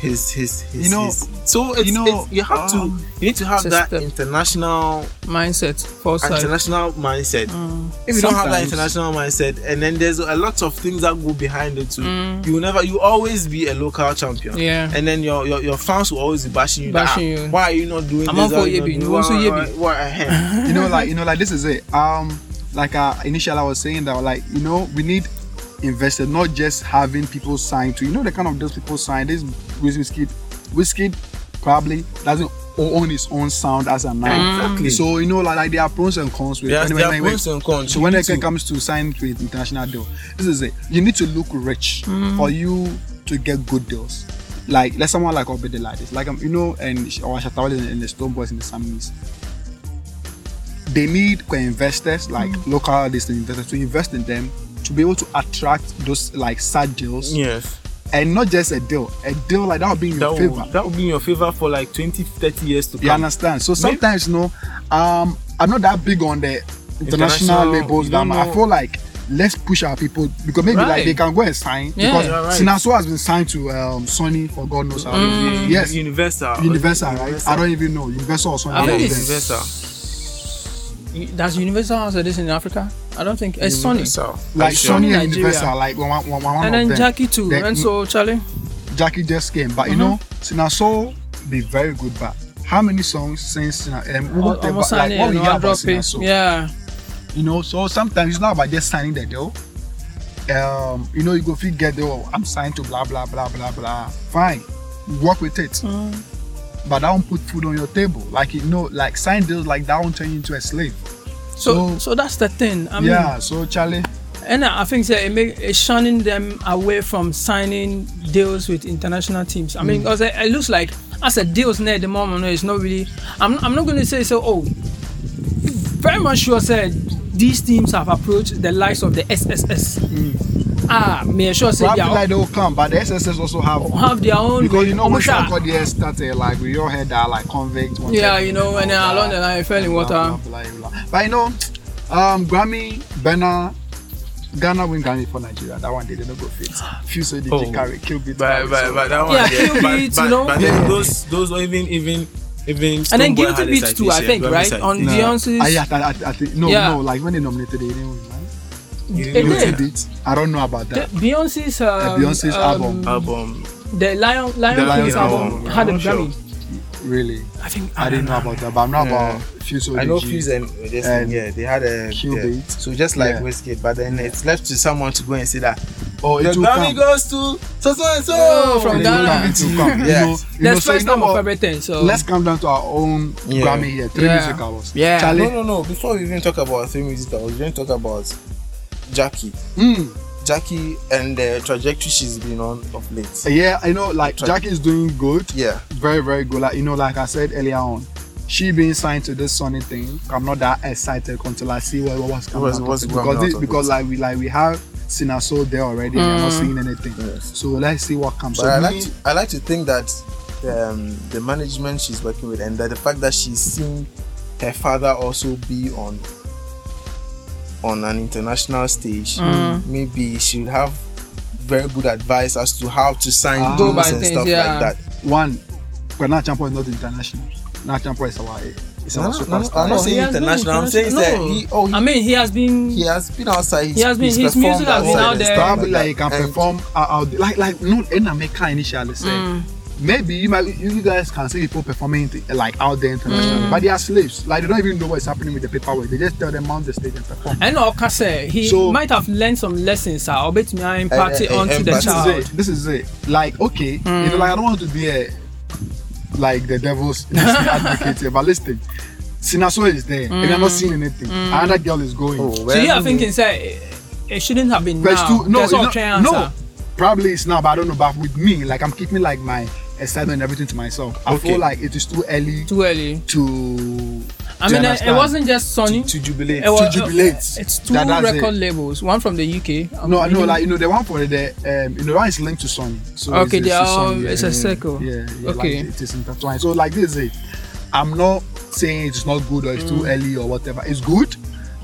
Speaker 8: His, his, his,
Speaker 1: You know-
Speaker 8: his. so it's,
Speaker 1: you
Speaker 8: you,
Speaker 1: know,
Speaker 8: it's, you have
Speaker 1: um,
Speaker 8: to you need to have that
Speaker 2: system.
Speaker 8: international
Speaker 2: Mindset. Foresight.
Speaker 8: international mindset.
Speaker 2: mm,
Speaker 8: If you don't have that
Speaker 1: Sometimes.
Speaker 8: international mindset, and then there's a lot of things that go behind it too. You will never, you always be a local champion.
Speaker 2: Mm. Yeah.
Speaker 8: And then your your, your fans will always be bashing you. that,
Speaker 2: Bashing
Speaker 8: "Ah,
Speaker 2: you.
Speaker 8: Why are you not doing
Speaker 2: I'm
Speaker 8: this?
Speaker 2: on for
Speaker 8: Why are you not
Speaker 2: Yebi.
Speaker 8: doing-
Speaker 2: No one so
Speaker 8: why-
Speaker 2: Yebi."
Speaker 8: why- eh, why- ahem.
Speaker 1: you know, like you know, like this is it. Um, like uh, initially I was saying that, like you know, we need invested, not just having people sign to. You know, the kind of those people sign this whiskey, whiskey probably doesn't o- own his own sound as a man.
Speaker 8: Exactly. So
Speaker 1: So you know, like, like there are pros and cons with.
Speaker 8: Yes,
Speaker 1: anyway,
Speaker 8: there are
Speaker 1: anyway.
Speaker 8: pros and cons.
Speaker 1: So when
Speaker 8: You
Speaker 1: it
Speaker 8: need to-
Speaker 1: comes to signing to an international deal, this is it. You need to look rich
Speaker 8: Mm.
Speaker 1: for you to get good deals. Like let someone like Obede like this, like um, you know, and Sh- or Shatawale and, and the Stone Boys in the Samis. They need co-investors like
Speaker 8: Mm.
Speaker 1: local distant investors to invest in them to be able to attract those like sad deals
Speaker 8: yes,
Speaker 1: and not just a deal, a deal like that will be in
Speaker 8: that
Speaker 1: your favor.
Speaker 8: will, that will be in your favor for like 20, 30 years to come.
Speaker 1: You understand? So sometimes, you know, um, I'm not that big on the international,
Speaker 8: International,
Speaker 1: labels.
Speaker 8: you
Speaker 1: That
Speaker 8: don't
Speaker 1: much. I
Speaker 8: know.
Speaker 1: feel like let's push our people because maybe like
Speaker 2: Right.
Speaker 1: they can go and sign
Speaker 2: Yeah. Mm.
Speaker 1: because
Speaker 8: You are right.
Speaker 1: Sinaso has been signed to um, Sony for God knows how. long. Yes,
Speaker 8: Universal.
Speaker 1: Universal, right? I don't even know Universal or Sony.
Speaker 2: I
Speaker 1: one
Speaker 2: think
Speaker 1: of
Speaker 2: it's-
Speaker 1: them.
Speaker 8: Universal.
Speaker 2: Does Universal has this in Africa? I don't think. It's Sony.
Speaker 8: Universal.
Speaker 1: Like
Speaker 8: Sure.
Speaker 1: Sony and
Speaker 2: Nigeria.
Speaker 1: Universal, like one, one, one, one
Speaker 2: And
Speaker 1: of
Speaker 2: then
Speaker 1: them.
Speaker 2: Jackie too.
Speaker 1: Then-
Speaker 2: And so Charlie. Mm-hmm.
Speaker 1: Jackie just came, but you know, Sinaso be very good, but how many songs since uh, um, what,
Speaker 2: Al- almost
Speaker 1: like,
Speaker 2: signing
Speaker 1: what we
Speaker 2: and
Speaker 1: hear
Speaker 2: one
Speaker 1: about
Speaker 2: drop
Speaker 1: Sinner,
Speaker 2: it.
Speaker 1: so,
Speaker 2: Yeah.
Speaker 1: you know so sometimes it's not about just signing the deal um you know you go fit get the oh, i'm signed to blah blah blah blah blah fine work with it
Speaker 2: Hmm.
Speaker 1: but that won't put food on your table like you know like sign deals like that won't turn you into a slave
Speaker 2: So, so that's the thing. I mean,
Speaker 1: yeah so charlie
Speaker 2: and I think that it make it's shunning them away from signing deals with international teams. I mean,
Speaker 1: Mm.
Speaker 2: because it, it looks like as a deals now at the moment, it's not really. I'm I'm not going to say so. Oh, very much sure said these teams have approached the likes of the SSS. Ah, me sure say
Speaker 1: Mm. Probably
Speaker 2: they are
Speaker 1: like they will come, but the SSS also have
Speaker 2: have their own
Speaker 1: because you know
Speaker 2: Omo
Speaker 1: when
Speaker 2: sha-
Speaker 1: Shaka DS started eh, like we all heard that like convict. wanted,
Speaker 2: Yeah, you know, and then along the line, it fell in
Speaker 1: blah,
Speaker 2: water.
Speaker 1: blah, blah, blah. But you know, um, Grammy, Ghana, Ghana win Grammy for Nigeria. That one they didn't go fit. Few so DJ
Speaker 8: Oh.
Speaker 1: carry, kill beat.
Speaker 8: But,
Speaker 1: carry,
Speaker 8: but,
Speaker 1: so-
Speaker 8: but that one,
Speaker 2: Yeah, Kill
Speaker 8: but,
Speaker 2: Beats,
Speaker 8: but,
Speaker 2: you know?
Speaker 8: but then those, those were even, even, even.
Speaker 2: And then
Speaker 8: Stonebwoy
Speaker 2: Guilty
Speaker 8: had a
Speaker 2: Beats too, I
Speaker 8: citation,
Speaker 2: think,
Speaker 8: Grammy
Speaker 2: right?
Speaker 8: citation.
Speaker 2: On
Speaker 1: Nah.
Speaker 2: Beyonce's-
Speaker 1: I, I, I, I think, no,
Speaker 2: Yeah.
Speaker 1: no, like when they nominated, they didn't win, right?
Speaker 8: You
Speaker 2: It
Speaker 8: didn't know
Speaker 2: did.
Speaker 8: that.
Speaker 1: Beat. I don't know about
Speaker 2: The
Speaker 1: that.
Speaker 2: Beyonce's,
Speaker 1: Uh,
Speaker 2: um,
Speaker 1: Beyonce's
Speaker 2: um,
Speaker 1: album,
Speaker 8: Album.
Speaker 2: the Lion Lion
Speaker 1: The Lion
Speaker 2: King's album,
Speaker 1: album.
Speaker 2: had a
Speaker 8: I'm sure.
Speaker 2: Grammy.
Speaker 1: really.
Speaker 2: I think
Speaker 1: I didn't know about that, but I'm not
Speaker 8: Yeah.
Speaker 1: about Few so
Speaker 8: I know
Speaker 1: DG.
Speaker 8: Fuse and uh, this
Speaker 1: And
Speaker 8: thing, yeah, they had a
Speaker 1: Kill
Speaker 8: yeah.
Speaker 1: Beat.
Speaker 8: so just like
Speaker 1: Yeah.
Speaker 8: Westgate, but then it's left to someone to go and say that
Speaker 1: Oh,
Speaker 8: the
Speaker 1: it will
Speaker 8: Grammy
Speaker 1: come.
Speaker 8: goes to so so and
Speaker 2: Oh,
Speaker 8: so
Speaker 2: from
Speaker 1: It will
Speaker 2: Ghana.
Speaker 1: come, it will come. You
Speaker 8: Yes.
Speaker 1: know- you know,
Speaker 2: That's
Speaker 1: so you
Speaker 2: first
Speaker 1: know
Speaker 2: time of
Speaker 1: what?
Speaker 2: everything. So
Speaker 1: Let's come down to our own
Speaker 8: Um, Yeah.
Speaker 1: Grammy here. Three
Speaker 2: Yeah.
Speaker 1: music hours.
Speaker 2: Yeah.
Speaker 1: Charlie.
Speaker 8: No, no, no. Before we even talk about three music, I was going to talk about Jackie.
Speaker 1: Mm.
Speaker 8: Jackie and the trajectory she's been on of late.
Speaker 1: Yeah, I know. Like
Speaker 8: Try-
Speaker 1: Jackie is doing good,
Speaker 8: Yeah.
Speaker 1: very, very good. Like you know, like I said earlier on, she being signed to this Sony thing. I'm not that excited until I see what, what was coming
Speaker 8: What's-
Speaker 1: out of
Speaker 8: what's
Speaker 1: it.
Speaker 8: coming
Speaker 1: because
Speaker 8: out
Speaker 1: this-
Speaker 8: of
Speaker 1: because
Speaker 8: it.
Speaker 1: like we like we have seen her soul there already. and We're not seeing anything.
Speaker 8: Yes.
Speaker 1: So let's see what comes.
Speaker 8: But
Speaker 1: So
Speaker 8: I
Speaker 1: me-
Speaker 8: like to, I like to think that um, the management she's working with and that the fact that she's seen her father also be on on an international stage,
Speaker 2: Mm.
Speaker 8: maybe she would have very good advice as to how to sign
Speaker 1: Ah. Go
Speaker 8: deals
Speaker 1: by
Speaker 8: and
Speaker 2: things,
Speaker 8: stuff
Speaker 2: yeah.
Speaker 8: like that.
Speaker 1: one, but now Champo is not international. Now Champo is our it's
Speaker 8: No,
Speaker 1: our
Speaker 8: no, no,
Speaker 1: superstar.
Speaker 8: I'm not
Speaker 2: he
Speaker 8: saying
Speaker 2: has been
Speaker 8: international. I'm saying that
Speaker 2: international.
Speaker 8: he, oh, he
Speaker 2: I mean, he has been.
Speaker 8: he has been outside. He's,
Speaker 2: He has been-
Speaker 8: he's
Speaker 2: his music
Speaker 8: performed
Speaker 2: has been
Speaker 8: outside
Speaker 2: out
Speaker 8: and
Speaker 2: there.
Speaker 8: stuff
Speaker 1: probably like you
Speaker 8: that.
Speaker 1: can
Speaker 8: And
Speaker 1: perform out, out there. like like no in America initially say
Speaker 2: Mm.
Speaker 1: maybe you might you you guys can see people performing th- like out there
Speaker 2: Mm.
Speaker 1: internationally but they are slaves like they don't even know what's happening with the paperwork they just tell them mount the stage and perform
Speaker 2: I know Okase, he
Speaker 1: So-
Speaker 2: might have learned some lessons, sir. I'll bet me I impart it
Speaker 8: eh, eh,
Speaker 2: onto the
Speaker 8: empathy.
Speaker 1: this is
Speaker 2: child.
Speaker 1: it this is it like okay you
Speaker 2: Mm.
Speaker 1: know, like I don't want to be a like the devil's advocate here, but listen Sinaso is there and
Speaker 2: Mm.
Speaker 1: you're not seeing anything another girl is going
Speaker 8: Oh,
Speaker 2: So
Speaker 8: well,
Speaker 2: you are thinking, sir, it, it shouldn't have been
Speaker 1: Verse
Speaker 2: now.
Speaker 1: two, no, it's
Speaker 2: That's all
Speaker 1: not-
Speaker 2: Trayan,
Speaker 1: no.
Speaker 2: sir.
Speaker 1: Probably it's not, but I don't know. But with me, like I'm keeping like my excitement and everything to myself. I
Speaker 8: Okay.
Speaker 1: feel like it is too early
Speaker 2: Too early.
Speaker 1: to.
Speaker 2: I
Speaker 1: to
Speaker 2: mean, it, it
Speaker 1: understand.
Speaker 2: wasn't just Sony.
Speaker 8: to jubilate.
Speaker 2: It was- uh,
Speaker 1: jubilate.
Speaker 2: It's two
Speaker 1: That- that's
Speaker 2: record
Speaker 1: it.
Speaker 2: labels, one from the UK. I'm
Speaker 1: No, no,
Speaker 2: reading-
Speaker 1: like you know the one for the um, you know one is linked to Sony. So
Speaker 2: Okay,
Speaker 1: it's,
Speaker 2: they
Speaker 1: it's
Speaker 2: are all-
Speaker 1: Sony,
Speaker 2: it's a
Speaker 1: yeah.
Speaker 2: circle.
Speaker 1: Yeah, yeah,
Speaker 2: Okay.
Speaker 1: Like, it is intertwined. So like this is it. I'm not saying it's not good or it's too
Speaker 2: Mm.
Speaker 1: early or whatever. It's good,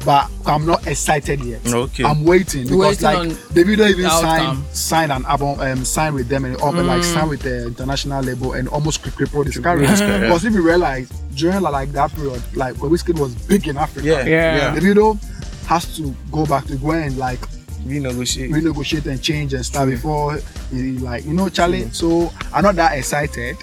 Speaker 1: but I'm not excited yet.
Speaker 8: Okay.
Speaker 1: I'm waiting because
Speaker 2: Waiting on
Speaker 1: like Davido even
Speaker 2: the
Speaker 1: signed
Speaker 2: outcome. Mm.
Speaker 1: signed an album, um, signed with them and all, but like signed with the international label and almost cri- crippled his career.
Speaker 8: career.
Speaker 1: Because if you realize during like that period, like when Wizkid was big in Africa,
Speaker 8: yeah,
Speaker 2: Yeah.
Speaker 8: yeah,
Speaker 1: Davido has to go back to go and like
Speaker 8: renegotiate.
Speaker 1: renegotiate and change and stuff before he, like you know Charlie. So I'm not that excited.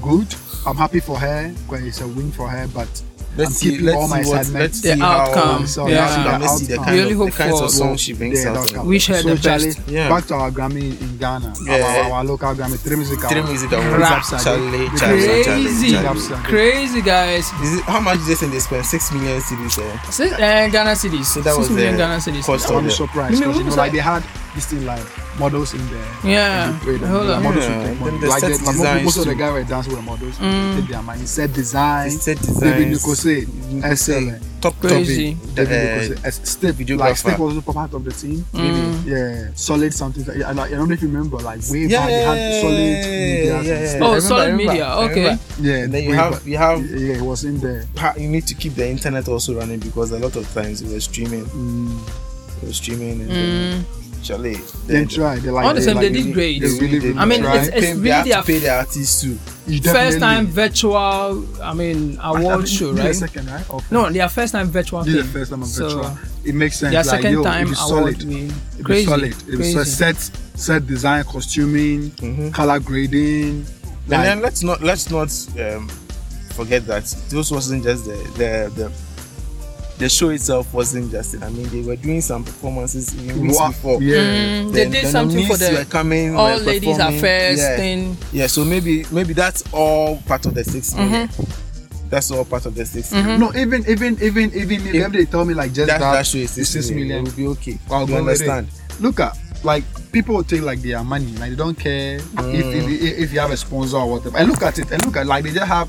Speaker 1: Good. I'm happy for her because it's a win for her, but
Speaker 8: let's
Speaker 1: I'm
Speaker 8: see,
Speaker 1: keeping
Speaker 8: let's
Speaker 1: all my
Speaker 8: see what,
Speaker 1: excitement.
Speaker 8: let's
Speaker 2: The
Speaker 8: see how,
Speaker 2: outcome.
Speaker 8: So
Speaker 2: Yeah.
Speaker 8: let's see,
Speaker 1: The
Speaker 8: let's see the
Speaker 1: outcome.
Speaker 8: kind
Speaker 2: Really
Speaker 8: of, the
Speaker 2: hope
Speaker 8: kinds
Speaker 2: for-
Speaker 8: of songs she brings
Speaker 1: yeah,
Speaker 8: out.
Speaker 1: don't come.
Speaker 2: Wish her
Speaker 1: so
Speaker 2: the
Speaker 1: Charlie,
Speaker 2: best.
Speaker 8: Yeah.
Speaker 1: back to our Grammy in Ghana,
Speaker 8: Yeah.
Speaker 1: our, our local Grammy, three music
Speaker 8: Three
Speaker 1: Awards.
Speaker 8: music awards.
Speaker 1: Big
Speaker 8: Rap.
Speaker 1: ups, Sade.
Speaker 8: Charlie,
Speaker 1: Big
Speaker 8: Charlie,
Speaker 1: ups, Sade.
Speaker 2: Crazy.
Speaker 1: Big ups, Sade.
Speaker 2: Crazy guys.
Speaker 8: Is it, how much did they say they spent? Six million cities. Eh?
Speaker 2: Six, uh, Ghana cities.
Speaker 8: So that
Speaker 2: Six
Speaker 8: was
Speaker 2: million
Speaker 8: the
Speaker 2: Ghana cities.
Speaker 8: cost
Speaker 1: I'm
Speaker 8: of it.
Speaker 1: surprised
Speaker 2: Maybe
Speaker 1: because you
Speaker 2: we
Speaker 1: know,
Speaker 2: was
Speaker 1: like
Speaker 2: like-
Speaker 1: they had this thing like models in there.
Speaker 2: Yeah.
Speaker 1: Wait,
Speaker 2: Hold
Speaker 1: the
Speaker 2: on.
Speaker 1: models
Speaker 8: Yeah,
Speaker 1: will take
Speaker 8: then
Speaker 1: money.
Speaker 8: the
Speaker 1: Like
Speaker 8: set
Speaker 1: the, most,
Speaker 8: designs
Speaker 1: most of the
Speaker 8: too.
Speaker 1: guys were dancing with models.
Speaker 2: Mm.
Speaker 1: They take their money. Set design.
Speaker 8: Set
Speaker 1: David
Speaker 8: designs,
Speaker 1: Nicose, excellent.
Speaker 8: Top
Speaker 2: Crazy.
Speaker 1: David
Speaker 8: Top,
Speaker 1: Nicose, ex- Steve,
Speaker 8: videographer.
Speaker 1: like Steve was also part of the team.
Speaker 2: Mm.
Speaker 1: Yeah, solid something. I, I, I don't know if you remember, like way
Speaker 8: Yeah,
Speaker 1: back they had solid media. and
Speaker 8: yeah,
Speaker 1: stuff.
Speaker 8: yeah.
Speaker 2: Oh,
Speaker 8: I remember, I
Speaker 2: solid
Speaker 8: remember,
Speaker 2: media.
Speaker 8: I
Speaker 2: Okay.
Speaker 8: remember.
Speaker 1: yeah.
Speaker 8: And then you
Speaker 1: way
Speaker 8: have
Speaker 1: back.
Speaker 8: you have
Speaker 1: yeah, it was in there.
Speaker 8: pa- you need to keep the internet also running because a lot of times we were streaming,
Speaker 1: Mm.
Speaker 8: we were streaming, and
Speaker 2: Mm.
Speaker 8: then, Charlie,
Speaker 1: They tried. They like.
Speaker 2: Honestly,
Speaker 1: like,
Speaker 2: they did great.
Speaker 1: They really, really
Speaker 2: I mean,
Speaker 1: tried.
Speaker 2: it's- it's
Speaker 8: Pay-
Speaker 2: really
Speaker 8: they have
Speaker 2: their-
Speaker 8: to pay the artists too.
Speaker 1: You
Speaker 2: First
Speaker 1: definitely-
Speaker 2: time virtual, I mean,
Speaker 1: I- I
Speaker 2: award
Speaker 1: think
Speaker 2: show,
Speaker 1: this is the
Speaker 2: right?
Speaker 1: Second, right? Or
Speaker 2: No, their first time virtual.
Speaker 1: This is
Speaker 2: thing.
Speaker 1: the first time I'm
Speaker 2: So,
Speaker 1: virtual. It makes sense.
Speaker 2: Their
Speaker 1: like,
Speaker 2: second
Speaker 1: yo,
Speaker 2: time
Speaker 1: it is
Speaker 2: award.
Speaker 1: solid.
Speaker 2: win.
Speaker 1: It
Speaker 2: Crazy.
Speaker 1: is solid. It is
Speaker 2: crazy.
Speaker 1: solid. set, set design,
Speaker 2: Mm-hmm.
Speaker 1: costuming, color grading.
Speaker 8: and
Speaker 1: like-
Speaker 8: then let's not let's not um, forget that this wasn't just the the the, the show itself wasn't just it. I mean, they were doing some performances even weeks
Speaker 2: Wow.
Speaker 8: before.
Speaker 2: Yeah. Mm, they did something for
Speaker 8: nominees
Speaker 2: the
Speaker 8: were coming,
Speaker 2: All
Speaker 8: were
Speaker 2: Ladies
Speaker 8: performing.
Speaker 2: Affairs
Speaker 8: yeah.
Speaker 2: thing.
Speaker 8: Yeah, so maybe maybe that's all part of the 6
Speaker 2: Mhm.
Speaker 8: million. That's all part of the 6
Speaker 2: Mm-hmm.
Speaker 8: million.
Speaker 1: No, even even even even Mm-hmm. if, they tell me like just
Speaker 8: That-
Speaker 1: that,
Speaker 8: that show is
Speaker 1: it's
Speaker 8: 6
Speaker 1: six
Speaker 8: million,
Speaker 1: million,
Speaker 8: it will be okay.
Speaker 1: I'll
Speaker 8: You
Speaker 1: go with it.
Speaker 8: understand?
Speaker 1: Look at like people take like their money, like they don't care if,
Speaker 8: Mm.
Speaker 1: if, if if you have a sponsor or whatever. And look at it, and look at like they just have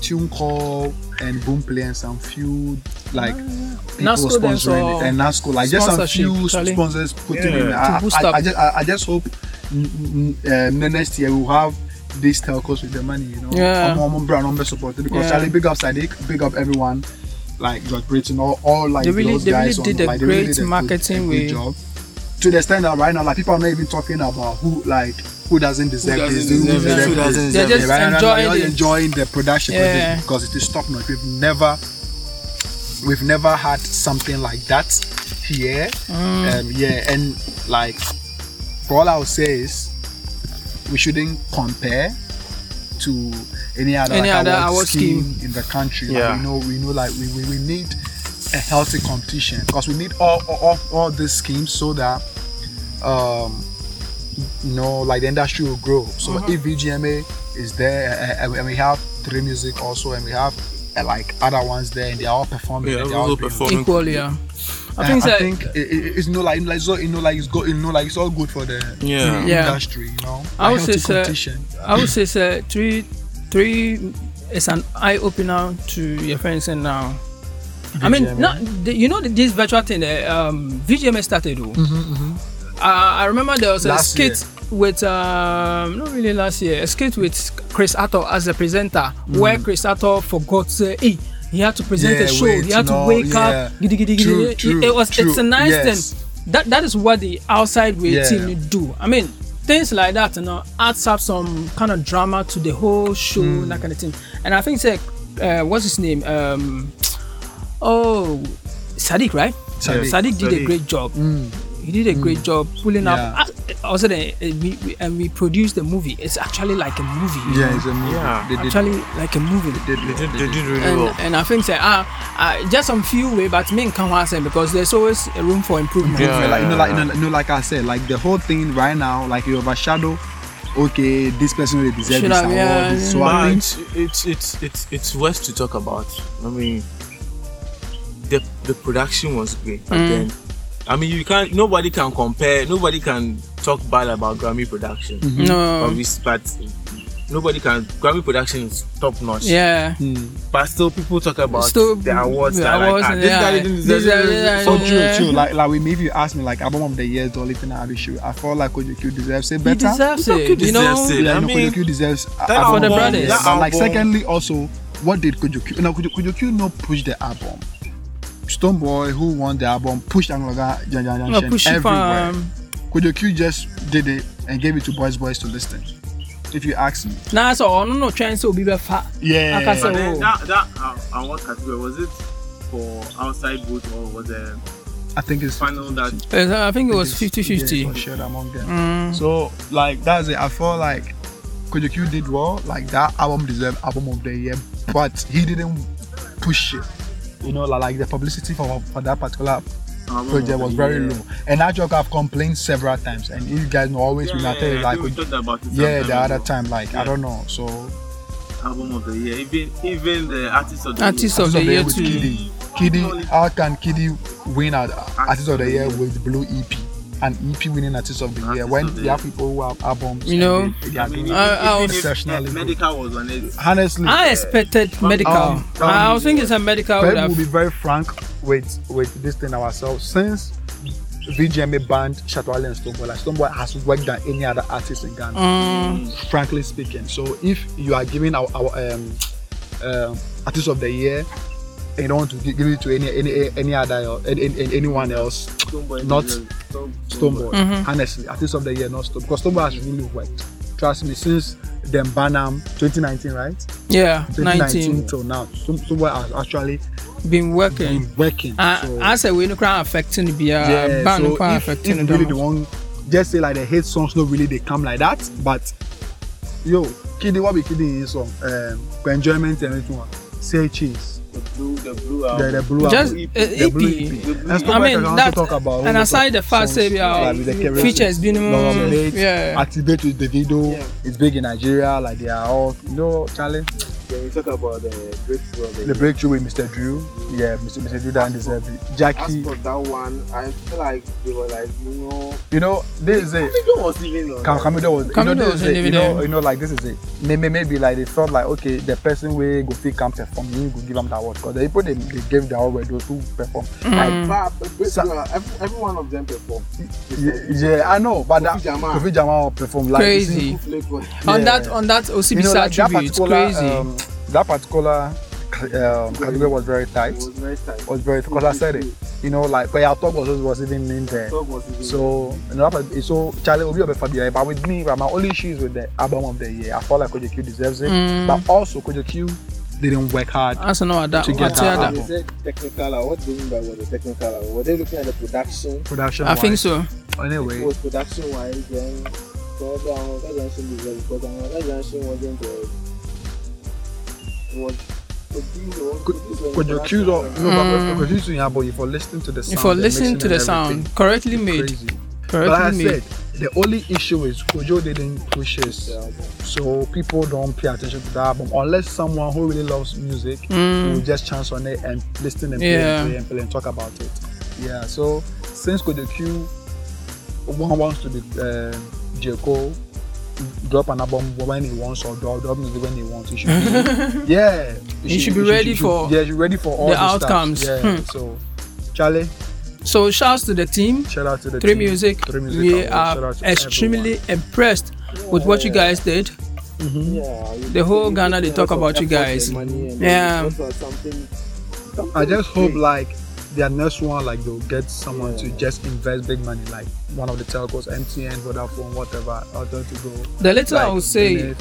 Speaker 1: tune call and boom play and some few like people
Speaker 2: Nasco then
Speaker 1: sponsoring
Speaker 2: for
Speaker 1: it and Nasco like just some
Speaker 2: sponsorship,
Speaker 1: few
Speaker 2: Charlie.
Speaker 1: sponsors putting
Speaker 2: Yeah.
Speaker 1: in.
Speaker 2: To
Speaker 1: I,
Speaker 2: boost
Speaker 1: I,
Speaker 2: up.
Speaker 1: I just I, I just hope n- n- uh, next year we'll have these telcos with the money, you know.
Speaker 2: Yeah.
Speaker 1: I'm, I'm, I'm, I'm supported because
Speaker 2: Yeah.
Speaker 1: Charlie big up Sadiq, big up everyone like George Britain, all, all like
Speaker 2: They really-
Speaker 1: those
Speaker 2: they really
Speaker 1: guys on-
Speaker 2: did a
Speaker 1: like, they really
Speaker 2: great
Speaker 1: did a good-
Speaker 2: marketing
Speaker 1: a good
Speaker 2: way.
Speaker 1: job. To the extent that right now, like people are not even talking about who like who doesn't deserve
Speaker 8: doesn't
Speaker 1: this, who
Speaker 8: deserve it,
Speaker 1: deserve
Speaker 8: who
Speaker 1: this.
Speaker 8: doesn't They're deserve just
Speaker 1: Yeah, right now,
Speaker 2: enjoying
Speaker 1: they're all
Speaker 2: it.
Speaker 1: enjoying the production because
Speaker 2: Yeah.
Speaker 1: it- because it is top notch. We've never we've never had something like that here.
Speaker 2: Mm.
Speaker 1: Um, yeah, and like for all I would say is we shouldn't compare to any other,
Speaker 2: Any
Speaker 1: like,
Speaker 2: other award
Speaker 1: in the country.
Speaker 8: Yeah.
Speaker 1: Like, we know we know like we, we, we need a healthy competition because we need all, all, all, all these schemes so that um you know like the industry will grow. So
Speaker 8: Uh-huh.
Speaker 1: if VGMA is there and- and, and we have three music also and we have uh, like other ones there and they are all performing.
Speaker 8: Yeah,
Speaker 1: and they are
Speaker 8: also
Speaker 1: all doing
Speaker 8: performing.
Speaker 2: Equally, yeah. I think,
Speaker 1: I,
Speaker 2: that,
Speaker 1: think it, it- it's no like like so you know like it's good you know like it's all good for the
Speaker 8: Yeah.
Speaker 1: the
Speaker 2: Yeah.
Speaker 1: industry you know.
Speaker 2: I would
Speaker 1: Like,
Speaker 2: say
Speaker 1: healthy
Speaker 2: so.
Speaker 1: competition.
Speaker 2: I would say sir, three three is an eye opener to your friends and now. I mean,
Speaker 1: VGMA.
Speaker 2: not the, you know the, this virtual thing. eh, um, VGMA started. oh. Uh, I remember there was
Speaker 1: Mm-hmm, Last
Speaker 2: a skit with um, not really last year. A skit with Chris Atto as the presenter, where Chris Atto forgot say, hey, he had to present
Speaker 1: Mm. Yeah,
Speaker 2: a show.
Speaker 1: wait,
Speaker 2: he had to
Speaker 1: no,
Speaker 2: wake
Speaker 1: yeah.
Speaker 2: up. Giddy, giddy,
Speaker 1: True,
Speaker 2: giddy.
Speaker 1: true,
Speaker 2: it was. It's
Speaker 1: true,
Speaker 2: a nice
Speaker 1: yes.
Speaker 2: thing. That that is what the outside way
Speaker 1: Yeah.
Speaker 2: team do. I mean, things like that, you know, adds up some kind of drama to the whole show,
Speaker 1: Hmm.
Speaker 2: that kind of thing. And I think, say, uh, what's his name? Um, oh, Sadiq, right?
Speaker 1: Sadiq. Hmm.
Speaker 2: Sadiq did a
Speaker 8: Sadiq.
Speaker 2: great job. He did a great job pulling
Speaker 1: Yeah.
Speaker 2: up. I, also, then, uh, we, we, and we produced the movie. It's actually like a movie. you know?
Speaker 1: Yeah, it's a movie.
Speaker 8: Yeah.
Speaker 1: They did-
Speaker 2: actually like a movie.
Speaker 1: they did-
Speaker 8: They did, they did really
Speaker 2: And,
Speaker 8: well.
Speaker 2: and I think say ah, ah just some few way, but me and Kanwasen because there's always a room for improvement.
Speaker 8: Yeah.
Speaker 1: like you know, like you know, you know, like I said, like the whole thing right now, like you overshadow. Okay, this person really deserves
Speaker 2: Should
Speaker 1: this
Speaker 2: have,
Speaker 1: award.
Speaker 2: yeah,
Speaker 1: this-
Speaker 2: yeah.
Speaker 1: So I
Speaker 8: But
Speaker 1: think
Speaker 8: it's it's it's it's it's worth to talk about. I mean, the the production was great, but
Speaker 2: Mm.
Speaker 8: then I mean you can't. Nobody can compare. Nobody can talk bad about Grammy production.
Speaker 2: Mm-hmm.
Speaker 8: But,
Speaker 2: No.
Speaker 8: we, but nobody can. Grammy production is top notch.
Speaker 2: Yeah.
Speaker 8: But still, people talk about
Speaker 2: Still,
Speaker 8: the awards.
Speaker 2: the
Speaker 8: that
Speaker 2: awards
Speaker 8: like, ah,
Speaker 2: and
Speaker 8: this
Speaker 2: yeah,
Speaker 8: guy didn't
Speaker 2: this
Speaker 8: deserve
Speaker 2: guy-
Speaker 8: it.
Speaker 2: yeah,
Speaker 1: so
Speaker 2: yeah.
Speaker 1: true, true. Like, like maybe if you ask me, like album of the year, the only thing I issue, I feel like Kojoku deserves it
Speaker 2: He
Speaker 1: better.
Speaker 2: deserves it.
Speaker 8: He
Speaker 2: You know.
Speaker 8: deserves it.
Speaker 1: Yeah,
Speaker 8: I
Speaker 1: no,
Speaker 8: mean,
Speaker 1: Kojoku deserves that
Speaker 8: album,
Speaker 2: For the brothers.
Speaker 1: But
Speaker 2: that
Speaker 1: like,
Speaker 8: album-
Speaker 1: secondly, also, what did Kojoku? No, Kojo- Kojoku no push the album. Stone Boy, who won the album, pushed Angloga Jan Jan Jan
Speaker 2: No,
Speaker 1: Shen
Speaker 2: push it
Speaker 1: everywhere.
Speaker 2: um,
Speaker 1: Kojoku just did it and gave it to Boys Boys to listen. If you ask me,
Speaker 2: Nah, so no no trying to be fat.
Speaker 1: yeah,
Speaker 2: Like I said,
Speaker 8: But then
Speaker 2: Oh.
Speaker 8: that that uh, award category was it for outside vote or was the
Speaker 1: I think it's
Speaker 8: final that
Speaker 2: I think it was
Speaker 1: Yes,
Speaker 2: 50 50.
Speaker 1: yes, for sure among them.
Speaker 2: Mm.
Speaker 1: So like that's it. I feel like Kojoku did well. Like that album deserved album of the year, but he didn't push it. You know, like, like the publicity for, for that particular
Speaker 8: album
Speaker 1: project
Speaker 8: of the
Speaker 1: was very
Speaker 8: year?
Speaker 1: low. And that joke I've complained several times, and you guys know always
Speaker 8: Yeah,
Speaker 1: when I
Speaker 8: yeah,
Speaker 1: tell you
Speaker 8: yeah,
Speaker 1: like,
Speaker 8: we talked about it
Speaker 1: yeah,
Speaker 8: sometime
Speaker 1: the other
Speaker 8: ago.
Speaker 1: time, like I
Speaker 8: Yeah.
Speaker 1: don't know. So
Speaker 8: album of the year. Even even the artist of the
Speaker 2: Artist
Speaker 8: year.
Speaker 2: of the year
Speaker 1: with
Speaker 2: too.
Speaker 1: Kiddy, Kiddy, how can Kiddy win at Artist of the Year with Blue E EP? An EP winning Artist of the Year
Speaker 8: Artist
Speaker 1: when
Speaker 8: of the
Speaker 1: you
Speaker 8: year.
Speaker 1: have people who have albums,
Speaker 2: You
Speaker 1: and
Speaker 2: know,
Speaker 1: they, they
Speaker 8: I
Speaker 1: are
Speaker 8: mean,
Speaker 1: doing
Speaker 8: even,
Speaker 2: I- I
Speaker 8: even
Speaker 2: was-
Speaker 8: if
Speaker 1: exceptionally
Speaker 8: the
Speaker 1: good.
Speaker 8: medical was on it.
Speaker 1: honestly,
Speaker 2: I expected medical.
Speaker 1: Um,
Speaker 2: I
Speaker 1: um,
Speaker 2: was thinking it's a medical. would
Speaker 1: Fred will be
Speaker 2: have-
Speaker 1: very frank with with this thing ourselves since VGMA banned Shatwale and Stoneboy. Like Stoneboy has worked than any other artist in Ghana,
Speaker 2: Mm,
Speaker 1: frankly speaking. So if you are giving our, our um, um artist of the year, and you don't want to gi- give it to any any any other or any, any- anyone else,
Speaker 8: Stoneboy
Speaker 1: Not
Speaker 8: deserved- Stone-
Speaker 1: Stoneboy.
Speaker 2: Mhm.
Speaker 1: Honestly, artist of the year, not Stoneboy, because Stoneboy has really worked. Trust me, since them Banam 2019, right?
Speaker 2: yeah,
Speaker 1: 2019
Speaker 2: 19.
Speaker 1: till now, Stone- Stoneboy has actually
Speaker 2: Been working.
Speaker 1: been working.
Speaker 2: Uh,
Speaker 1: so-
Speaker 2: I said we no crowd affecting the uh, beer. Yeah, ban no
Speaker 1: so
Speaker 2: crowd
Speaker 1: if,
Speaker 2: affecting
Speaker 1: if
Speaker 2: the
Speaker 1: really the one, just say like the hate songs, not really they come like that, but yo kidi what be kidi in song um enjoyment and everything say cheese
Speaker 3: The blue, the blue
Speaker 1: the,
Speaker 3: album.
Speaker 1: the blue
Speaker 2: Just,
Speaker 1: album,
Speaker 2: uh,
Speaker 1: the blue E
Speaker 2: EP.
Speaker 1: EP.
Speaker 2: I
Speaker 1: And Stone
Speaker 2: mean,
Speaker 1: Bike, want
Speaker 2: that-
Speaker 1: to talk about all
Speaker 2: and
Speaker 1: the
Speaker 2: aside the fact,
Speaker 1: songs,
Speaker 2: say, we are
Speaker 1: like with the Kerry
Speaker 2: features
Speaker 1: Wilson,
Speaker 2: being-
Speaker 1: Lauren Blades,
Speaker 2: yeah.
Speaker 1: activate with Davido. It's big in Nigeria, like they are all you know, Charlie.
Speaker 3: Then we talk
Speaker 2: uh,
Speaker 3: about the breakthrough. of
Speaker 1: The breakthrough with Mr. Drew, yeah, Mr. Mr. Drew doesn't deserve it. Jackie,
Speaker 3: As for that one, I feel like they were like, you know,
Speaker 1: you know, this is it.
Speaker 3: Kamido was even on.
Speaker 1: Cam- Camido was, you know,
Speaker 2: Camido
Speaker 1: this
Speaker 2: was
Speaker 1: is it. You
Speaker 2: individual.
Speaker 1: know, you know, like this is it. Maybe, maybe like they felt like okay, the person where go fit come perform, you go give them that award because the people they, they gave the award were those who perform. Like,
Speaker 3: But but
Speaker 1: Hmm. Sa-
Speaker 3: uh, every, every one of them performed.
Speaker 1: yeah, yeah, I know, but that
Speaker 3: Kofi Jamal.
Speaker 1: Kofi Jamal performed like you see,
Speaker 2: crazy.
Speaker 3: Flake was-
Speaker 2: On
Speaker 1: Yeah.
Speaker 2: that on that OCBSA
Speaker 1: you know, like that
Speaker 2: tribute, it's
Speaker 1: particular,
Speaker 2: crazy.
Speaker 1: um, that particular um, category was very tight.
Speaker 3: was very tight.
Speaker 1: Was very because I said it. You know, like but our talk was was even in there.
Speaker 3: Talk was even-
Speaker 1: So you know, that was- so Charlie will be a Fabio, but with me, but my only issue is with the album of the year. I felt like Kojo Q deserves it,
Speaker 2: Mm.
Speaker 1: but also Kojo Q didn't work hard.
Speaker 2: I don't know what that.
Speaker 1: to get
Speaker 2: what
Speaker 1: that
Speaker 2: other-
Speaker 1: album.
Speaker 3: Is it technical? or What do you mean by what the technical? or Were they looking at the production?
Speaker 1: Production,
Speaker 2: I think so.
Speaker 1: Anyway,
Speaker 3: It was production wise, then uh, probably our organization deserved because our organization uh, wasn't the. It was. uh,
Speaker 1: Kojo Q, no, but Kojo Q, yeah, but if you're listening to the sound,
Speaker 2: Mm. If you're
Speaker 1: the
Speaker 2: listening
Speaker 1: mixing
Speaker 2: to the
Speaker 1: and everything,
Speaker 2: sound, correctly
Speaker 1: it's
Speaker 2: made,
Speaker 1: crazy. But like I
Speaker 2: correctly
Speaker 1: said,
Speaker 2: made.
Speaker 1: the only issue is Kojo didn't push his, so people don't pay attention to the album unless someone who really loves music will just chance on it and listen and play
Speaker 2: Mm. Yeah.
Speaker 1: and play and play and talk about it. Yeah. So since Kojo Q, one wants to be uh, J Cole, drop an album when he wants or drop drop music when he wants. He should be, yeah.
Speaker 2: He should be ready for
Speaker 1: yeah, he should be ready for all
Speaker 2: the
Speaker 1: this stuff.
Speaker 2: outcomes.
Speaker 1: Yeah.
Speaker 2: Hmm.
Speaker 1: So Charlie,
Speaker 2: So shouts to the team.
Speaker 1: shout out to the
Speaker 2: Three
Speaker 1: team.
Speaker 2: Music,
Speaker 1: Three Music.
Speaker 2: we
Speaker 1: Awards. Shout
Speaker 2: are
Speaker 1: out to
Speaker 2: extremely impressed with what you guys did.
Speaker 1: Mm-hmm.
Speaker 2: The whole Ghana, they talk about you guys. Yeah.
Speaker 1: I just hope like their next one, like they'll get someone to just invest big money, like one of the telcos, MTN, Vodafone, whatever, or don't to go.
Speaker 2: The little I
Speaker 1: like,
Speaker 2: would say,
Speaker 1: Zenith,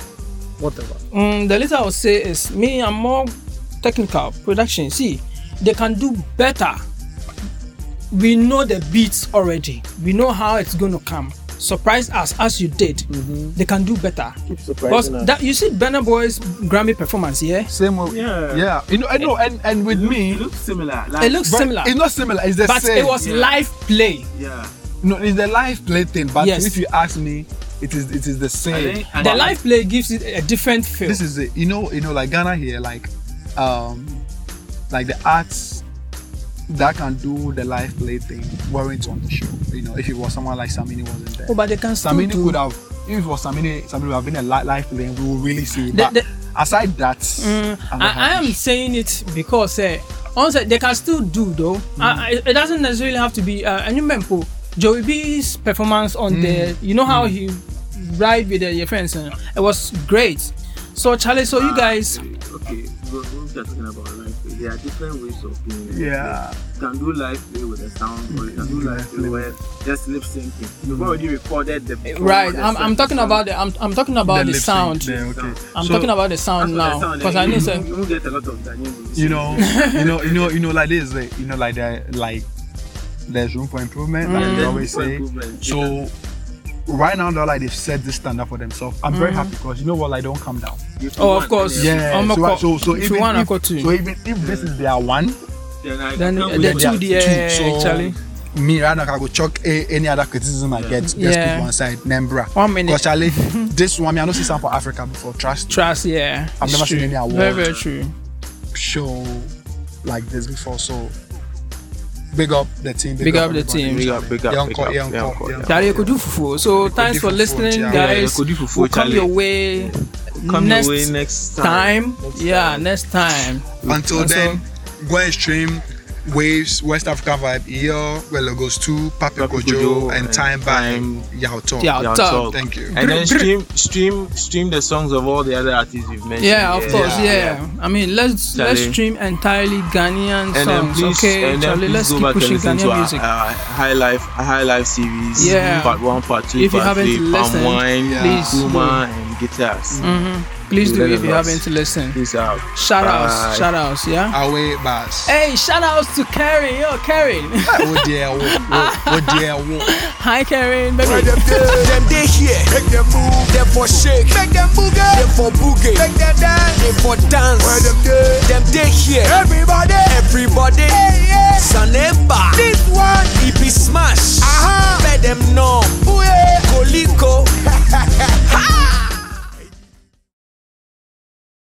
Speaker 1: whatever.
Speaker 2: mm, the little I would say is me. I'm more technical production. See, they can do better. We know the beats already. We know how it's going to come. Surprise us as you did.
Speaker 1: Mm-hmm.
Speaker 2: They can do better. Because that you see Burna Boy's Grammy performance, yeah.
Speaker 1: Same way.
Speaker 8: Yeah.
Speaker 1: Yeah. You know, I know, and and with me,
Speaker 8: It looks similar. Like,
Speaker 2: It looks
Speaker 1: but
Speaker 2: similar,
Speaker 1: It's not similar. It's the
Speaker 2: but
Speaker 1: same.
Speaker 2: it was live play.
Speaker 8: yeah.
Speaker 1: no, it's the live play thing. But
Speaker 2: Yes.
Speaker 1: if you ask me, it is it is the
Speaker 8: I
Speaker 1: same.
Speaker 8: think- I
Speaker 2: The
Speaker 8: think-
Speaker 2: live play gives it a different feel.
Speaker 1: this is it. You know, you know, like Ghana here, like, um, like the arts that can do the live play thing weren't on the show. You know, if it was someone like Samini wasn't there,
Speaker 2: Oh, but they can still
Speaker 1: Samini
Speaker 2: do.
Speaker 1: could have. If it was Samini, Samini would have been a li- live play, and we would really see. It.
Speaker 2: The-
Speaker 1: But
Speaker 2: the-
Speaker 1: aside that,
Speaker 2: Mm,
Speaker 1: I'm not
Speaker 2: I, I am
Speaker 1: happy.
Speaker 2: saying it because uh, also they can still do though.
Speaker 1: Mm.
Speaker 2: I- I- it doesn't necessarily have to be. Uh, and you remember Joey B's performance on
Speaker 1: Mm.
Speaker 2: the, you know how he ride with uh, your friends, uh, it was great. So Charlie, so you guys,
Speaker 3: Okay, when we are talking about life, there are different ways of doing it.
Speaker 1: Yeah, Mm-hmm.
Speaker 3: You can do live play with a sound, or you can do live play with just lip syncing. You've already recorded the
Speaker 2: right? I'm, I'm talking about the, I'm, I'm talking about the,
Speaker 1: lip sync
Speaker 2: sound.
Speaker 1: there, okay.
Speaker 2: I'm
Speaker 1: So,
Speaker 2: talking about the sound now because I know.
Speaker 3: so.
Speaker 2: Say,
Speaker 3: You will get a lot of Ghanaian musicians.
Speaker 1: you know, you know, you know, you know, like this, like, you know, like that, like there's room for improvement,
Speaker 2: Mm.
Speaker 1: like we
Speaker 3: There's
Speaker 1: always
Speaker 3: room for
Speaker 1: say.
Speaker 3: improvement.
Speaker 1: So right now, they're like they've set this standard for themselves. I'm very happy because you know what, like don't come down.
Speaker 3: If you
Speaker 2: oh,
Speaker 3: want,
Speaker 2: of course.
Speaker 1: Yeah.
Speaker 2: Mm. I'm a
Speaker 1: so,
Speaker 2: co-
Speaker 1: so, so
Speaker 2: if
Speaker 1: even
Speaker 2: you want, I
Speaker 1: if,
Speaker 2: go too.
Speaker 1: so even if this is their one,
Speaker 3: Then I
Speaker 2: then
Speaker 3: come with
Speaker 2: uh, the
Speaker 1: then
Speaker 2: two,
Speaker 1: they are
Speaker 2: there,
Speaker 1: two, so-
Speaker 2: Charlie.
Speaker 1: me right now I go chuck a, any other criticism I get. Just
Speaker 2: Yeah.
Speaker 1: put one side. Nembra.
Speaker 2: One minute.
Speaker 1: Because Charlie, this one, me I don't see some for Africa before. Trust.
Speaker 2: Trust, yeah.
Speaker 1: I've
Speaker 2: it's
Speaker 1: never
Speaker 2: true.
Speaker 1: seen any award.
Speaker 2: Very, very true.
Speaker 1: show like this before. So big up the team.
Speaker 2: Big up the
Speaker 1: everybody,
Speaker 2: team.
Speaker 1: Charlie.
Speaker 2: Big
Speaker 8: up, big up,
Speaker 1: Yeah,
Speaker 8: big
Speaker 1: uncle,
Speaker 8: up,
Speaker 1: yeah,
Speaker 8: yeah,
Speaker 1: uncle,
Speaker 8: uncle,
Speaker 1: yeah, uncle.
Speaker 2: Charlie Okudufufu. So thanks for
Speaker 1: Okudufufu,
Speaker 2: listening,
Speaker 1: yeah.
Speaker 2: guys.
Speaker 8: Yeah, Okudufufu,
Speaker 2: we'll come
Speaker 8: Charlie.
Speaker 2: your way
Speaker 8: Come
Speaker 2: next
Speaker 8: your way next time.
Speaker 2: time. yeah, next time.
Speaker 1: Until
Speaker 2: That's
Speaker 1: then, go and stream Waves, West Africa Vibe, EO, Where Logos 2, Papi
Speaker 8: Papi
Speaker 1: Kojo,
Speaker 8: Kojo,
Speaker 1: and
Speaker 8: and
Speaker 1: Time by
Speaker 8: Time-
Speaker 1: Yao Talk.
Speaker 2: Yeah,
Speaker 8: Yeah,
Speaker 2: talk.
Speaker 8: talk.
Speaker 1: Thank you.
Speaker 8: And then stream, stream, stream the songs of all the other artists you've mentioned.
Speaker 2: Yeah, of course. Yeah.
Speaker 1: Yeah.
Speaker 2: I mean, let's let's
Speaker 8: Charlie.
Speaker 2: stream entirely Ghanaian
Speaker 8: And then
Speaker 2: songs,
Speaker 8: please,
Speaker 2: okay?
Speaker 8: and then
Speaker 2: Charlie,
Speaker 8: please
Speaker 2: let's
Speaker 8: go
Speaker 2: keep
Speaker 8: back and
Speaker 2: pushing
Speaker 8: listen to
Speaker 2: Ghanaian
Speaker 8: our,
Speaker 2: music.
Speaker 8: our High Life, High Life series.
Speaker 2: Yeah.
Speaker 8: Part one, part two,
Speaker 2: If you
Speaker 8: part
Speaker 2: haven't
Speaker 8: three. Palm
Speaker 2: listened,
Speaker 8: wine,
Speaker 1: please
Speaker 8: Kuma, and guitars.
Speaker 2: Mhm. Please
Speaker 3: You
Speaker 2: do
Speaker 3: learn
Speaker 2: if
Speaker 3: a
Speaker 2: you
Speaker 3: lot.
Speaker 2: haven't listened.
Speaker 3: Peace out.
Speaker 2: Shout
Speaker 3: Bye.
Speaker 2: outs, shout outs, yeah.
Speaker 1: Away bars.
Speaker 2: Hey, shout outs to Karen. Yo, Karen.
Speaker 1: Oh dear, oh, oh, oh dear, oh.
Speaker 2: Hi, Karen.
Speaker 4: Where
Speaker 2: Baby.
Speaker 4: them dey? Them dey here. Make them move. Them for shake. Make them boogie. Them for boogie. Make them dance. Them for dance. Where them dey? Them dey here. Everybody. Everybody. Hey, yeah. Saneba. This one. EP smash. Aha. Let them know. Ooh, yeah.